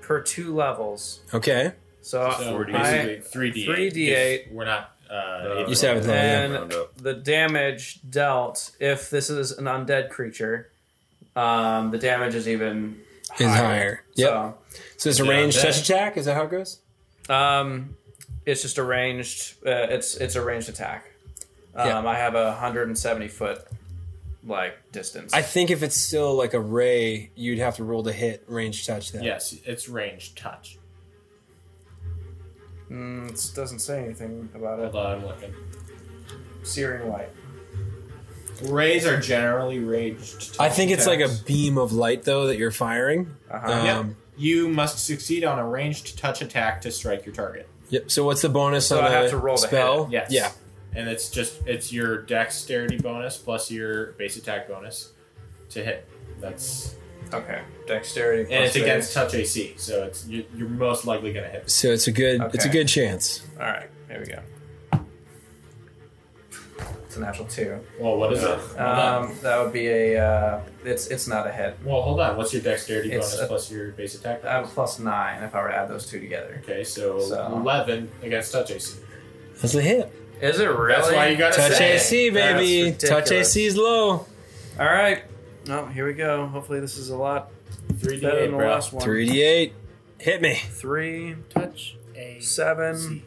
Speaker 6: per two levels.
Speaker 3: Okay.
Speaker 6: So,
Speaker 1: So
Speaker 2: Forty.
Speaker 6: I,
Speaker 1: basically, three D.
Speaker 6: 3d8.
Speaker 1: We're not. Uh,
Speaker 2: Uh,
Speaker 3: You said it.
Speaker 6: and
Speaker 2: Round up.
Speaker 6: the damage dealt, if this is an undead creature, um, the damage is even
Speaker 3: Is higher. Yep. So,
Speaker 6: So,
Speaker 3: it's a
Speaker 1: Yeah,
Speaker 3: ranged
Speaker 1: that-
Speaker 3: touch attack. Is that how it goes?
Speaker 6: Um, it's just a ranged. Uh, it's it's a ranged attack. Um,
Speaker 3: Yeah.
Speaker 6: I have a hundred and seventy foot like distance.
Speaker 3: I think if it's still like a ray, you'd have to roll to hit ranged touch that.
Speaker 1: Yes, it's range touch.
Speaker 6: mm, it doesn't say anything about
Speaker 1: Hold
Speaker 6: it.
Speaker 1: on, I'm looking.
Speaker 6: Searing light.
Speaker 1: Rays are generally ranged.
Speaker 3: I think it's like a
Speaker 1: attacks.
Speaker 3: beam of light though that you're firing.
Speaker 6: Uh-huh.
Speaker 3: Um,
Speaker 1: Yep. You must succeed on a ranged touch attack to strike your target.
Speaker 3: yep. So what's the bonus
Speaker 6: So
Speaker 3: on
Speaker 6: I have
Speaker 3: a
Speaker 6: to roll to hit
Speaker 3: spell?
Speaker 6: it.
Speaker 1: Yes.
Speaker 3: Yeah.
Speaker 1: And it's just it's your dexterity bonus plus your base attack bonus to hit. That's
Speaker 6: Okay. Dexterity.
Speaker 1: and
Speaker 6: plus
Speaker 1: it's against
Speaker 6: base.
Speaker 1: touch AC, so it's you, you're most likely gonna hit.
Speaker 3: So it's a good it's a
Speaker 6: Okay.
Speaker 3: good chance.
Speaker 6: All right. Here we go. It's a natural two.
Speaker 1: Well, what is it? Hold on.
Speaker 6: Um, that would be a. Uh, it's it's not a hit.
Speaker 1: Well, hold on. What's your dexterity
Speaker 6: It's
Speaker 1: bonus
Speaker 6: a-
Speaker 1: plus your base attack?
Speaker 6: I have a
Speaker 1: Bonus?
Speaker 6: plus nine if I were to add those two together.
Speaker 1: Okay, so,
Speaker 6: So-
Speaker 1: eleven against touch AC.
Speaker 3: That's a hit.
Speaker 6: Is it really?
Speaker 1: That's why you gotta
Speaker 3: Touch
Speaker 1: say.
Speaker 3: AC,
Speaker 6: That's
Speaker 3: baby.
Speaker 6: ridiculous.
Speaker 3: Touch AC is low.
Speaker 6: All right. Oh, here we go. Hopefully this is a lot
Speaker 1: Three D eight,
Speaker 6: better than the
Speaker 1: bro.
Speaker 6: last one.
Speaker 3: 3d8. Hit me.
Speaker 6: Three,
Speaker 4: Touch a
Speaker 6: seven,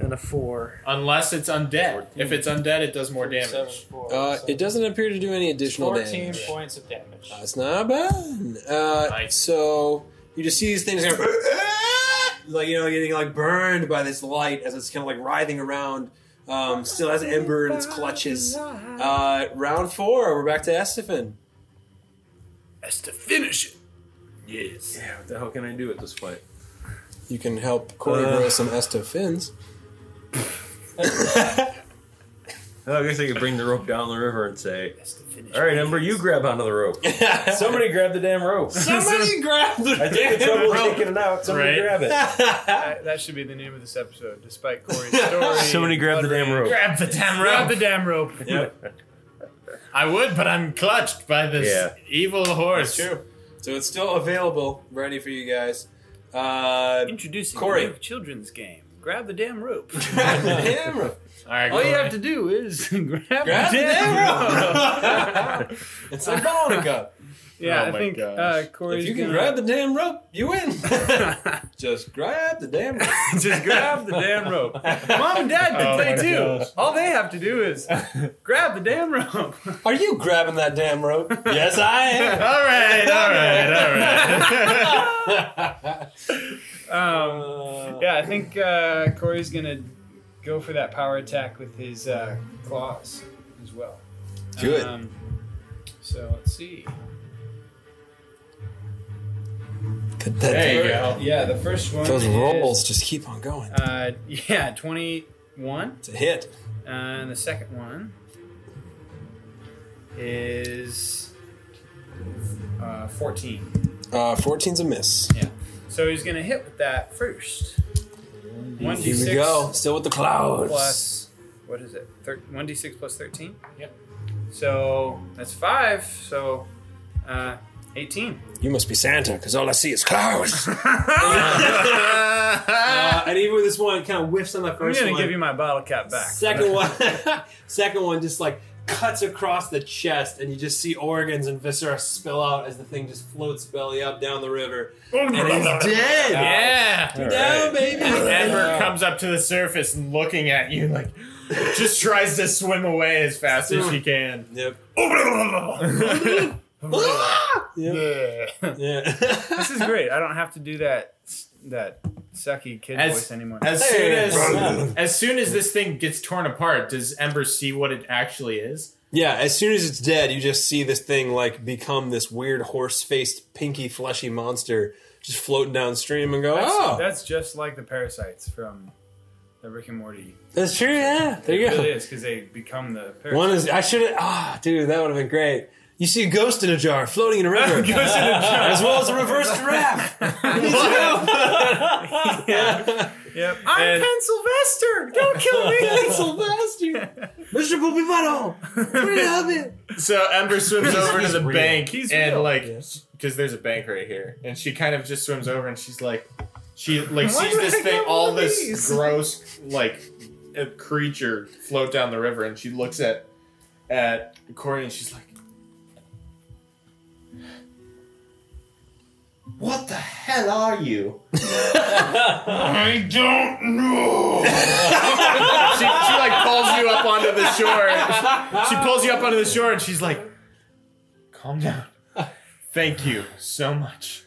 Speaker 6: and a four.
Speaker 1: Unless it's undead. If it's undead, it does more damage.
Speaker 8: Four,
Speaker 3: Uh,
Speaker 8: so
Speaker 3: it doesn't appear to do any additional
Speaker 8: 14
Speaker 3: damage.
Speaker 8: points of damage.
Speaker 3: That's not bad. Uh,
Speaker 1: Nice.
Speaker 3: So you just see these things going, like you know, getting like burned by this light as it's kind of like writhing around. Um, still has ember in its clutches. Uh, round four. We're back to Estefan.
Speaker 4: That's to finish it.
Speaker 1: Yes.
Speaker 2: Yeah, what the hell can I do at this point?
Speaker 3: You can help Corey
Speaker 2: Uh.
Speaker 3: grow some Estefans.
Speaker 2: Well, I guess I could bring the rope down the river and say,
Speaker 4: That's to finish
Speaker 2: "All right, Ember, you grab onto the rope. Somebody grab the damn rope.
Speaker 3: Somebody grab the
Speaker 2: I took the trouble of
Speaker 1: Rope.
Speaker 2: taking it out. Somebody
Speaker 1: Right.
Speaker 2: grab it.
Speaker 4: That, that should be the name of this episode, despite Corey's story.
Speaker 2: Somebody grab the damn rope.
Speaker 1: Grab the damn
Speaker 4: Grab
Speaker 1: rope.
Speaker 4: the damn rope.
Speaker 2: Yep.
Speaker 1: I would, but I'm clutched by this
Speaker 2: Yeah.
Speaker 1: evil horse.
Speaker 3: True. So it's still available, ready for you guys. Uh,
Speaker 4: Introducing
Speaker 3: Corey.
Speaker 4: a new children's game. Grab the damn rope.
Speaker 3: grab the damn rope.
Speaker 1: All right,
Speaker 4: All you
Speaker 1: Corey.
Speaker 4: have to do is grab,
Speaker 3: Grab the damn rope. it's like Veronica.
Speaker 1: Oh
Speaker 4: Yeah, I
Speaker 1: my
Speaker 4: think
Speaker 1: gosh.
Speaker 4: uh,
Speaker 3: If
Speaker 4: Corey's
Speaker 3: you can
Speaker 4: gonna-
Speaker 3: grab the damn rope, you win. Just grab the damn rope.
Speaker 4: Just grab the damn rope. Mom and Dad can
Speaker 1: Oh
Speaker 4: play
Speaker 1: my
Speaker 4: too.
Speaker 1: gosh.
Speaker 4: All they have to do is grab the damn rope.
Speaker 3: Are you grabbing that damn rope? yes, I am.
Speaker 1: All right, all right, all right.
Speaker 4: Um, yeah, I think uh, Corey's gonna go for that power attack with his uh, claws as well.
Speaker 12: Good.
Speaker 4: Um, so let's see.
Speaker 12: That- that-
Speaker 1: There you go.
Speaker 4: Yeah, the first one.
Speaker 12: Those
Speaker 4: is,
Speaker 12: rolls just keep on going.
Speaker 4: Uh, yeah, twenty-one,
Speaker 12: It's a hit.
Speaker 4: and the second one is uh, fourteen.
Speaker 3: Uh, 14's a miss.
Speaker 4: So he's gonna hit with that first. One d
Speaker 12: Here we go.
Speaker 4: six
Speaker 12: Still with the clouds.
Speaker 4: plus what is it? One d six plus thirteen. Yep. So that's five. So uh, eighteen.
Speaker 12: You must be Santa, because all I see is clouds.
Speaker 3: Uh, and even with this one, it kind of whiffs on the
Speaker 4: I'm
Speaker 3: first
Speaker 4: gonna
Speaker 3: one.
Speaker 4: give you my bottle cap back.
Speaker 3: second one, second one just like cuts across the chest, and you just see organs and viscera spill out as the thing just floats belly up down the river. And he's dead.
Speaker 1: Yeah.
Speaker 3: Down, baby.
Speaker 1: Edward comes up to the surface and looking at you like just tries to swim away as fast as she can.
Speaker 3: Yep.
Speaker 4: Yeah.
Speaker 3: Yeah.
Speaker 4: this is great. I don't have to do that that sucky kid
Speaker 1: As-
Speaker 4: voice anymore.
Speaker 1: As soon as as soon as this thing gets torn apart, does Ember see what it actually is?
Speaker 3: yeah. As soon as it's dead, you just see this thing like become this weird horse-faced, pinky, fleshy monster just floating downstream, and go,
Speaker 4: that's,
Speaker 3: oh,
Speaker 4: that's just like the parasites from the Rick and Morty.
Speaker 3: that's true. Yeah. There you
Speaker 4: It
Speaker 3: go.
Speaker 4: really is because they become the parasites.
Speaker 3: One is I should have ah dude that would have been great. You see a ghost in a jar floating in a river, as well as a reverse giraffe. Me too.
Speaker 4: Yep. I'm
Speaker 1: And-
Speaker 4: Pen Sylvester. Don't kill me.
Speaker 3: Sylvester, Mr. Poopy Butthole, Couldn't help it.
Speaker 1: So Ember swims over to the
Speaker 3: real.
Speaker 1: bank
Speaker 3: He's
Speaker 1: and
Speaker 3: real.
Speaker 1: like
Speaker 3: Yeah.
Speaker 1: because there's a bank right here, and she kind of just swims over and she's like, she like
Speaker 4: Why
Speaker 1: sees
Speaker 4: do
Speaker 1: this
Speaker 4: I
Speaker 1: thing,
Speaker 4: get
Speaker 1: all
Speaker 4: one of
Speaker 1: this
Speaker 4: these?
Speaker 1: gross like a creature float down the river, and she looks at at Corey and she's like, "What the hell are you?" I don't know. she, she like pulls you up onto the shore. She pulls you up onto the shore and she's like, "Calm down. Thank you so much."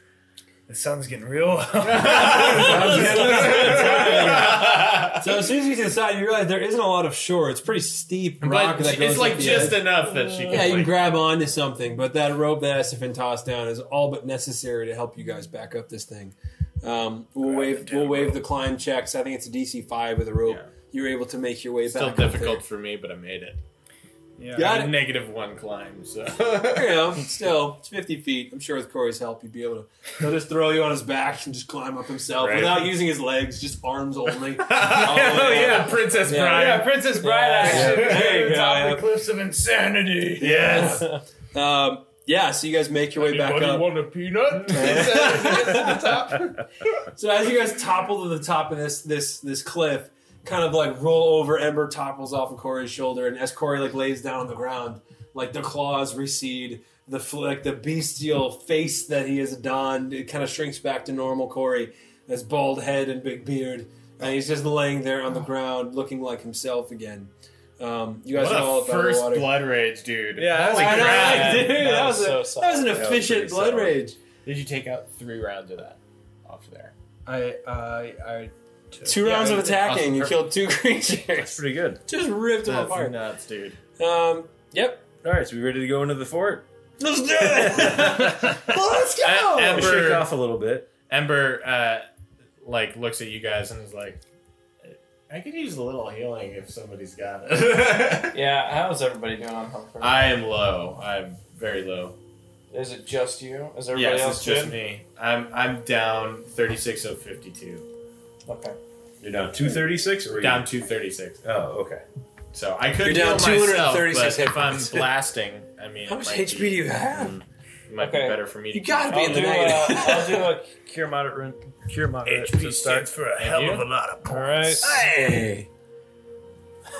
Speaker 4: the sun's getting real.
Speaker 3: So as soon as you see the side, you realize there isn't a lot of shore. It's pretty steep rock
Speaker 1: But
Speaker 3: that goes
Speaker 1: it's like
Speaker 3: up the
Speaker 1: just
Speaker 3: edge.
Speaker 1: enough that she can.
Speaker 3: yeah, you can
Speaker 1: like-
Speaker 3: grab onto something, but that rope that has to been tossed down is all but necessary to help you guys back up this thing. Um, we'll waive we'll waive the climb checks. I think it's a DC five with a rope.
Speaker 1: Yeah.
Speaker 3: You're able to make your way
Speaker 1: Still
Speaker 3: back. up
Speaker 1: difficult for me, but I made it.
Speaker 4: yeah.
Speaker 3: Got
Speaker 1: A
Speaker 3: it.
Speaker 1: Negative one climb. So Oh,
Speaker 3: you know, still, it's 50 feet. I'm sure with Corey's help, he'd be able to. He'll just throw you on his back and just climb up himself
Speaker 1: Right.
Speaker 3: without using his legs, just arms only.
Speaker 1: oh yeah, Princess
Speaker 3: Yeah.
Speaker 1: Bride.
Speaker 4: Yeah, Princess Bride action.
Speaker 3: Yeah. There you
Speaker 4: Over the
Speaker 3: go,
Speaker 4: top of
Speaker 3: yeah.
Speaker 4: the cliffs of insanity.
Speaker 1: Yes.
Speaker 3: Um, yeah, so you guys make your way back up.
Speaker 1: want a peanut?
Speaker 3: So as you guys topple to the top of this this this cliff, kind of like roll over, Ember topples off of Corey's shoulder, and as Corey like lays down on the ground, like the claws recede, the fl- like the bestial face that he has donned, it kind of shrinks back to normal Corey, his bald head and big beard, and he's just laying there on the ground, looking like himself again. Um, you guys
Speaker 1: What
Speaker 3: are all
Speaker 1: a
Speaker 3: up out of the
Speaker 1: first
Speaker 3: water.
Speaker 1: blood rage, dude.
Speaker 4: Yeah, that's
Speaker 1: Holy
Speaker 4: a
Speaker 3: I know,
Speaker 1: crap.
Speaker 3: right, dude, that,
Speaker 6: That
Speaker 3: was,
Speaker 6: was
Speaker 3: a-
Speaker 6: so
Speaker 3: that was an
Speaker 6: solid.
Speaker 1: was
Speaker 3: efficient
Speaker 1: pretty
Speaker 3: blood
Speaker 1: solid.
Speaker 3: rage.
Speaker 1: Did you take out three rounds of that off there?
Speaker 4: I, I, I. took-
Speaker 3: Two
Speaker 4: Yeah,
Speaker 3: rounds
Speaker 4: I
Speaker 3: of
Speaker 4: did.
Speaker 3: attacking, you
Speaker 1: Awesome.
Speaker 3: killed two creatures.
Speaker 2: Pretty good.
Speaker 3: Just ripped them
Speaker 1: That's
Speaker 3: apart.
Speaker 1: nuts, dude.
Speaker 3: Um, yep,
Speaker 2: All right, so we ready to go into the fort?
Speaker 3: Let's do it. Let's
Speaker 1: go!
Speaker 2: We'll
Speaker 1: Ember.
Speaker 2: Shake off a little bit.
Speaker 1: Ember, uh, like, looks at you guys and is like, I could use a little healing if somebody's got it.
Speaker 8: Yeah, how's everybody doing on Humper?
Speaker 1: I am low. I'm very low.
Speaker 8: Is it just you? Is everybody
Speaker 1: Yes,
Speaker 8: else
Speaker 1: it's just
Speaker 8: good?
Speaker 1: me. I'm I'm down 36 of 52.
Speaker 8: Okay.
Speaker 2: You're down two thirty six, or are you-
Speaker 1: Down 236.
Speaker 2: Oh, okay.
Speaker 1: So I could
Speaker 3: You're
Speaker 1: heal
Speaker 3: down 236
Speaker 1: myself, but if I'm
Speaker 3: hit points.
Speaker 1: blasting, I mean,
Speaker 3: How
Speaker 1: it
Speaker 3: much
Speaker 1: might
Speaker 3: HP
Speaker 1: be-
Speaker 3: do you have?
Speaker 1: Mm, it might
Speaker 8: Okay.
Speaker 1: be better for me.
Speaker 3: You
Speaker 1: to
Speaker 3: gotta be
Speaker 8: I'll
Speaker 1: keep-
Speaker 3: in the
Speaker 8: do,
Speaker 3: negative.
Speaker 8: a, I'll do a cure moderate. Cure moderate. to start.
Speaker 4: for a
Speaker 1: hell of a
Speaker 4: lot of
Speaker 6: All right.
Speaker 3: Hey.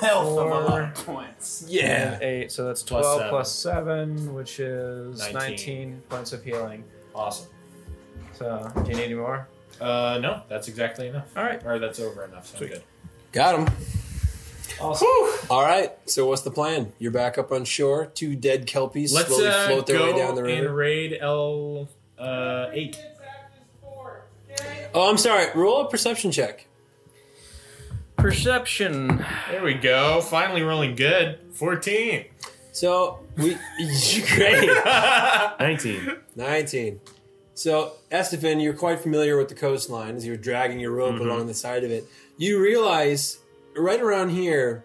Speaker 8: Hell
Speaker 6: of a lot.
Speaker 4: points.
Speaker 3: Yeah.
Speaker 6: Eight, so that's
Speaker 1: Plus
Speaker 6: 12
Speaker 1: seven.
Speaker 6: plus 7, which is 19.
Speaker 1: Nineteen.
Speaker 6: points of healing.
Speaker 1: Awesome.
Speaker 6: So, do you need any more?
Speaker 1: Uh, no, that's exactly enough.
Speaker 6: All right.
Speaker 1: Or that's over enough. So I'm good.
Speaker 3: Got him.
Speaker 8: Awesome.
Speaker 3: All right. So what's the plan? You're back up on shore. Two dead kelpies
Speaker 1: Let's
Speaker 3: slowly
Speaker 1: uh,
Speaker 3: float their
Speaker 1: go
Speaker 3: way down the river.
Speaker 1: and raid L uh, eight.
Speaker 3: Oh, I'm sorry. Roll a perception check.
Speaker 6: Perception.
Speaker 1: There we go. Finally rolling good. 14.
Speaker 3: So we great.
Speaker 2: 19.
Speaker 3: 19. So, Estefan, you're quite familiar with the coastline as you're dragging your rope along the side of it. You realize right around here,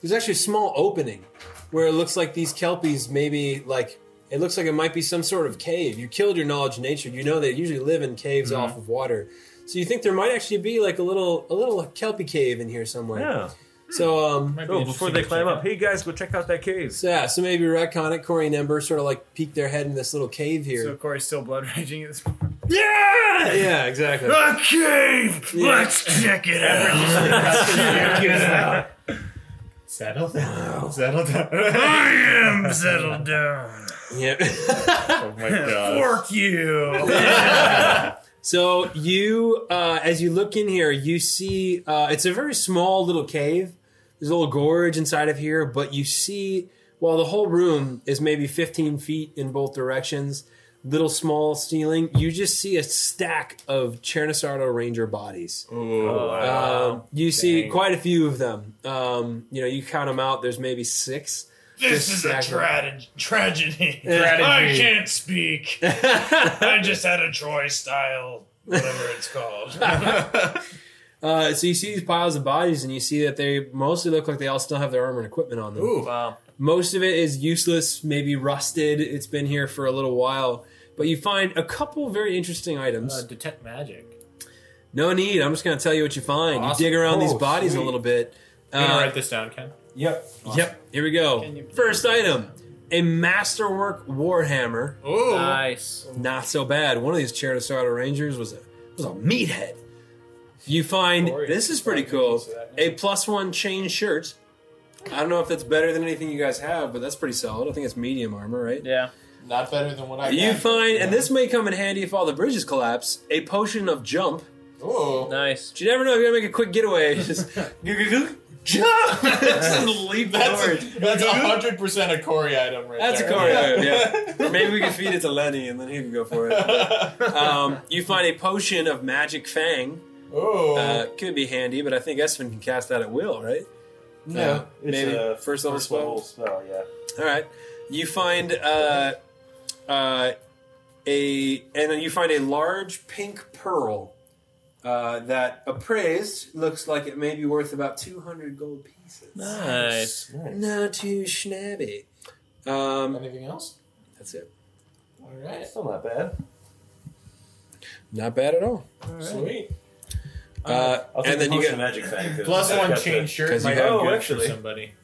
Speaker 3: there's actually a small opening where it looks like these kelpies maybe like it looks like it might be some sort of cave. You killed your knowledge of nature. You know they usually live in caves off of water. So you think there might actually be like a little a little kelpie cave in here somewhere.
Speaker 2: Yeah.
Speaker 3: So um
Speaker 1: Might be
Speaker 2: Oh, before
Speaker 1: interesting
Speaker 2: they
Speaker 1: to
Speaker 2: climb
Speaker 1: check
Speaker 2: up, hey guys, go check out that cave.
Speaker 3: so yeah, so maybe retcon it, Corey and Ember sort of like peek their head in this little cave here.
Speaker 4: So Corey's still blood raging at this point.
Speaker 2: Yeah!
Speaker 3: yeah, exactly.
Speaker 2: A cave!
Speaker 3: Yeah.
Speaker 2: Let's check it out!
Speaker 1: Settle down. Settle down.
Speaker 2: I am settled down.
Speaker 3: Yeah.
Speaker 1: oh my god.
Speaker 2: you!
Speaker 3: So you, uh, as you look in here, you see uh, it's a very small little cave. There's a little gorge inside of here, but you see, while the whole room is maybe 15 feet in both directions, little small ceiling, you just see a stack of Chernasardo Ranger bodies.
Speaker 4: Oh,
Speaker 3: Um, you see
Speaker 1: Dang.
Speaker 3: quite a few of them. Um, you know, you count them out. There's maybe six.
Speaker 13: This
Speaker 3: Just
Speaker 13: is a
Speaker 3: stack 'em.
Speaker 13: tragedy. tragedy. I
Speaker 1: Strategy.
Speaker 13: can't speak. I just had a Troy style, whatever it's called.
Speaker 3: Uh, so you see these piles of bodies, and you see that they mostly look like they all still have their armor and equipment on them.
Speaker 6: Wow.
Speaker 3: Most of it is useless, maybe rusted. It's been here for a little while, but you find a couple very interesting items.
Speaker 1: Uh, detect magic.
Speaker 3: no need. I'm just going to tell you what you find.
Speaker 1: Awesome.
Speaker 3: You dig around these
Speaker 6: Oh,
Speaker 3: bodies a
Speaker 6: sweet.
Speaker 3: little bit.
Speaker 1: I'm gonna
Speaker 3: Uh,
Speaker 1: write this down, Ken.
Speaker 6: Yep.
Speaker 3: Yep. Here we
Speaker 4: Can
Speaker 3: go.
Speaker 4: you-
Speaker 3: First item. A masterwork warhammer,
Speaker 1: Ooh.
Speaker 6: Nice.
Speaker 3: not so bad. One of these Charizard Rangers was a was a meathead. You find this is pretty cool. A plus one chain shirt. I don't know if that's better than anything you guys have, but that's pretty solid. I think it's medium armor, right?
Speaker 6: Yeah.
Speaker 9: Not better than what I
Speaker 3: You
Speaker 9: got.
Speaker 3: find, and this may come in handy if all the bridges collapse, a potion of jump.
Speaker 9: Ooh.
Speaker 6: Nice.
Speaker 3: But you never know if you're gonna make a quick getaway. It's Just jump, Just leap
Speaker 9: That's
Speaker 3: forward.
Speaker 9: a- that's a hundred percent a Corey item right
Speaker 3: That's a
Speaker 9: there.
Speaker 3: Corey item, yeah. Maybe we can feed it to Lenny, and then he can go for it. Um, you find a potion of magic fang.
Speaker 9: Ooh.
Speaker 3: Uh, could be handy, but I think Espen can cast that at will, right? No, maybe
Speaker 2: uh,
Speaker 3: first level spell.
Speaker 2: spell, yeah.
Speaker 3: All right. You find uh, uh, a, and then you find a large pink pearl uh, that appraised looks like it may be worth about two hundred gold pieces.
Speaker 6: Nice.
Speaker 3: Not too schnabby. Um,
Speaker 9: Anything else?
Speaker 3: that's it.
Speaker 9: All right.
Speaker 2: Still not bad.
Speaker 3: Not bad at all.
Speaker 9: Sweet.
Speaker 3: Uh,
Speaker 2: I'll take
Speaker 3: and
Speaker 2: the
Speaker 3: then you
Speaker 2: potion
Speaker 3: get
Speaker 2: of magic thing. 'cause
Speaker 1: Plus
Speaker 2: that's
Speaker 1: one
Speaker 2: got
Speaker 1: chain
Speaker 2: The,
Speaker 1: shirt
Speaker 3: 'cause you
Speaker 1: might be
Speaker 3: got-
Speaker 2: Oh,
Speaker 1: good
Speaker 2: actually.
Speaker 1: for somebody.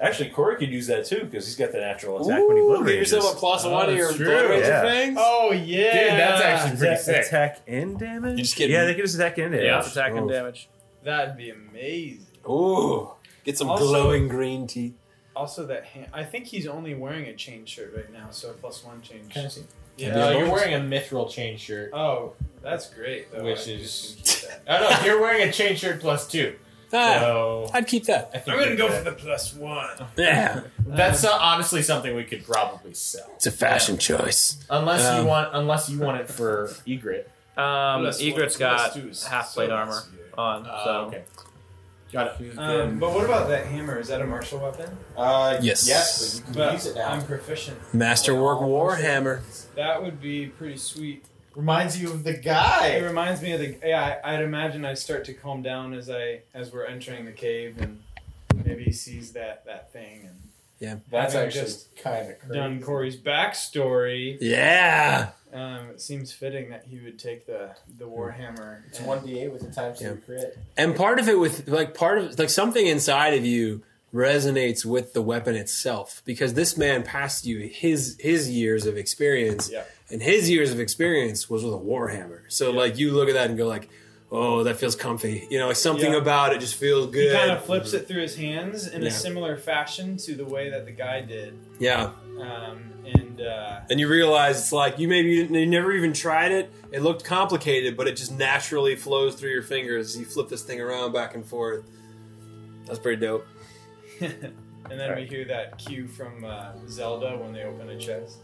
Speaker 2: actually, Corey could use that too because he's got the natural attack when he
Speaker 3: Ooh,
Speaker 2: blood
Speaker 3: get yourself a
Speaker 2: rages.
Speaker 3: plus
Speaker 1: Oh,
Speaker 3: one of
Speaker 1: that's
Speaker 3: your
Speaker 1: true.
Speaker 3: blood ranger
Speaker 2: Yeah.
Speaker 3: things.
Speaker 1: Oh yeah, dude, that's actually pretty
Speaker 2: Is that
Speaker 1: sick.
Speaker 2: attack and damage?
Speaker 3: You just get-
Speaker 2: yeah, they can just attack and damage.
Speaker 6: Yeah. Attack and
Speaker 3: Oh.
Speaker 6: damage.
Speaker 4: That'd be amazing.
Speaker 3: Ooh, get some
Speaker 4: Also-
Speaker 3: glowing green tea.
Speaker 4: Also, that hand. I think he's only wearing a chain shirt right now, so a plus one chain
Speaker 1: Can I
Speaker 4: shirt.
Speaker 1: see?
Speaker 4: Yeah.
Speaker 1: No, you're wearing a mithril chain shirt.
Speaker 4: Oh, that's great. Though.
Speaker 1: Which
Speaker 4: I
Speaker 1: is-
Speaker 4: just can keep that.
Speaker 1: Oh no, you're wearing a chain shirt plus two.
Speaker 3: Ah,
Speaker 1: So
Speaker 3: I'd keep that.
Speaker 1: I think
Speaker 13: I'm gonna
Speaker 1: you're
Speaker 13: go
Speaker 1: good.
Speaker 13: for the plus one.
Speaker 3: Yeah,
Speaker 1: That's uh, honestly something we could probably sell,
Speaker 12: It's a fashion choice.
Speaker 1: unless
Speaker 3: Um,
Speaker 1: you want, unless you want it for egret.
Speaker 6: Um,
Speaker 4: Plus one,
Speaker 6: Egret's
Speaker 4: plus
Speaker 6: got
Speaker 4: two is
Speaker 6: half plate
Speaker 4: so
Speaker 6: armor
Speaker 4: nice.
Speaker 6: on,
Speaker 1: Uh,
Speaker 6: so
Speaker 1: okay, got it.
Speaker 4: Um, but what about that hammer? Is that a martial weapon?
Speaker 9: Uh,
Speaker 12: Yes.
Speaker 9: Yes, but you can
Speaker 4: But
Speaker 9: use it now.
Speaker 4: I'm proficient.
Speaker 3: masterwork warhammer.
Speaker 4: That would be pretty sweet.
Speaker 9: Reminds you of the
Speaker 4: It
Speaker 9: guy.
Speaker 4: reminds me of the. Yeah, I, I'd imagine I start to calm down as I as we're entering the cave, and maybe he sees that that thing. And
Speaker 9: That's
Speaker 4: Having
Speaker 9: actually
Speaker 4: just
Speaker 9: kind of crazy.
Speaker 4: done Corey's backstory.
Speaker 12: Yeah.
Speaker 4: Um, it seems fitting that he would take the the warhammer.
Speaker 9: Hmm. It's one d8 with the times
Speaker 3: Yeah.
Speaker 9: two crit.
Speaker 3: And part of it with like part of like something inside of you resonates with the weapon itself because this man passed you his his years of experience
Speaker 4: Yeah.
Speaker 3: and his years of experience was with a warhammer. So like you look at that and go like, "Oh, that feels comfy." You know, like something
Speaker 4: Yeah.
Speaker 3: about it just feels
Speaker 4: He
Speaker 3: good.
Speaker 4: kind of flips it through his hands in
Speaker 3: Yeah.
Speaker 4: a similar fashion to the way that the guy did.
Speaker 3: yeah.
Speaker 4: Um, and uh,
Speaker 3: And you realize it's like you maybe you never even tried it. It looked complicated, but it just naturally flows through your fingers. You flip this thing around back and forth. That's pretty dope.
Speaker 4: and then we hear that cue from uh, Zelda when they open a chest.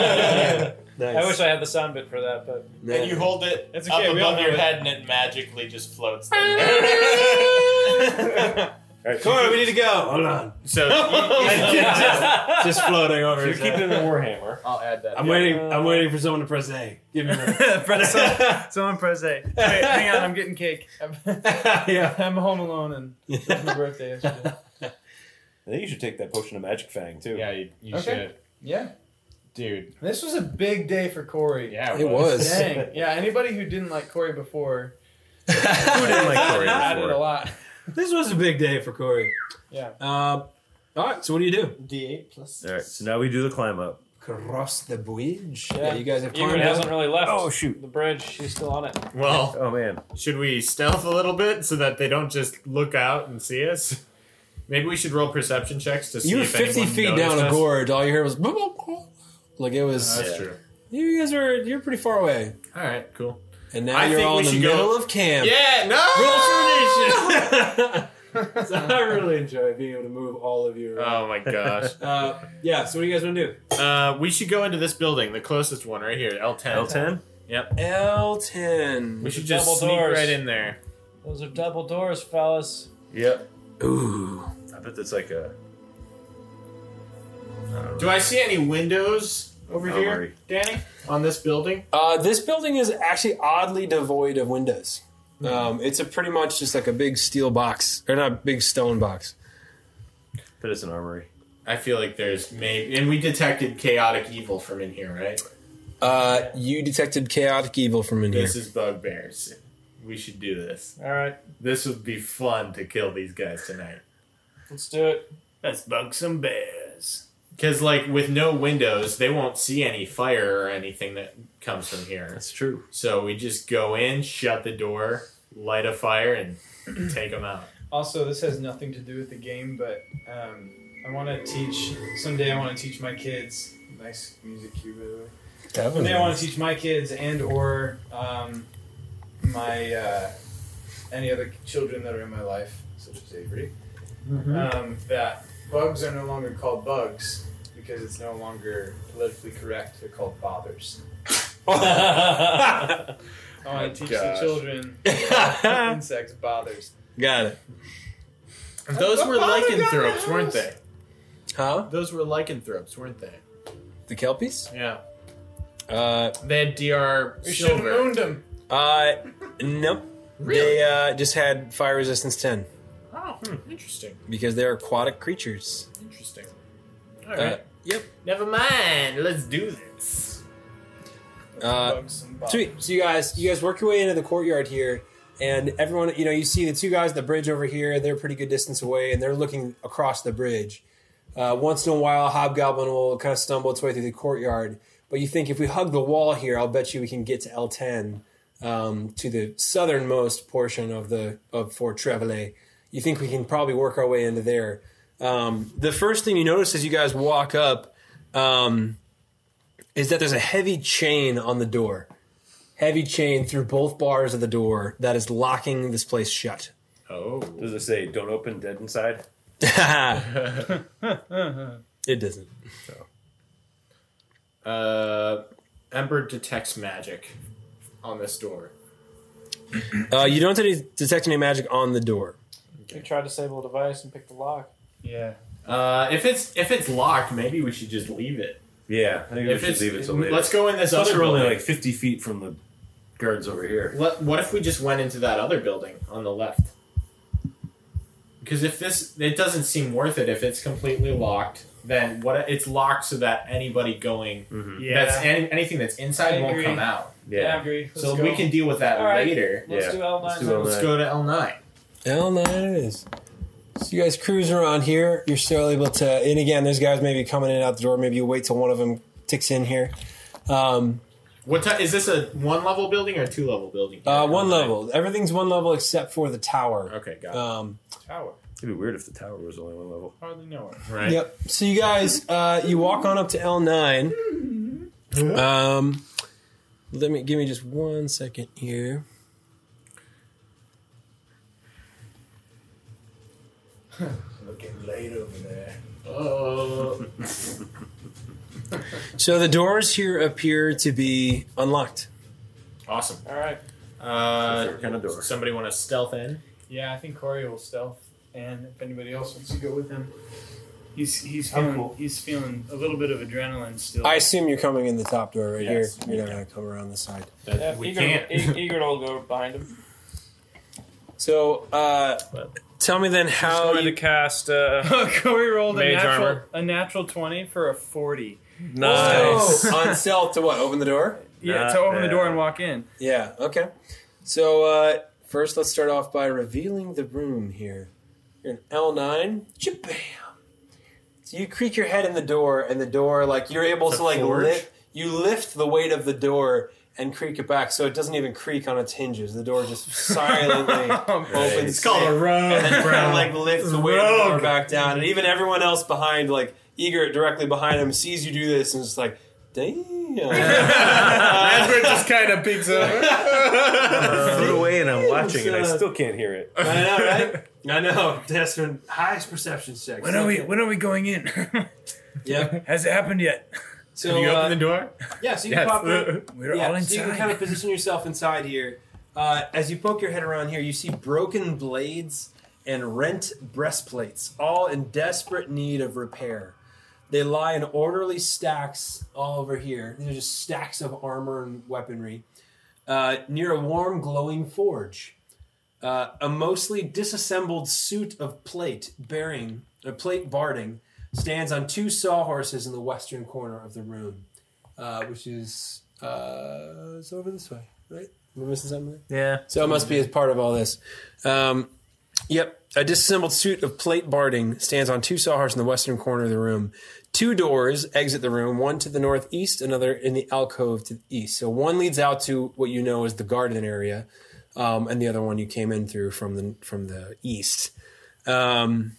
Speaker 6: I wish I had the sound bit for that, but
Speaker 1: And you hold it
Speaker 6: It's
Speaker 1: up
Speaker 6: okay, we all
Speaker 1: above
Speaker 6: know
Speaker 1: your
Speaker 6: it.
Speaker 1: head, and it magically just floats. There.
Speaker 7: Come on, we need to go. Hold on.
Speaker 1: so just, just floating over.
Speaker 2: You're
Speaker 1: his head.
Speaker 2: keeping it in Warhammer.
Speaker 1: I'll add that.
Speaker 3: I'm
Speaker 1: Yeah.
Speaker 3: waiting. I'm waiting for someone to press A. Give me. a
Speaker 4: press someone, someone press A. Wait, hang on, I'm getting cake.
Speaker 3: yeah.
Speaker 8: I'm home alone and it was my birthday yesterday.
Speaker 2: I think you should take that potion of magic fang too.
Speaker 9: Yeah, you, you
Speaker 8: Okay.
Speaker 9: should.
Speaker 8: Yeah,
Speaker 9: Dude,
Speaker 8: this was a big day for Corey.
Speaker 9: yeah.
Speaker 3: It was.
Speaker 8: Dang. Yeah, anybody who didn't like Corey before
Speaker 2: Who didn't like Corey
Speaker 8: added
Speaker 2: before?
Speaker 8: a lot.
Speaker 3: This was a big day for Corey.
Speaker 8: Yeah.
Speaker 3: Uh, all right. So what do you do?
Speaker 8: D8 plus.
Speaker 2: All right, so now we do the climb up.
Speaker 3: Cross the bridge.
Speaker 6: Yeah.
Speaker 3: Yeah. you guys have
Speaker 6: Ewan
Speaker 3: climbed up.
Speaker 6: hasn't really left.
Speaker 2: Oh, shoot.
Speaker 6: The bridge, she's still on it.
Speaker 1: Well,
Speaker 2: Oh man,
Speaker 1: should we stealth a little bit so that they don't just look out and see us? Maybe we should roll perception checks to see
Speaker 3: You were
Speaker 1: if
Speaker 3: 50
Speaker 1: anyone
Speaker 3: feet
Speaker 1: noticed
Speaker 3: down
Speaker 1: us.
Speaker 3: a
Speaker 1: Uh,
Speaker 3: gorge. All you heard was like it was.
Speaker 1: That's true.
Speaker 3: You guys are you're pretty far away,
Speaker 1: All right, cool.
Speaker 3: and now
Speaker 1: I
Speaker 3: you're
Speaker 1: think
Speaker 3: all
Speaker 1: we
Speaker 3: in the
Speaker 1: should go-
Speaker 3: middle of camp.
Speaker 1: Yeah, no.
Speaker 3: so I really enjoy being able to move all of you. around.
Speaker 1: oh my gosh.
Speaker 3: Uh, yeah. So what do you guys want to do?
Speaker 1: Uh, we should go into this building, the closest one right here, L10.
Speaker 2: L ten.
Speaker 3: L ten.
Speaker 1: We should
Speaker 6: Double
Speaker 1: just sneak
Speaker 6: doors.
Speaker 1: right in there.
Speaker 6: Those are double doors, fellas.
Speaker 2: Yep.
Speaker 3: Ooh.
Speaker 2: I bet that's like a.
Speaker 1: Do I see any windows over
Speaker 2: Don't
Speaker 1: here,
Speaker 2: worry.
Speaker 1: Danny, on this building?
Speaker 3: Uh, this building is actually oddly devoid of windows. Um, it's a pretty much just like a big steel box, or not big stone box.
Speaker 2: But it's an armory.
Speaker 1: I feel like there's maybe, and we detected chaotic evil from in here, right?
Speaker 3: Uh, you detected chaotic evil from in here.
Speaker 1: This is bugbears. We should do this.
Speaker 6: All right,
Speaker 1: This would be fun to kill these guys tonight.
Speaker 6: let's do it.
Speaker 1: Let's bug some bears. Because, like, with no windows, they won't see any fire or anything that comes from here.
Speaker 2: That's true.
Speaker 1: So we just go in, shut the door, light a fire, and take them out.
Speaker 8: Also, this has nothing to do with the game, but um, I want to teach someday. I want to teach my kids. Nice music cue, by the way.
Speaker 3: That one
Speaker 8: Someday I
Speaker 3: is-
Speaker 8: want to teach my kids and or um, my uh, any other children that are in my life, such as Avery, um, that bugs are no longer called bugs because it's no longer politically correct. They're called bothers.
Speaker 6: Got
Speaker 8: I want to teach
Speaker 1: Gosh.
Speaker 8: the children that insects bothers.
Speaker 3: Got it.
Speaker 1: Those were
Speaker 8: Bother got
Speaker 1: lycanthropes,
Speaker 8: the
Speaker 1: weren't
Speaker 8: house.
Speaker 1: they?
Speaker 3: Huh?
Speaker 1: Those were lycanthropes, weren't they?
Speaker 3: The kelpies?
Speaker 1: Yeah.
Speaker 3: Uh,
Speaker 1: They had DR
Speaker 8: We should have
Speaker 1: silver.
Speaker 8: owned them.
Speaker 3: uh, nope.
Speaker 1: Really?
Speaker 3: They uh, just had fire resistance ten
Speaker 1: Oh, hmm, interesting.
Speaker 3: because they're aquatic creatures.
Speaker 1: Interesting. All right.
Speaker 3: Uh, yep.
Speaker 1: Never mind. Let's do this.
Speaker 3: Uh,
Speaker 8: bugs some bothers.
Speaker 3: Sweet. So you guys, you guys work your way into the courtyard here, and everyone, you know, you see the two guys at the bridge over here. They're a pretty good distance away, and they're looking across the bridge. Uh, once in a while, a hobgoblin will kind of stumble its way through the courtyard. But you think if we hug the wall here, I'll bet you we can get to L10, um, to the southernmost portion of the of Fort Trevelet. You think we can probably work our way into there. Um, the first thing you notice as you guys walk up um, is that there's a heavy chain on the door heavy chain through both bars of the door that is locking this place shut.
Speaker 1: Oh.
Speaker 2: Does it say don't open dead inside?
Speaker 3: it doesn't.
Speaker 1: Uh, Ember detects magic on this door.
Speaker 3: Uh, you don't have to detect any magic on the door.
Speaker 6: You tried to disable the device and pick the lock.
Speaker 8: Yeah.
Speaker 1: Uh, if it's if it's locked, maybe we should just leave it.
Speaker 2: Yeah, I think
Speaker 1: If
Speaker 2: we should
Speaker 1: it's,
Speaker 2: leave it till later.
Speaker 1: let's go in this
Speaker 2: Plus,
Speaker 1: other
Speaker 2: we're only
Speaker 1: building.
Speaker 2: like fifty feet from the guards over here.
Speaker 1: Let, what if we just went into that other building on the left? Because if this, it doesn't seem worth it. If it's completely locked, then what? It's locked so that anybody going,
Speaker 2: Mm-hmm.
Speaker 1: that's any, anything that's inside
Speaker 8: I
Speaker 1: won't
Speaker 8: agree.
Speaker 1: come out.
Speaker 2: Yeah.
Speaker 8: I agree. Let's
Speaker 1: so
Speaker 8: go.
Speaker 1: we can deal with that
Speaker 6: All right.
Speaker 1: later.
Speaker 6: Let's
Speaker 2: Yeah.
Speaker 6: do L9.
Speaker 2: Let's do L9.
Speaker 1: Let's go to L nine.
Speaker 3: L9 it is. So you guys cruise around here. You're still able to, and again, there's guys maybe coming in and out the door. Maybe you wait till one of them ticks in here. Um,
Speaker 1: What ti is this? A one level building or a two level building?
Speaker 3: uh,
Speaker 1: Here?
Speaker 3: one level. Everything's one level except for the tower.
Speaker 1: Okay, got it.
Speaker 3: Um,
Speaker 8: Tower.
Speaker 2: It'd be weird if the tower was only one level.
Speaker 8: Hardly know it.
Speaker 1: right.
Speaker 3: Yep. So you guys, uh, you walk on up to L nine. Um, let me give me just one second here.
Speaker 9: Looking late over there.
Speaker 1: Oh.
Speaker 3: So the doors here appear to be unlocked.
Speaker 1: Awesome.
Speaker 6: All right.
Speaker 1: Uh,
Speaker 2: Different kind of door.
Speaker 1: somebody want to stealth in?
Speaker 4: Yeah, I think Corey will stealth, and if anybody else wants to go with him, he's he's
Speaker 8: I'm
Speaker 4: feeling
Speaker 8: cool.
Speaker 4: he's feeling a little bit of adrenaline still.
Speaker 3: I assume you're coming in the top door right
Speaker 1: Yes.
Speaker 3: here. You're not going to come around this side.
Speaker 1: That
Speaker 6: Yeah,
Speaker 1: we
Speaker 6: Eager,
Speaker 1: can't.
Speaker 6: E- Eager will go behind him.
Speaker 3: So uh, tell me then how
Speaker 6: going
Speaker 3: you
Speaker 6: to cast. Uh,
Speaker 4: Corey rolled a
Speaker 6: Mage
Speaker 4: natural
Speaker 6: armor.
Speaker 4: a natural twenty for a forty.
Speaker 6: nice.
Speaker 3: Oh, on stealth to what? Open the door?
Speaker 4: Yeah,
Speaker 2: Not
Speaker 4: to open the door
Speaker 2: bad.
Speaker 4: and walk in.
Speaker 3: Yeah, okay. So uh, first, let's start off by revealing the room here. You're an L9. Jabam! So you creak your head in the door, and the door, like, you're able
Speaker 1: It's
Speaker 3: to,
Speaker 1: a
Speaker 3: like,
Speaker 1: forge.
Speaker 3: lift. You lift the weight of the door and creak it back, so it doesn't even creak on its hinges. The door just silently opens.
Speaker 1: It's called a
Speaker 3: and then
Speaker 1: rogue,
Speaker 3: kind
Speaker 1: bro.
Speaker 3: of like lifts the weight of the door
Speaker 1: Rogue.
Speaker 3: back down, and even everyone else behind, like eager directly behind him, sees you do this and is just like, damn.
Speaker 1: Manfred just kind of peeks over.
Speaker 2: I'm a foot away and I'm watching and I
Speaker 3: uh,
Speaker 2: still can't hear it.
Speaker 3: I know, right? I know. Desmond, highest perception check.
Speaker 13: When are we? When are we going in?
Speaker 3: Yeah.
Speaker 13: Has it happened yet?
Speaker 3: So
Speaker 1: you
Speaker 3: uh,
Speaker 1: open the door?
Speaker 3: yeah, so you can pop in.
Speaker 13: We're
Speaker 3: yeah,
Speaker 13: all
Speaker 3: so you can kind of
Speaker 13: inside.
Speaker 3: position yourself inside here. Uh, as you poke your head around here, you see broken blades and rent breastplates, all in desperate need of repair. They lie in orderly stacks all over here. These are just stacks of armor and weaponry uh, near a warm, glowing forge. Uh, a mostly disassembled suit of plate bearing, a plate barding, stands on two sawhorses in the western corner of the room, uh, which is uh, it's over this way, right? Am I missing something? there?
Speaker 6: yeah.
Speaker 3: So it must be as part of all this. Um, yep. A disassembled suit of plate barding stands on two sawhorses in the western corner of the room. Two doors exit the room, one to the northeast, another in the alcove to the east. So one leads out to what you know as the garden area, um, and the other one you came in through from the from the east. Um,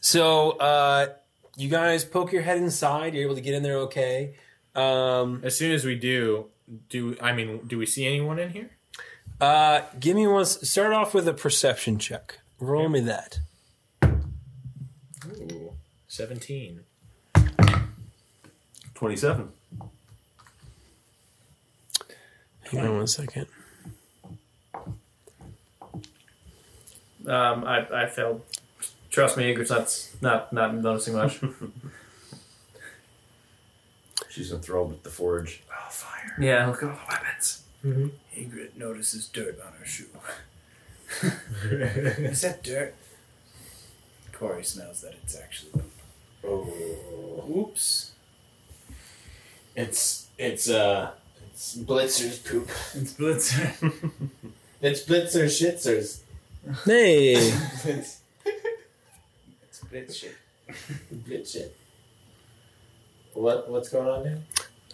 Speaker 3: so uh, you guys poke your head inside. You're able to get in there okay. Um,
Speaker 1: As soon as we do, do I mean, do we see anyone in here?
Speaker 3: uh, give me one. s- Start off with a perception check. Roll me that.
Speaker 1: Ooh, 17.
Speaker 2: 27.
Speaker 3: Hang on one second.
Speaker 6: Um, I, I failed. Trust me, Eager's not not not noticing much.
Speaker 2: She's enthralled with the forge.
Speaker 13: Oh, fire!
Speaker 6: yeah, look at all the weapons.
Speaker 13: Ingrid notices dirt on her shoe. Is that dirt? Corey smells that it's actually.
Speaker 1: Oh.
Speaker 4: Oops,
Speaker 1: It's, it's, uh, it's Blitzer's poop.
Speaker 4: it's Blitzer.
Speaker 1: It's Blitzer shitzers.
Speaker 3: Hey.
Speaker 1: Blitz,
Speaker 4: it's Blitzer.
Speaker 1: blitz shit. What, what's going on now?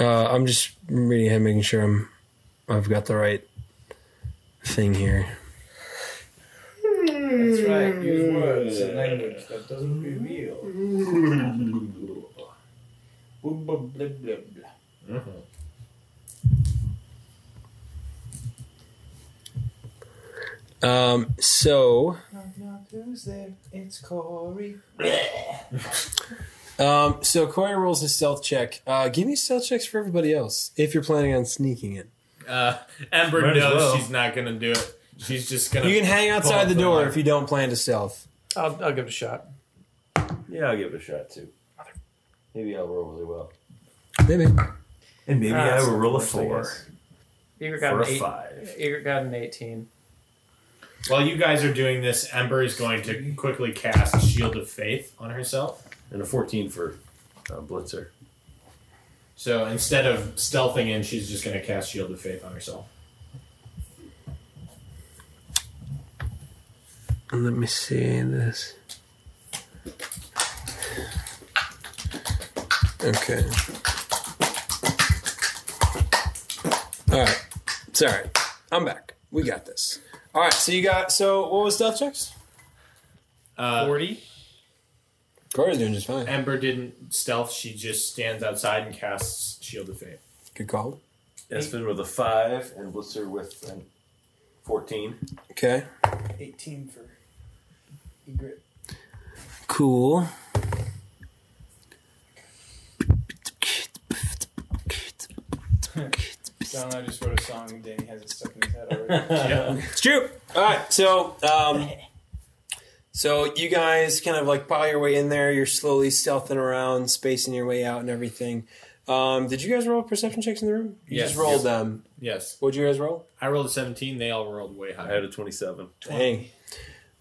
Speaker 3: Uh, I'm just reading ahead, making sure I'm, I've got the right thing here.
Speaker 4: That's right. Use words and language that doesn't reveal.
Speaker 1: Boom, boom, blah, blah, blah.
Speaker 3: Um, so,
Speaker 8: Who's there? It's Corey.
Speaker 3: um, so Corey rolls his stealth check. Uh, give me stealth checks for everybody else if you're planning on sneaking in.
Speaker 1: Uh, Ember
Speaker 2: Might as
Speaker 1: knows
Speaker 2: well.
Speaker 1: she's not gonna do it. She's just gonna.
Speaker 3: You can hang outside the
Speaker 1: Bump
Speaker 3: door
Speaker 1: them.
Speaker 3: if you don't plan to stealth.
Speaker 6: I'll, I'll give it a shot.
Speaker 2: Yeah, I'll give it a shot too. Maybe I'll roll really well.
Speaker 3: Maybe.
Speaker 2: And maybe
Speaker 6: Ah,
Speaker 2: I
Speaker 6: that's
Speaker 2: will roll a
Speaker 6: worse, I
Speaker 2: four
Speaker 6: guess. Eager got
Speaker 2: or
Speaker 6: an
Speaker 2: a
Speaker 6: eight.
Speaker 2: five.
Speaker 6: Eager got an eighteen.
Speaker 1: While you guys are doing this, Ember is going to quickly cast Shield of Faith on herself.
Speaker 2: And a 14 for uh, Blitzer.
Speaker 1: So instead of stealthing in, she's just gonna cast Shield of Faith on herself.
Speaker 3: Let me see this. Okay. All right. It's all right. I'm back. We got this. All right. So you got. So what was stealth checks?
Speaker 1: Uh,
Speaker 6: Forty.
Speaker 3: Corey's doing just fine.
Speaker 1: Ember didn't stealth. She just stands outside and casts Shield of Faith.
Speaker 3: Good call.
Speaker 2: Espen with a five and Blitzer with an 14.
Speaker 3: Okay.
Speaker 4: Eighteen for Egret.
Speaker 3: Cool.
Speaker 6: John, I just wrote a song and Danny has it stuck in his head already.
Speaker 3: It's true. All right, so um, so you guys kind of like pile your way in there. You're slowly stealthing around, spacing your way out, and everything. Um, did you guys roll perception checks in the room? You
Speaker 1: Yes.
Speaker 3: just rolled them.
Speaker 1: Yes.
Speaker 3: What'd you guys roll?
Speaker 1: I rolled a 17. They all rolled way
Speaker 2: I
Speaker 1: higher.
Speaker 2: had a 27.
Speaker 3: Dang.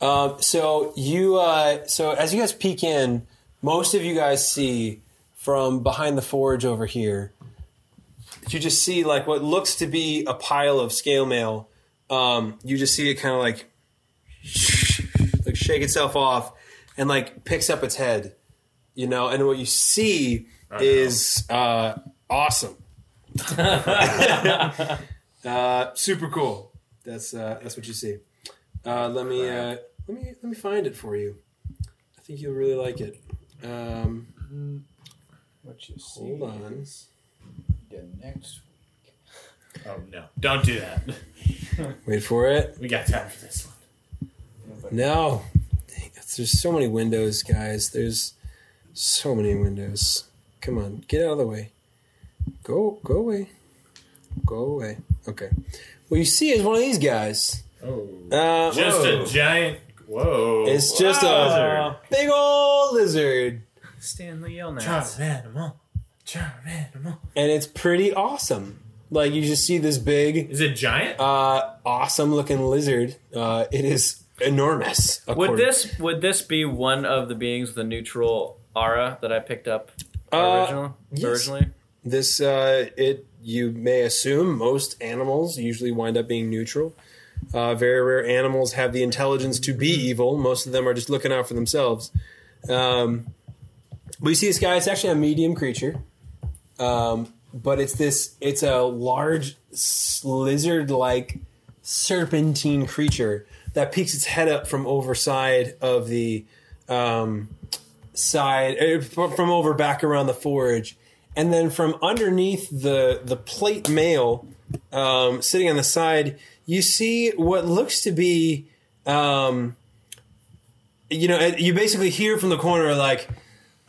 Speaker 3: Um, so you, uh, so as you guys peek in, most of you guys see from behind the forge over here. You just see like what looks to be a pile of scale mail. Um, you just see it kind of like, like shake itself off, and like picks up its head, you know. And what you see is uh, awesome, uh, super cool. That's uh, that's what you see. Uh, let me uh, let me let me find it for you. I think you'll really like it. Um,
Speaker 6: What you see
Speaker 3: hold on.
Speaker 6: the next
Speaker 1: Oh, no. Don't do that.
Speaker 3: Wait for it.
Speaker 1: We got time for this one.
Speaker 3: No. Dang, that's- there's so many windows, guys. There's so many windows. Come on, get out of the way. Go go away. Go away. Okay. What you see is one of these guys.
Speaker 1: Oh.
Speaker 3: Uh,
Speaker 1: Just
Speaker 3: whoa.
Speaker 1: a giant. Whoa.
Speaker 3: It's just
Speaker 1: Wow.
Speaker 3: a big old lizard,
Speaker 4: Stanley Yelnats.
Speaker 1: Charmanimal. Charmanimal.
Speaker 3: and it's pretty awesome. Like you just see this big
Speaker 1: Is it giant?
Speaker 3: uh, awesome looking lizard. Uh, it is enormous. according-
Speaker 6: Would this would this be one of the beings with a neutral aura that I picked up
Speaker 3: Uh,
Speaker 6: original,
Speaker 3: yes.
Speaker 6: originally?
Speaker 3: this uh, it you may assume most animals usually wind up being neutral. Uh, very rare animals have the intelligence to be evil. Most of them are just looking out for themselves. Um, we see this guy. It's actually a medium creature, um, but it's this. It's a large s- lizard-like serpentine creature that peeks its head up from overside of the um, side er, fr- from over back around the forge, and then from underneath the the plate mail um, sitting on the side, you see what looks to be, um, you know, you basically hear from the corner like.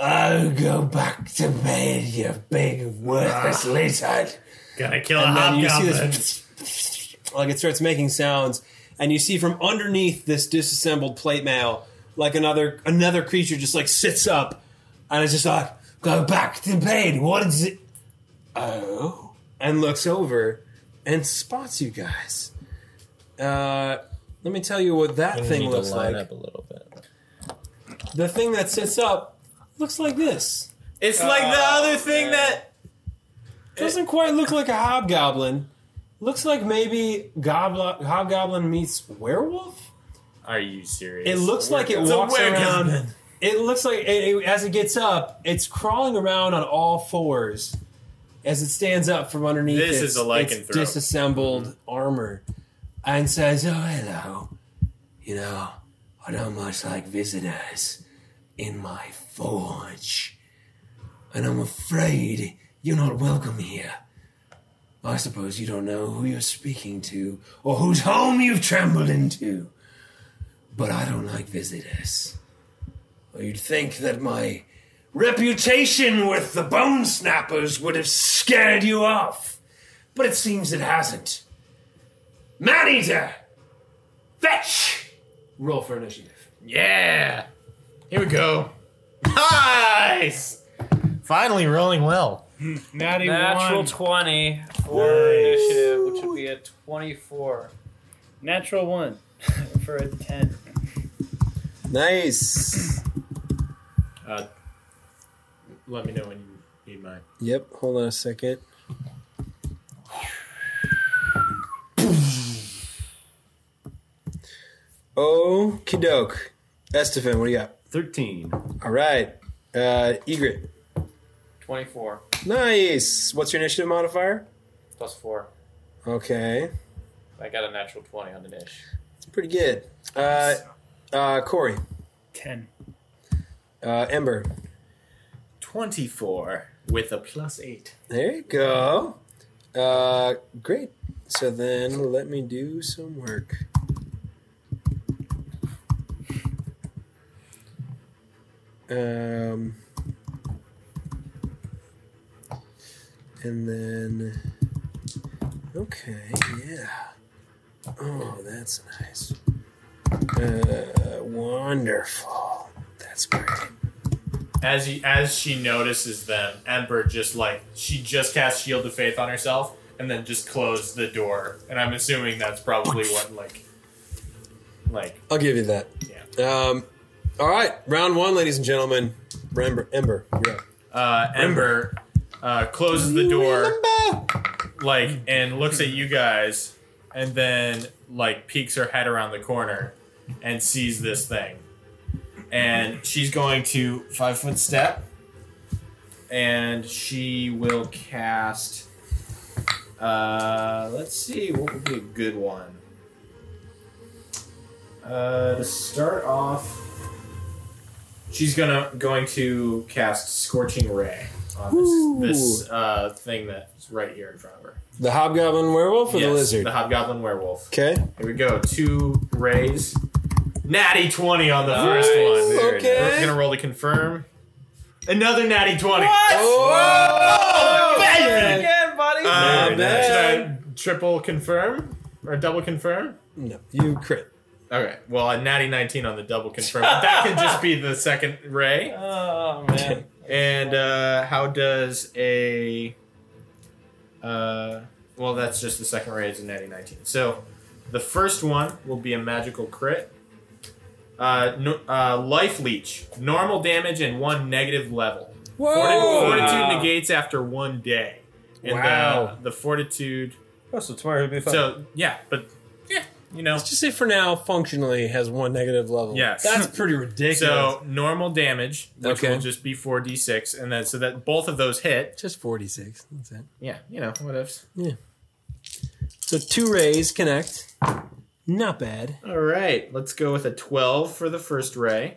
Speaker 3: Oh, go back to bed, you big worthless lizard.
Speaker 1: Gotta Ah. kill
Speaker 3: And
Speaker 1: a
Speaker 3: then you see
Speaker 1: hobgoblin.
Speaker 3: this, like it starts making sounds, and you see from underneath this disassembled plate mail, like another another creature just like sits up, and it's just like, go back to bed. What is it? Oh, and looks over, and spots you guys. Uh, let me tell you what that thing looks like.
Speaker 1: a little bit.
Speaker 3: The thing that sits up looks like this.
Speaker 1: It's like the other thing that.
Speaker 3: Doesn't quite look like a hobgoblin. Looks like maybe goblo- hobgoblin meets werewolf.
Speaker 1: Are you serious?
Speaker 3: It looks like it
Speaker 1: It's a
Speaker 3: walks
Speaker 1: weird
Speaker 3: around.
Speaker 1: goblin.
Speaker 3: It looks like it, it- as it gets up, it's crawling around on all fours as it stands up from underneath
Speaker 1: This
Speaker 3: its,
Speaker 1: is a lycanthrope.
Speaker 3: its disassembled armor and says, "Oh, hello. You know, I don't much like visitors in my forge, and I'm afraid you're not welcome here." I suppose you don't know who you're speaking to or whose home you've trembled into. But I don't like visitors. Or you'd think that my reputation with the bone snappers would have scared you off. But it seems it hasn't. Man eater! Fetch! Roll for initiative.
Speaker 1: Yeah. Here we go. Nice. Finally rolling well.
Speaker 4: Natty
Speaker 6: Natural
Speaker 4: one.
Speaker 6: twenty for initiative, which would be a twenty-four.
Speaker 4: Natural one for a ten.
Speaker 3: Nice.
Speaker 1: Uh, let me know when you need mine.
Speaker 3: Yep, hold on a second. Okie doke. Estefan, what do you got?
Speaker 2: 13.
Speaker 3: All right. Uh, Egret.
Speaker 6: Twenty-four
Speaker 3: Nice. What's your initiative modifier?
Speaker 6: plus four.
Speaker 3: Okay.
Speaker 6: I got a natural twenty on the dish.
Speaker 3: It's pretty good. Uh, uh, Corey.
Speaker 4: Ten.
Speaker 3: Uh, Ember.
Speaker 1: 24 with a plus 8.
Speaker 3: There you go. Uh, great. So then let me do some work. Um, and then, okay, yeah. Oh, that's nice. Uh, wonderful. That's great.
Speaker 1: As he, as she notices them, Ember just like she just cast Shield of Faith on herself and then just closed the door. And I'm assuming that's probably what like like
Speaker 3: I'll give you that. Yeah. Um, all right, round one, ladies and gentlemen. Remember, Ember, you're up.
Speaker 1: uh, Ember uh, closes the door, like, and looks at you guys, and then like peeks her head around the corner and sees this thing, and she's going to five foot step, and she will cast. Uh, let's see what would be a good one. Uh, to start off, She's gonna going to cast scorching ray on this, this uh, thing that's right here in front of her.
Speaker 3: The hobgoblin werewolf or
Speaker 1: Yes,
Speaker 3: the lizard?
Speaker 1: the hobgoblin werewolf.
Speaker 3: okay.
Speaker 1: Here we go. Two rays. Natty twenty on the
Speaker 7: Nice.
Speaker 1: first one.
Speaker 3: There it is.
Speaker 1: We're gonna roll to confirm. Another natty twenty.
Speaker 3: Oh,
Speaker 1: baby!
Speaker 6: Again, buddy.
Speaker 1: Uh,
Speaker 3: Very nice.
Speaker 1: should I triple confirm or double confirm?
Speaker 3: No, you crit.
Speaker 1: Okay. Well, a natty nineteen on the double confirm. that can just be the second ray.
Speaker 6: oh man.
Speaker 1: And uh, how does a. Uh, well, that's just the second ray is a natty 19. So the first one will be a magical crit. Uh, no, uh, life leech, normal damage and one negative level. Forti-
Speaker 3: Oh,
Speaker 1: Fortitude negates after one day. And uh,
Speaker 3: Wow.
Speaker 1: the, the fortitude.
Speaker 2: Oh, so tomorrow will be fun.
Speaker 1: So, yeah, but. Yeah, you know.
Speaker 3: Let's just say for now, functionally has one negative level.
Speaker 1: Yes.
Speaker 3: That's pretty ridiculous.
Speaker 1: So normal damage, which
Speaker 3: Okay.
Speaker 1: will just be four d six, and then so that both of those hit.
Speaker 3: just 46. That's it.
Speaker 1: Yeah, you know what ifs.
Speaker 3: So two rays connect. Not bad.
Speaker 1: All right, let's go with a 12 for the first ray.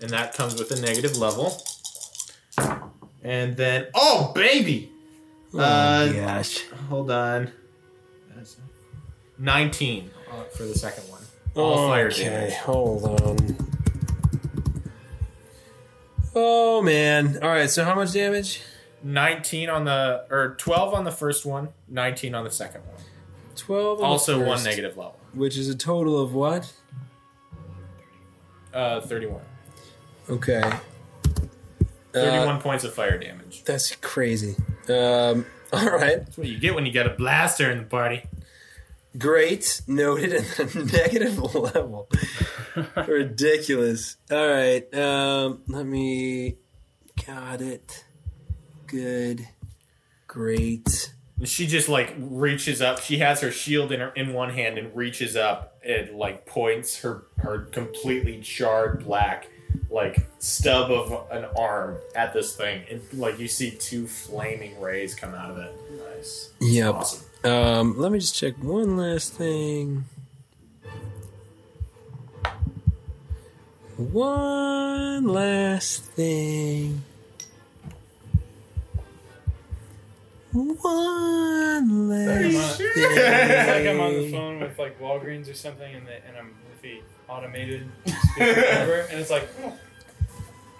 Speaker 1: And that comes with a negative level. And then, oh, baby! uh,
Speaker 3: Oh, gosh.
Speaker 1: Hold on. That's- 19 uh, for the second one. All fire
Speaker 3: Okay,
Speaker 1: damage.
Speaker 3: hold on. Oh man. All right, so how much damage?
Speaker 1: 19 on the, or 12 on the first one, 19 on the second one.
Speaker 3: 12. on the
Speaker 1: Also one
Speaker 3: first,
Speaker 1: negative level.
Speaker 3: Which is a total of what?
Speaker 1: Uh, 31.
Speaker 3: Okay. Uh,
Speaker 1: 31 points of fire damage.
Speaker 3: That's crazy. Um, all right.
Speaker 1: That's what you get when you get a blaster in the party.
Speaker 3: Great. Noted. And then negative level. Ridiculous. All right. Um, let me. Got it. Good. Great.
Speaker 1: And she just like reaches up. She has her shield in her in one hand and reaches up and like points her her completely charred black like stub of an arm at this thing and like you see two flaming rays come out of it. Nice.
Speaker 3: Yep.
Speaker 1: Awesome.
Speaker 3: Um, let me just check one last thing. One last thing. One last
Speaker 6: It's like I'm on the
Speaker 3: thing.
Speaker 6: phone with like Walgreens or something, and, the, and I'm with the automated speaker, whatever, and it's like,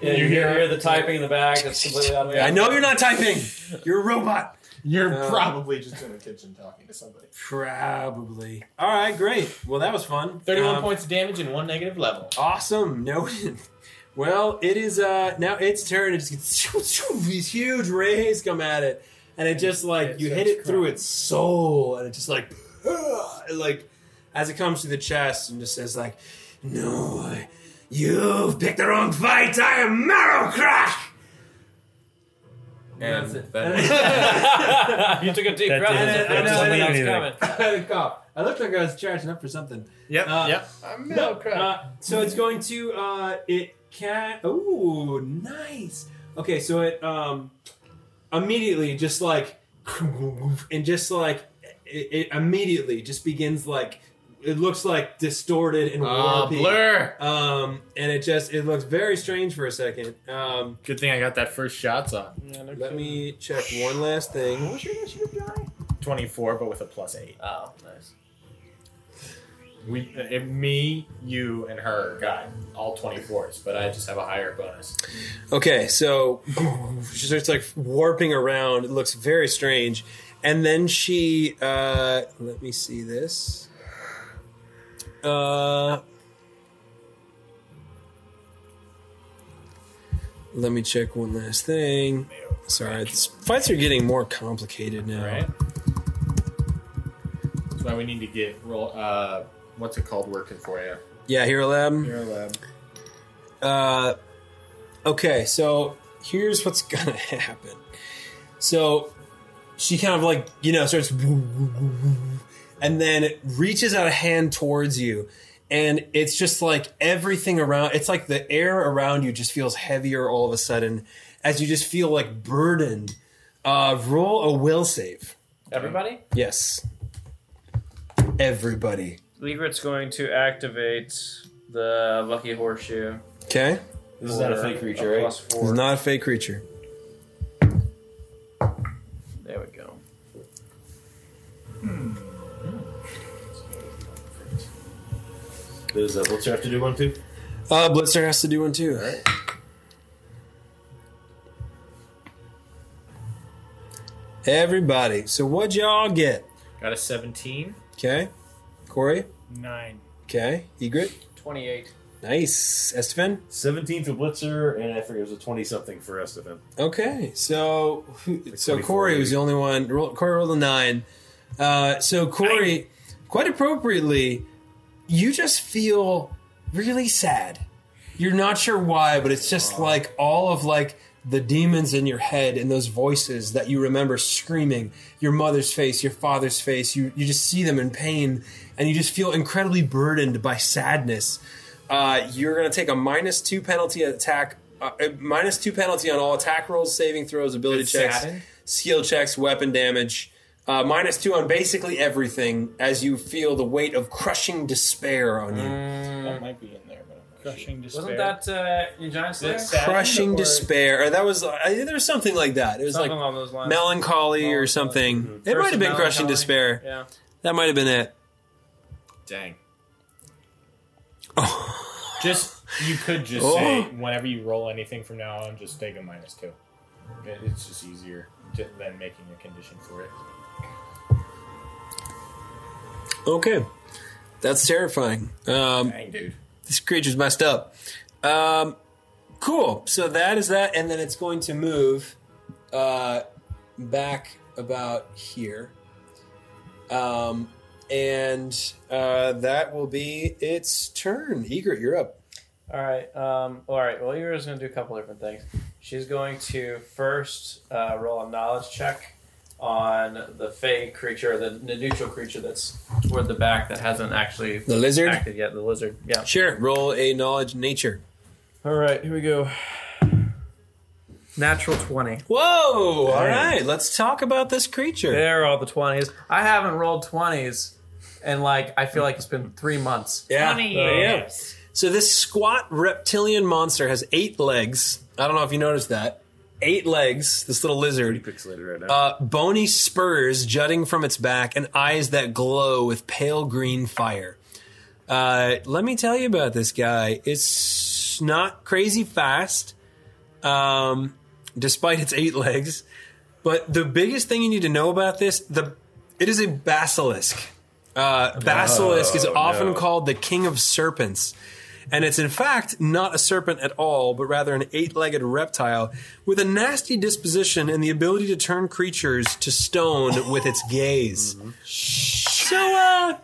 Speaker 8: Yeah, you hear, hear the typing in the back. That's completely automated.
Speaker 3: I know you're not typing. You're a robot.
Speaker 1: You're
Speaker 3: Uh,
Speaker 1: probably just in the kitchen talking to somebody.
Speaker 3: Probably. All right, great. Well, that was fun.
Speaker 1: Thirty-one
Speaker 3: Um,
Speaker 1: points of damage and one negative level.
Speaker 3: Awesome, noted. Well, it is uh now its turn. It just gets these huge rays come at it, and it just like you hit it through its soul, and it just like it, like as it comes to the chest and just says like, "No, I- you've picked the wrong fight. I am Marrow Crack."
Speaker 1: And
Speaker 6: you took a deep
Speaker 2: That didn't-
Speaker 6: breath. and
Speaker 2: that
Speaker 6: it was
Speaker 2: doesn't
Speaker 6: something
Speaker 2: mean
Speaker 6: else
Speaker 2: anything.
Speaker 6: coming.
Speaker 3: I had a cough. I looked like I was charging up for something.
Speaker 1: yep,
Speaker 3: Uh,
Speaker 1: yep.
Speaker 3: No, uh, so it's going to uh, it can. Ooh, nice. Okay, so it um immediately just like and just like it, it immediately just begins like it looks like distorted and
Speaker 1: Uh,
Speaker 3: warpy.
Speaker 1: blur.
Speaker 3: Um, and it just it looks very strange for a second. Um,
Speaker 1: Good thing I got that first shots on.
Speaker 3: let me check one last thing.
Speaker 1: Twenty-four, but with a plus eight.
Speaker 6: Oh, nice.
Speaker 1: We, uh, me, you, and her got all twenty fours, but I just have a higher bonus.
Speaker 3: Okay, so she starts like warping around. It looks very strange. And then she, uh, let me see this. Uh, let me check one last thing. Sorry, these fights are getting more complicated now.
Speaker 1: Right. That's why we need to get roll. Uh, what's it called? Working for you.
Speaker 3: Yeah, Hero Lab.
Speaker 1: Your lab.
Speaker 3: Uh, okay, so here's what's gonna happen. So she kind of like you know starts, woo, woo, woo, woo, and then reaches out a hand towards you, and it's just like everything around. It's like the air around you just feels heavier all of a sudden, as you just feel like burdened. Uh, roll a will save.
Speaker 6: Everybody?
Speaker 3: Yes. Everybody.
Speaker 6: Levert's going to activate the lucky horseshoe.
Speaker 3: Okay.
Speaker 2: This is not a
Speaker 6: for
Speaker 2: fake creature,
Speaker 6: a
Speaker 2: right?
Speaker 6: plus
Speaker 3: It's
Speaker 6: four.
Speaker 3: not a fake creature.
Speaker 6: There we go.
Speaker 2: Does uh, Blitzer have to do one too?
Speaker 3: Uh, Blitzer has to do one too. Everybody. So what'd y'all get?
Speaker 1: Got a seventeen.
Speaker 3: Okay. Corey?
Speaker 13: Nine.
Speaker 3: Okay. Egret?
Speaker 6: 28.
Speaker 3: Nice. Estefan?
Speaker 2: 17 for Blitzer, and I forget it was a 20 something for rest of him.
Speaker 3: Okay. So who, so
Speaker 2: 24,
Speaker 3: Corey was the only one. Roll, Corey rolled a nine. Uh, so Corey, quite appropriately, you just feel really sad. You're not sure why, but it's just like all of like the demons in your head and those voices that you remember screaming your mother's face, your father's face. You you just see them in pain, and you just feel incredibly burdened by sadness. Uh, you're going to take a minus two penalty attack, uh, a minus two penalty on all attack rolls, saving throws, ability
Speaker 1: It's
Speaker 3: checks,
Speaker 1: saddened?
Speaker 3: skill checks, weapon damage. Uh, minus two on basically everything as you feel the weight of crushing despair on you.
Speaker 1: Uh,
Speaker 9: That might be in there, but I'm not
Speaker 13: Crushing despair.
Speaker 6: Wasn't that uh, in Giant Slayer?
Speaker 9: That's sad.
Speaker 3: Crushing
Speaker 6: Or
Speaker 3: despair. Or that was I think there was something like that. It was
Speaker 6: Something
Speaker 3: like
Speaker 6: along those lines.
Speaker 3: melancholy or
Speaker 6: Melancholy.
Speaker 3: something. It
Speaker 6: Curse
Speaker 3: might have
Speaker 6: of
Speaker 3: been crushing
Speaker 6: Melancholy.
Speaker 3: despair.
Speaker 6: Yeah.
Speaker 3: That might have been it.
Speaker 1: Dang.
Speaker 3: Oh.
Speaker 1: Just you could just
Speaker 3: Oh.
Speaker 1: say whenever you roll anything from now on, just take a minus two. It- It's just easier to, than making a condition for it.
Speaker 3: Okay. That's terrifying. Um,
Speaker 1: Dang, dude.
Speaker 3: this creature's messed up. Um, cool. So that is that, and then it's going to move uh, back about here, um, and uh, that will be its turn. Egret, you're up.
Speaker 6: All right. Um, all right. Well, Ira's going to do a couple different things. She's going to first uh, roll a knowledge check on the fey creature, the, the neutral creature that's toward the back that hasn't actually
Speaker 3: The lizard.
Speaker 6: acted yet. The lizard. Yeah.
Speaker 3: Sure. Roll a knowledge nature.
Speaker 6: All right. Here we go. Natural twenty.
Speaker 3: Whoa! All right, let's talk about this creature.
Speaker 6: There are all the twenties. I haven't rolled twenties, and like I feel like it's been three months.
Speaker 3: Yeah. So this squat reptilian monster has eight legs. I don't know if you noticed that. Eight legs. This little lizard.
Speaker 2: Pixelated right now.
Speaker 3: Uh, bony spurs jutting from its back and eyes that glow with pale green fire. Uh, let me tell you about this guy. It's not crazy fast, um, despite its eight legs. But the biggest thing you need to know about this the it is a basilisk. Uh, basilisk is often
Speaker 2: no.
Speaker 3: called the king of serpents. And it's in fact not a serpent at all, but rather an eight legged reptile with a nasty disposition and the ability to turn creatures to stone with its gaze. So, uh,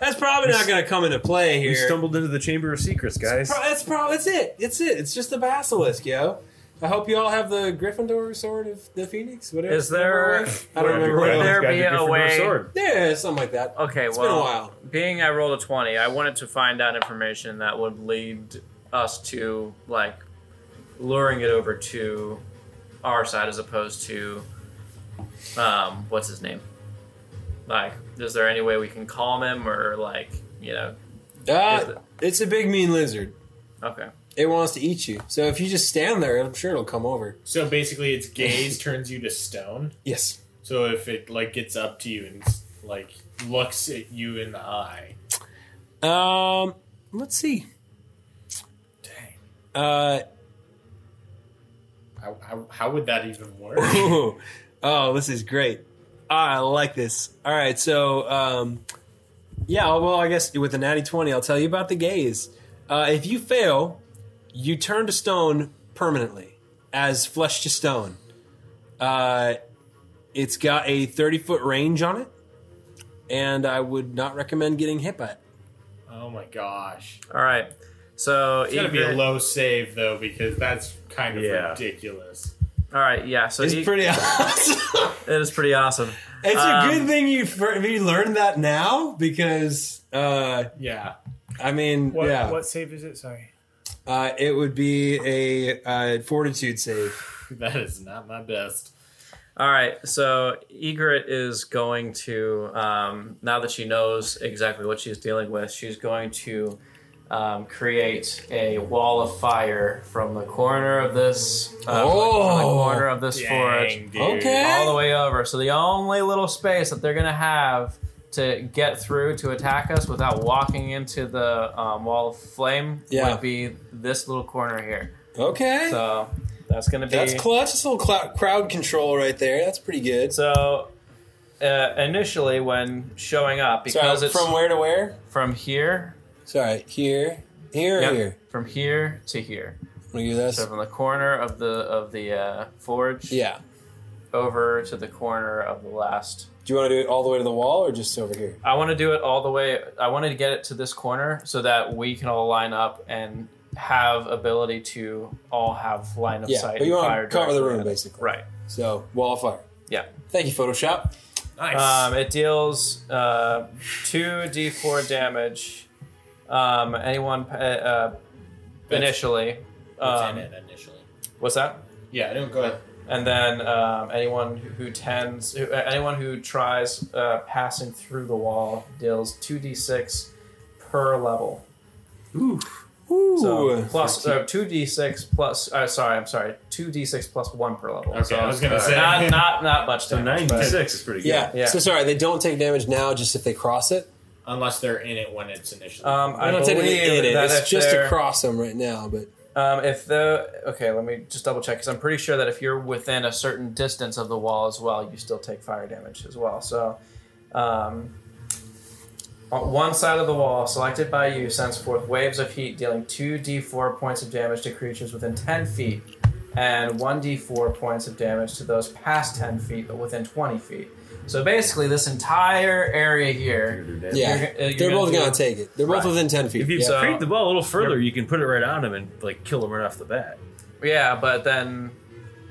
Speaker 3: that's probably not going to come into play here.
Speaker 2: we stumbled into the Chamber of Secrets, guys.
Speaker 3: Pro- that's probably that's it. It's it. It's just the basilisk, yo. I hope you all have the Gryffindor sword of the Phoenix. Whatever.
Speaker 6: Is there-
Speaker 3: I don't remember.
Speaker 6: Would
Speaker 3: What it was.
Speaker 6: there
Speaker 2: Gotta
Speaker 6: be
Speaker 2: get
Speaker 6: a
Speaker 2: Gryffindor
Speaker 6: way-
Speaker 2: sword.
Speaker 3: Yeah, something like that.
Speaker 6: Okay.
Speaker 3: It's
Speaker 6: well,
Speaker 3: been a while.
Speaker 6: being I rolled a 20, I wanted to find out information that would lead us to like luring it over to our side as opposed to um what's his name? Like is there any way we can calm him or like, you know, Is
Speaker 3: Uh,
Speaker 6: it-
Speaker 3: it's a big mean lizard.
Speaker 6: okay.
Speaker 3: It wants to eat you. So if you just stand there, I'm sure it'll come over.
Speaker 1: So basically, its gaze turns you to stone.
Speaker 3: Yes.
Speaker 1: So if it like gets up to you and like looks at you in the eye,
Speaker 3: Um, let's see. Dang. Uh,
Speaker 1: How, how, how would that even work?
Speaker 3: Ooh. Oh, this is great. Ah, I like this. All right, so um, yeah, well, I guess with the natty 20, I'll tell you about the gaze. Uh, if you fail, you turn to stone permanently, as flesh to stone. Uh, it's got a 30 foot range on it, and I would not recommend getting hit by it.
Speaker 1: Oh my gosh.
Speaker 6: All right. So
Speaker 1: It's going to be a
Speaker 6: Egret-
Speaker 1: low save, though, because that's kind of
Speaker 2: Yeah.
Speaker 1: ridiculous.
Speaker 6: All right. Yeah. So
Speaker 3: It's
Speaker 6: Egret-
Speaker 3: pretty awesome.
Speaker 6: It is pretty awesome.
Speaker 3: it's
Speaker 6: Um,
Speaker 3: a good thing you, fir- you learned that now because, uh,
Speaker 1: Yeah.
Speaker 3: I mean,
Speaker 4: What,
Speaker 3: yeah.
Speaker 4: what save is it? Sorry.
Speaker 3: Uh, it would be a uh, fortitude save.
Speaker 1: That is not my best.
Speaker 6: All right, so Egret is going to um, now that she knows exactly what she's dealing with, she's going to um, create a wall of fire from the corner of this uh, from the
Speaker 3: Oh.
Speaker 6: corner of this forge
Speaker 1: Dang, dude.
Speaker 3: Okay.
Speaker 6: all the way over. So the only little space that they're gonna have to get through to attack us without walking into the um, wall of flame
Speaker 3: Yeah.
Speaker 6: would be this little corner here.
Speaker 3: Okay.
Speaker 6: So that's gonna be
Speaker 3: that's clutch. That's a little clou- crowd control right there. That's pretty good.
Speaker 6: So, uh, initially, when showing up, because
Speaker 3: Sorry,
Speaker 6: it's
Speaker 3: from
Speaker 6: from,
Speaker 3: where to where?
Speaker 6: here,
Speaker 3: Sorry, here, here, or
Speaker 6: Yep,
Speaker 3: here.
Speaker 6: from here to here,
Speaker 3: I'm gonna do this.
Speaker 6: so from the corner of the of the uh, forge,
Speaker 3: Yeah.
Speaker 6: over to the corner of the last.
Speaker 3: Do you want to do it all the way to the wall or just over here?
Speaker 6: I want to do it all the way. I want to get it to this corner so that we can all line up and have ability to all have line of
Speaker 3: yeah,
Speaker 6: sight.
Speaker 3: but you
Speaker 6: and
Speaker 3: want
Speaker 6: fire
Speaker 3: to cover the
Speaker 6: directly
Speaker 3: room
Speaker 6: at us.
Speaker 3: basically.
Speaker 6: right?
Speaker 3: So wall of fire.
Speaker 6: Yeah.
Speaker 3: Thank you, Photoshop.
Speaker 6: Um, it deals uh, two d4 damage. Um, anyone uh, uh, initially.
Speaker 1: What's in
Speaker 6: Um,
Speaker 1: it initially?
Speaker 6: what's that?
Speaker 1: Yeah, don't go ahead.
Speaker 6: And then um, anyone who tends, who, uh, anyone who tries uh, passing through the wall deals two d6 per level.
Speaker 3: Ooh.
Speaker 6: So plus uh, two d6 plus. Uh, sorry, I'm sorry. Two d6 plus one per level.
Speaker 1: Okay,
Speaker 6: so
Speaker 1: I was going to say.
Speaker 6: not not not much
Speaker 2: So
Speaker 6: damage. but-
Speaker 2: 96 is pretty good.
Speaker 3: yeah.
Speaker 6: Yeah.
Speaker 3: So sorry, they don't take damage now, just if they cross it.
Speaker 1: Unless they're in it when it's initially.
Speaker 6: um, I
Speaker 3: They're not technically in
Speaker 6: believe
Speaker 3: it.
Speaker 6: that
Speaker 3: It's
Speaker 6: if
Speaker 3: just to
Speaker 6: they're-
Speaker 3: cross them right now, but
Speaker 6: Um, if the okay, let me just double check because I'm pretty sure that if you're within a certain distance of the wall as well, you still take fire damage as well. So, um, on one side of the wall selected by you sends forth waves of heat, dealing two d4 points of damage to creatures within 10 feet, and one d4 points of damage to those past 10 feet but within 20 feet. So basically, this entire area here,
Speaker 3: yeah,
Speaker 6: You're- uh, you're
Speaker 3: they're
Speaker 6: gonna
Speaker 3: both
Speaker 6: do-
Speaker 3: gonna take it. They're both
Speaker 6: Right.
Speaker 3: within ten feet.
Speaker 2: If you
Speaker 3: yeah.
Speaker 6: So-
Speaker 2: creep the ball a little further, you can put it right on him and like kill him right off the bat.
Speaker 6: Yeah, but then,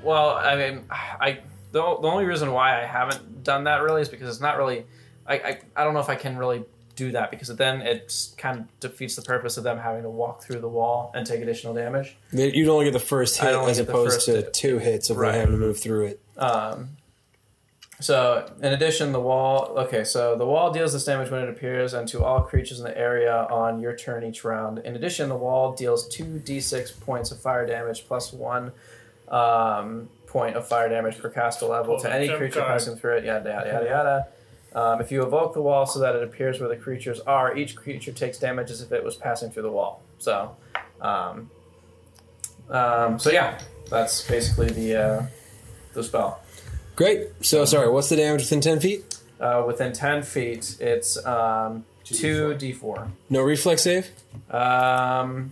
Speaker 6: well, I mean, I the, the only reason why I haven't done that really is because it's not really, I, I, I don't know if I can really do that because then it's kind of defeats the purpose of them having to walk through the wall and take additional damage.
Speaker 3: That You'd only get the first hit
Speaker 6: I'd only
Speaker 3: as
Speaker 6: get the
Speaker 3: opposed
Speaker 6: first
Speaker 3: to
Speaker 6: hit.
Speaker 3: two hits of
Speaker 6: Right.
Speaker 3: them having to move through it.
Speaker 6: Um, so, in addition, the wall. Okay, so the wall deals this damage when it appears, and to all creatures in the area on your turn each round. In addition, the wall deals two d6 points of fire damage plus one um, point of fire damage per caster level
Speaker 13: Pull
Speaker 6: to
Speaker 13: the
Speaker 6: any
Speaker 13: jump
Speaker 6: creature
Speaker 13: card.
Speaker 6: passing through it. Yada yada yada yada. Um, if you evoke the wall so that it appears where the creatures are, each creature takes damage as if it was passing through the wall. So, um, um, so yeah, that's basically the uh, the spell.
Speaker 3: Great. So sorry, what's the damage within ten feet?
Speaker 6: Uh, within 10 feet, it's um, 2d4.
Speaker 3: No reflex save.
Speaker 6: Um,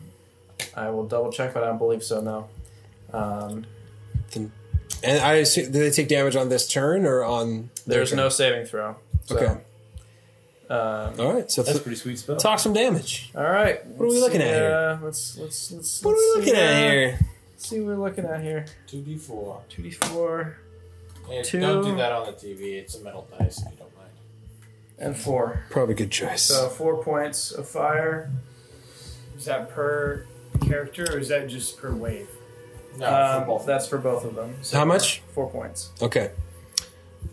Speaker 6: I will double check, but I don't believe so, no. Um,
Speaker 3: And I assume, do they take damage on this turn or on? their
Speaker 6: there's
Speaker 3: turn?
Speaker 6: no saving throw. So,
Speaker 3: Okay.
Speaker 6: Um,
Speaker 3: All right. So
Speaker 2: That's a
Speaker 3: th-
Speaker 2: pretty sweet spell.
Speaker 3: talk some damage.
Speaker 6: all right.
Speaker 3: What are we looking at here?
Speaker 6: Uh, let's, let's, let's,
Speaker 3: What are we
Speaker 6: let's see,
Speaker 3: looking at
Speaker 6: uh,
Speaker 3: here?
Speaker 6: see what we're looking at here.
Speaker 1: 2d4.
Speaker 6: 2d4
Speaker 1: And
Speaker 6: Two.
Speaker 1: Don't do that on the TV. It's a metal dice, if you don't mind.
Speaker 6: and 4.
Speaker 3: Probably good choice.
Speaker 6: So 4 points of fire.
Speaker 4: Is that per character or is that just per wave?
Speaker 1: No,
Speaker 6: um,
Speaker 1: for both.
Speaker 6: That's for both of them. So
Speaker 3: How much?
Speaker 6: 4 points.
Speaker 3: Okay.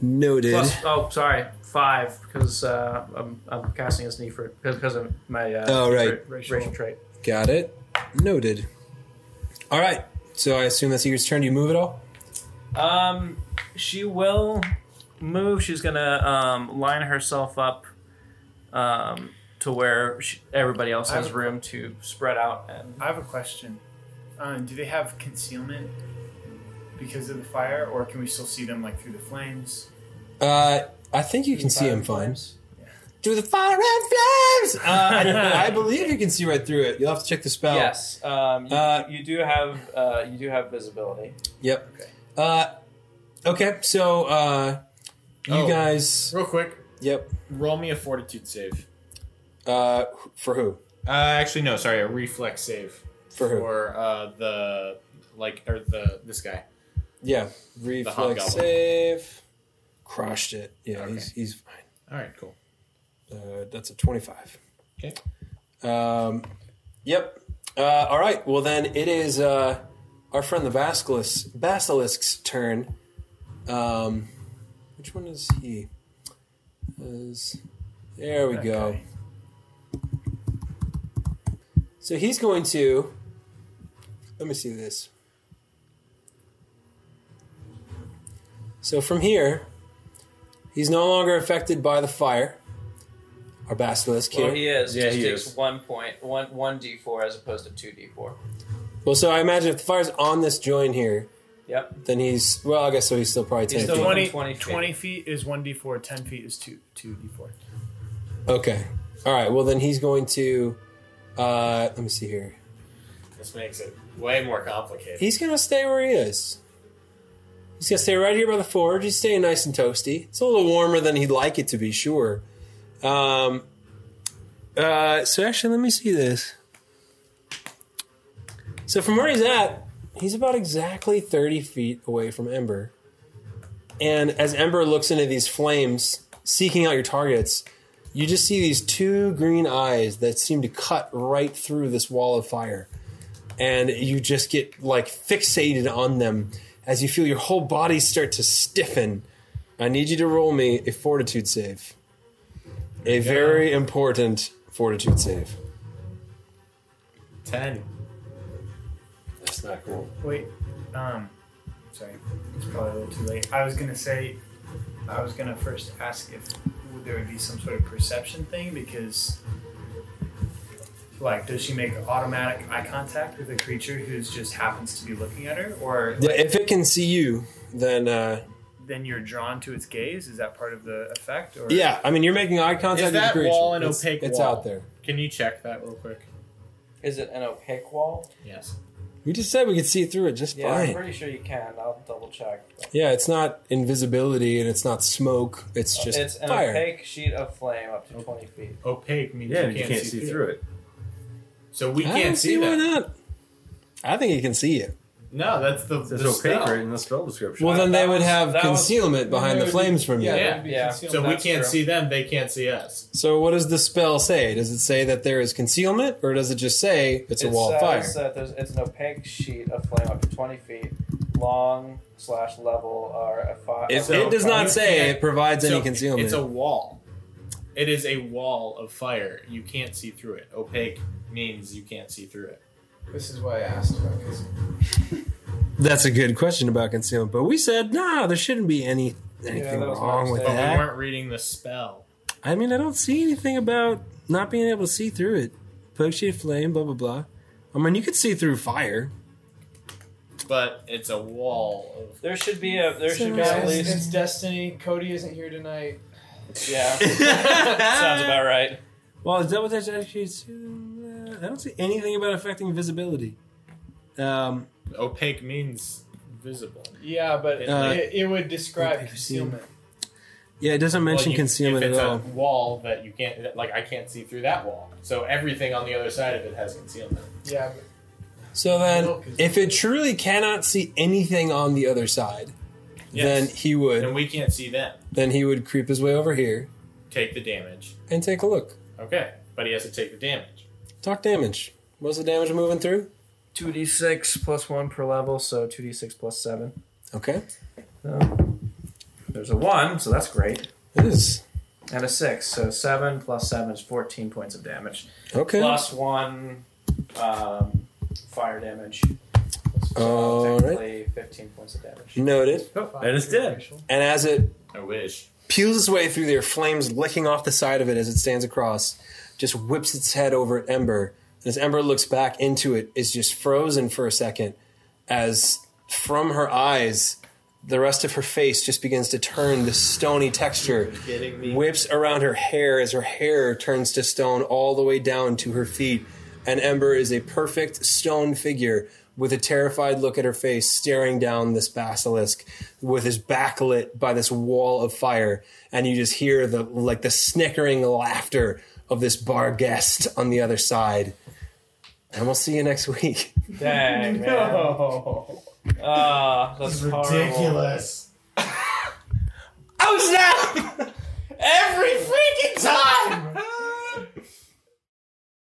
Speaker 3: Noted.
Speaker 6: Plus, oh, sorry, 5, because uh, I'm, I'm casting as Nefert, because of my uh,
Speaker 3: Oh, right.
Speaker 6: ra- racial trait.
Speaker 3: Got it. Noted. All right. So I assume that's Eagre's turn. Do you move at all?
Speaker 6: Um, she will move. She's gonna um, line herself up um, to where sh- everybody else has room to spread out and
Speaker 4: I have a question. Um, do they have concealment because of the fire, or can we still see them like through the flames?
Speaker 3: Uh, I think you can see him fine. Through the fire and flames. Uh, I, I believe you can see right through it. You'll have to check the spell.
Speaker 8: Yes, um, you,
Speaker 3: Uh,
Speaker 8: you do have uh, you do have visibility.
Speaker 3: Yep. Okay. Uh, okay. So uh, you
Speaker 1: Oh.
Speaker 3: guys.
Speaker 1: Real quick,
Speaker 3: Yep.
Speaker 1: roll me a fortitude save.
Speaker 3: Uh, for who?
Speaker 1: Uh, actually, no, sorry, a reflex save
Speaker 3: For who?
Speaker 1: uh, the like or the this guy.
Speaker 3: Yeah. Reflex
Speaker 1: hobgoblin.
Speaker 3: save. Crushed it. Yeah. He's he's fine.
Speaker 1: All right, cool.
Speaker 3: Uh, that's a twenty-five.
Speaker 1: Okay.
Speaker 3: Um, yep. Uh, all right. Well, then it is uh, our friend the basilisk, basilisk's turn. Um, which one is he? Is there we go. So he's going to. Let me see this. So from here, he's no longer affected by the fire. Our basilisk here.
Speaker 6: Well, he is.
Speaker 2: Yeah,
Speaker 6: just
Speaker 2: he
Speaker 6: takes
Speaker 2: is.
Speaker 6: one point, one one d four as opposed to two d four.
Speaker 3: Well, so I imagine if the fire's on this join here,
Speaker 6: Yep.
Speaker 3: then he's well. I guess so. He's still probably ten
Speaker 6: He's
Speaker 3: feet.
Speaker 6: still-
Speaker 4: 20,
Speaker 6: 20 feet.
Speaker 4: 20 feet is 1d4, 10 feet is 2, 2d4.
Speaker 3: Okay. All right. Well, then he's going to. Uh, let me see here.
Speaker 1: This makes it way more complicated.
Speaker 3: He's gonna stay where he is. He's gonna stay right here by the forge. He's staying nice and toasty. It's a little warmer than he'd like it to be, sure. Um, uh, so actually, let me see this. So from where he's at, he's about exactly thirty feet away from Ember. And as Ember looks into these flames, seeking out your targets, you just see these two green eyes that seem to cut right through this wall of fire and you just get like fixated on them as you feel your whole body start to stiffen. I need you to roll me a fortitude save. A very important fortitude save.
Speaker 1: Ten.
Speaker 2: That's not cool.
Speaker 4: Wait, um, sorry, it's probably a little too late. I was gonna say, I was gonna first ask if there would be some sort of perception thing because, like, does she make automatic eye contact with a creature who just happens to be looking at her, or
Speaker 3: Yeah, if it can see you, then uh,
Speaker 4: then you're drawn to its gaze? Is that part of the effect? Or
Speaker 3: yeah. I mean, you're making eye contact
Speaker 1: Is
Speaker 3: with the
Speaker 1: that
Speaker 3: creature.
Speaker 1: wall an
Speaker 3: it's,
Speaker 1: opaque
Speaker 3: It's
Speaker 1: wall?
Speaker 3: out there.
Speaker 1: Can you check that real quick?
Speaker 8: Is it an opaque wall?
Speaker 1: Yes.
Speaker 3: We just said we could see through it just
Speaker 8: Yeah, I'm
Speaker 3: fine.
Speaker 8: pretty sure you can. I'll double check.
Speaker 3: Yeah, it's not invisibility and it's not smoke.
Speaker 1: Uh,
Speaker 3: It's just
Speaker 8: it's an
Speaker 3: fire.
Speaker 8: opaque sheet of flame up to twenty feet.
Speaker 1: Opaque means
Speaker 2: Yeah,
Speaker 1: you can't, see, through.
Speaker 2: it.
Speaker 1: So we
Speaker 3: I don't
Speaker 1: can't
Speaker 3: see,
Speaker 1: see
Speaker 3: why
Speaker 1: that.
Speaker 3: not. I think he can see you.
Speaker 1: No, that's the,
Speaker 2: It's
Speaker 1: the
Speaker 2: opaque
Speaker 1: spell.
Speaker 2: right in the spell description.
Speaker 3: Well, then
Speaker 8: that
Speaker 3: they would
Speaker 8: was-
Speaker 3: have
Speaker 8: that was-
Speaker 3: concealment behind
Speaker 8: would
Speaker 3: the
Speaker 8: be-
Speaker 3: flames from you.
Speaker 8: yeah,
Speaker 1: Yeah.
Speaker 8: Yeah.
Speaker 1: So we
Speaker 8: That's
Speaker 1: can't
Speaker 8: true.
Speaker 1: see them, they can't see us.
Speaker 3: So what does the spell say? Does it say that there is concealment, or does it just say it's a
Speaker 8: it
Speaker 3: wall of
Speaker 8: says
Speaker 3: fire?
Speaker 8: That there's, it's an opaque sheet of flame up to 20 feet long slash level or a fire.
Speaker 3: It,
Speaker 1: So
Speaker 3: it does
Speaker 1: you
Speaker 3: not say
Speaker 1: can't-
Speaker 3: it provides
Speaker 1: So
Speaker 3: any concealment.
Speaker 1: It's a wall. It is a wall of fire. You can't see through it. Opaque means you can't see through it.
Speaker 9: This is why I asked about this.
Speaker 3: That's a good question about concealment, but we said nah, there shouldn't be any anything
Speaker 8: that was my
Speaker 3: wrong with
Speaker 1: But we
Speaker 3: that.
Speaker 1: weren't reading the spell.
Speaker 3: I mean, I don't see anything about not being able to see through it. Poke sheet of flame, blah blah blah. I mean, you could see through fire.
Speaker 1: But it's a wall of
Speaker 8: there should be a there should be
Speaker 9: Guys,
Speaker 8: at least
Speaker 9: it's Destiny. Cody isn't here tonight.
Speaker 8: yeah sounds
Speaker 3: Sounds
Speaker 8: about right.
Speaker 3: Well, is that what that's actually? I don't see anything about affecting visibility. Um,
Speaker 1: opaque means visible.
Speaker 9: Yeah, but
Speaker 3: Uh,
Speaker 9: it, it would describe
Speaker 3: okay,
Speaker 9: concealment.
Speaker 3: yeah, it doesn't mention
Speaker 1: Well, you-
Speaker 3: concealment
Speaker 1: if
Speaker 3: at
Speaker 1: it's
Speaker 3: all.
Speaker 1: a wall that you can't that, like I can't see through that wall. So everything on the other side of it has concealment.
Speaker 9: Yeah, but
Speaker 3: So then,
Speaker 9: Milk is-
Speaker 3: if it truly cannot see anything on the other side, then he
Speaker 1: and
Speaker 3: would
Speaker 1: we can't see them.
Speaker 3: then he would creep his way over here
Speaker 1: Take the damage.
Speaker 3: and take a look.
Speaker 1: Okay. But he has to take the damage.
Speaker 3: Talk damage. What's the damage moving through?
Speaker 6: 2d6 plus 1 per level, so 2d6 plus 7.
Speaker 3: Okay,
Speaker 6: There's a 1, so that's great.
Speaker 3: it is
Speaker 6: And a 6, so 7 plus 7 is 14 points of damage.
Speaker 3: okay.
Speaker 6: Plus 1 um, fire damage. So
Speaker 3: All right.
Speaker 6: technically 15 points of damage.
Speaker 3: Noted.
Speaker 2: And it's dead.
Speaker 3: And as it
Speaker 1: I wish.
Speaker 3: peels its way through there, flames licking off the side of it as it stands across. just whips its head over at Ember. And as Ember looks back into it, is just frozen for a second as from her eyes, the rest of her face just begins to turn this stony texture, whips around her hair as her hair turns to stone all the way down to her feet. And Ember is a perfect stone figure with a terrified look at her face, staring down this basilisk with his backlit by this wall of fire. And you just hear the like the snickering laughter of this bar guest on the other side. And we'll see you next week.
Speaker 8: Dang, man.
Speaker 4: No.
Speaker 8: Ah, that's horrible.
Speaker 9: Ridiculous.
Speaker 1: Oh snap! Every freaking time!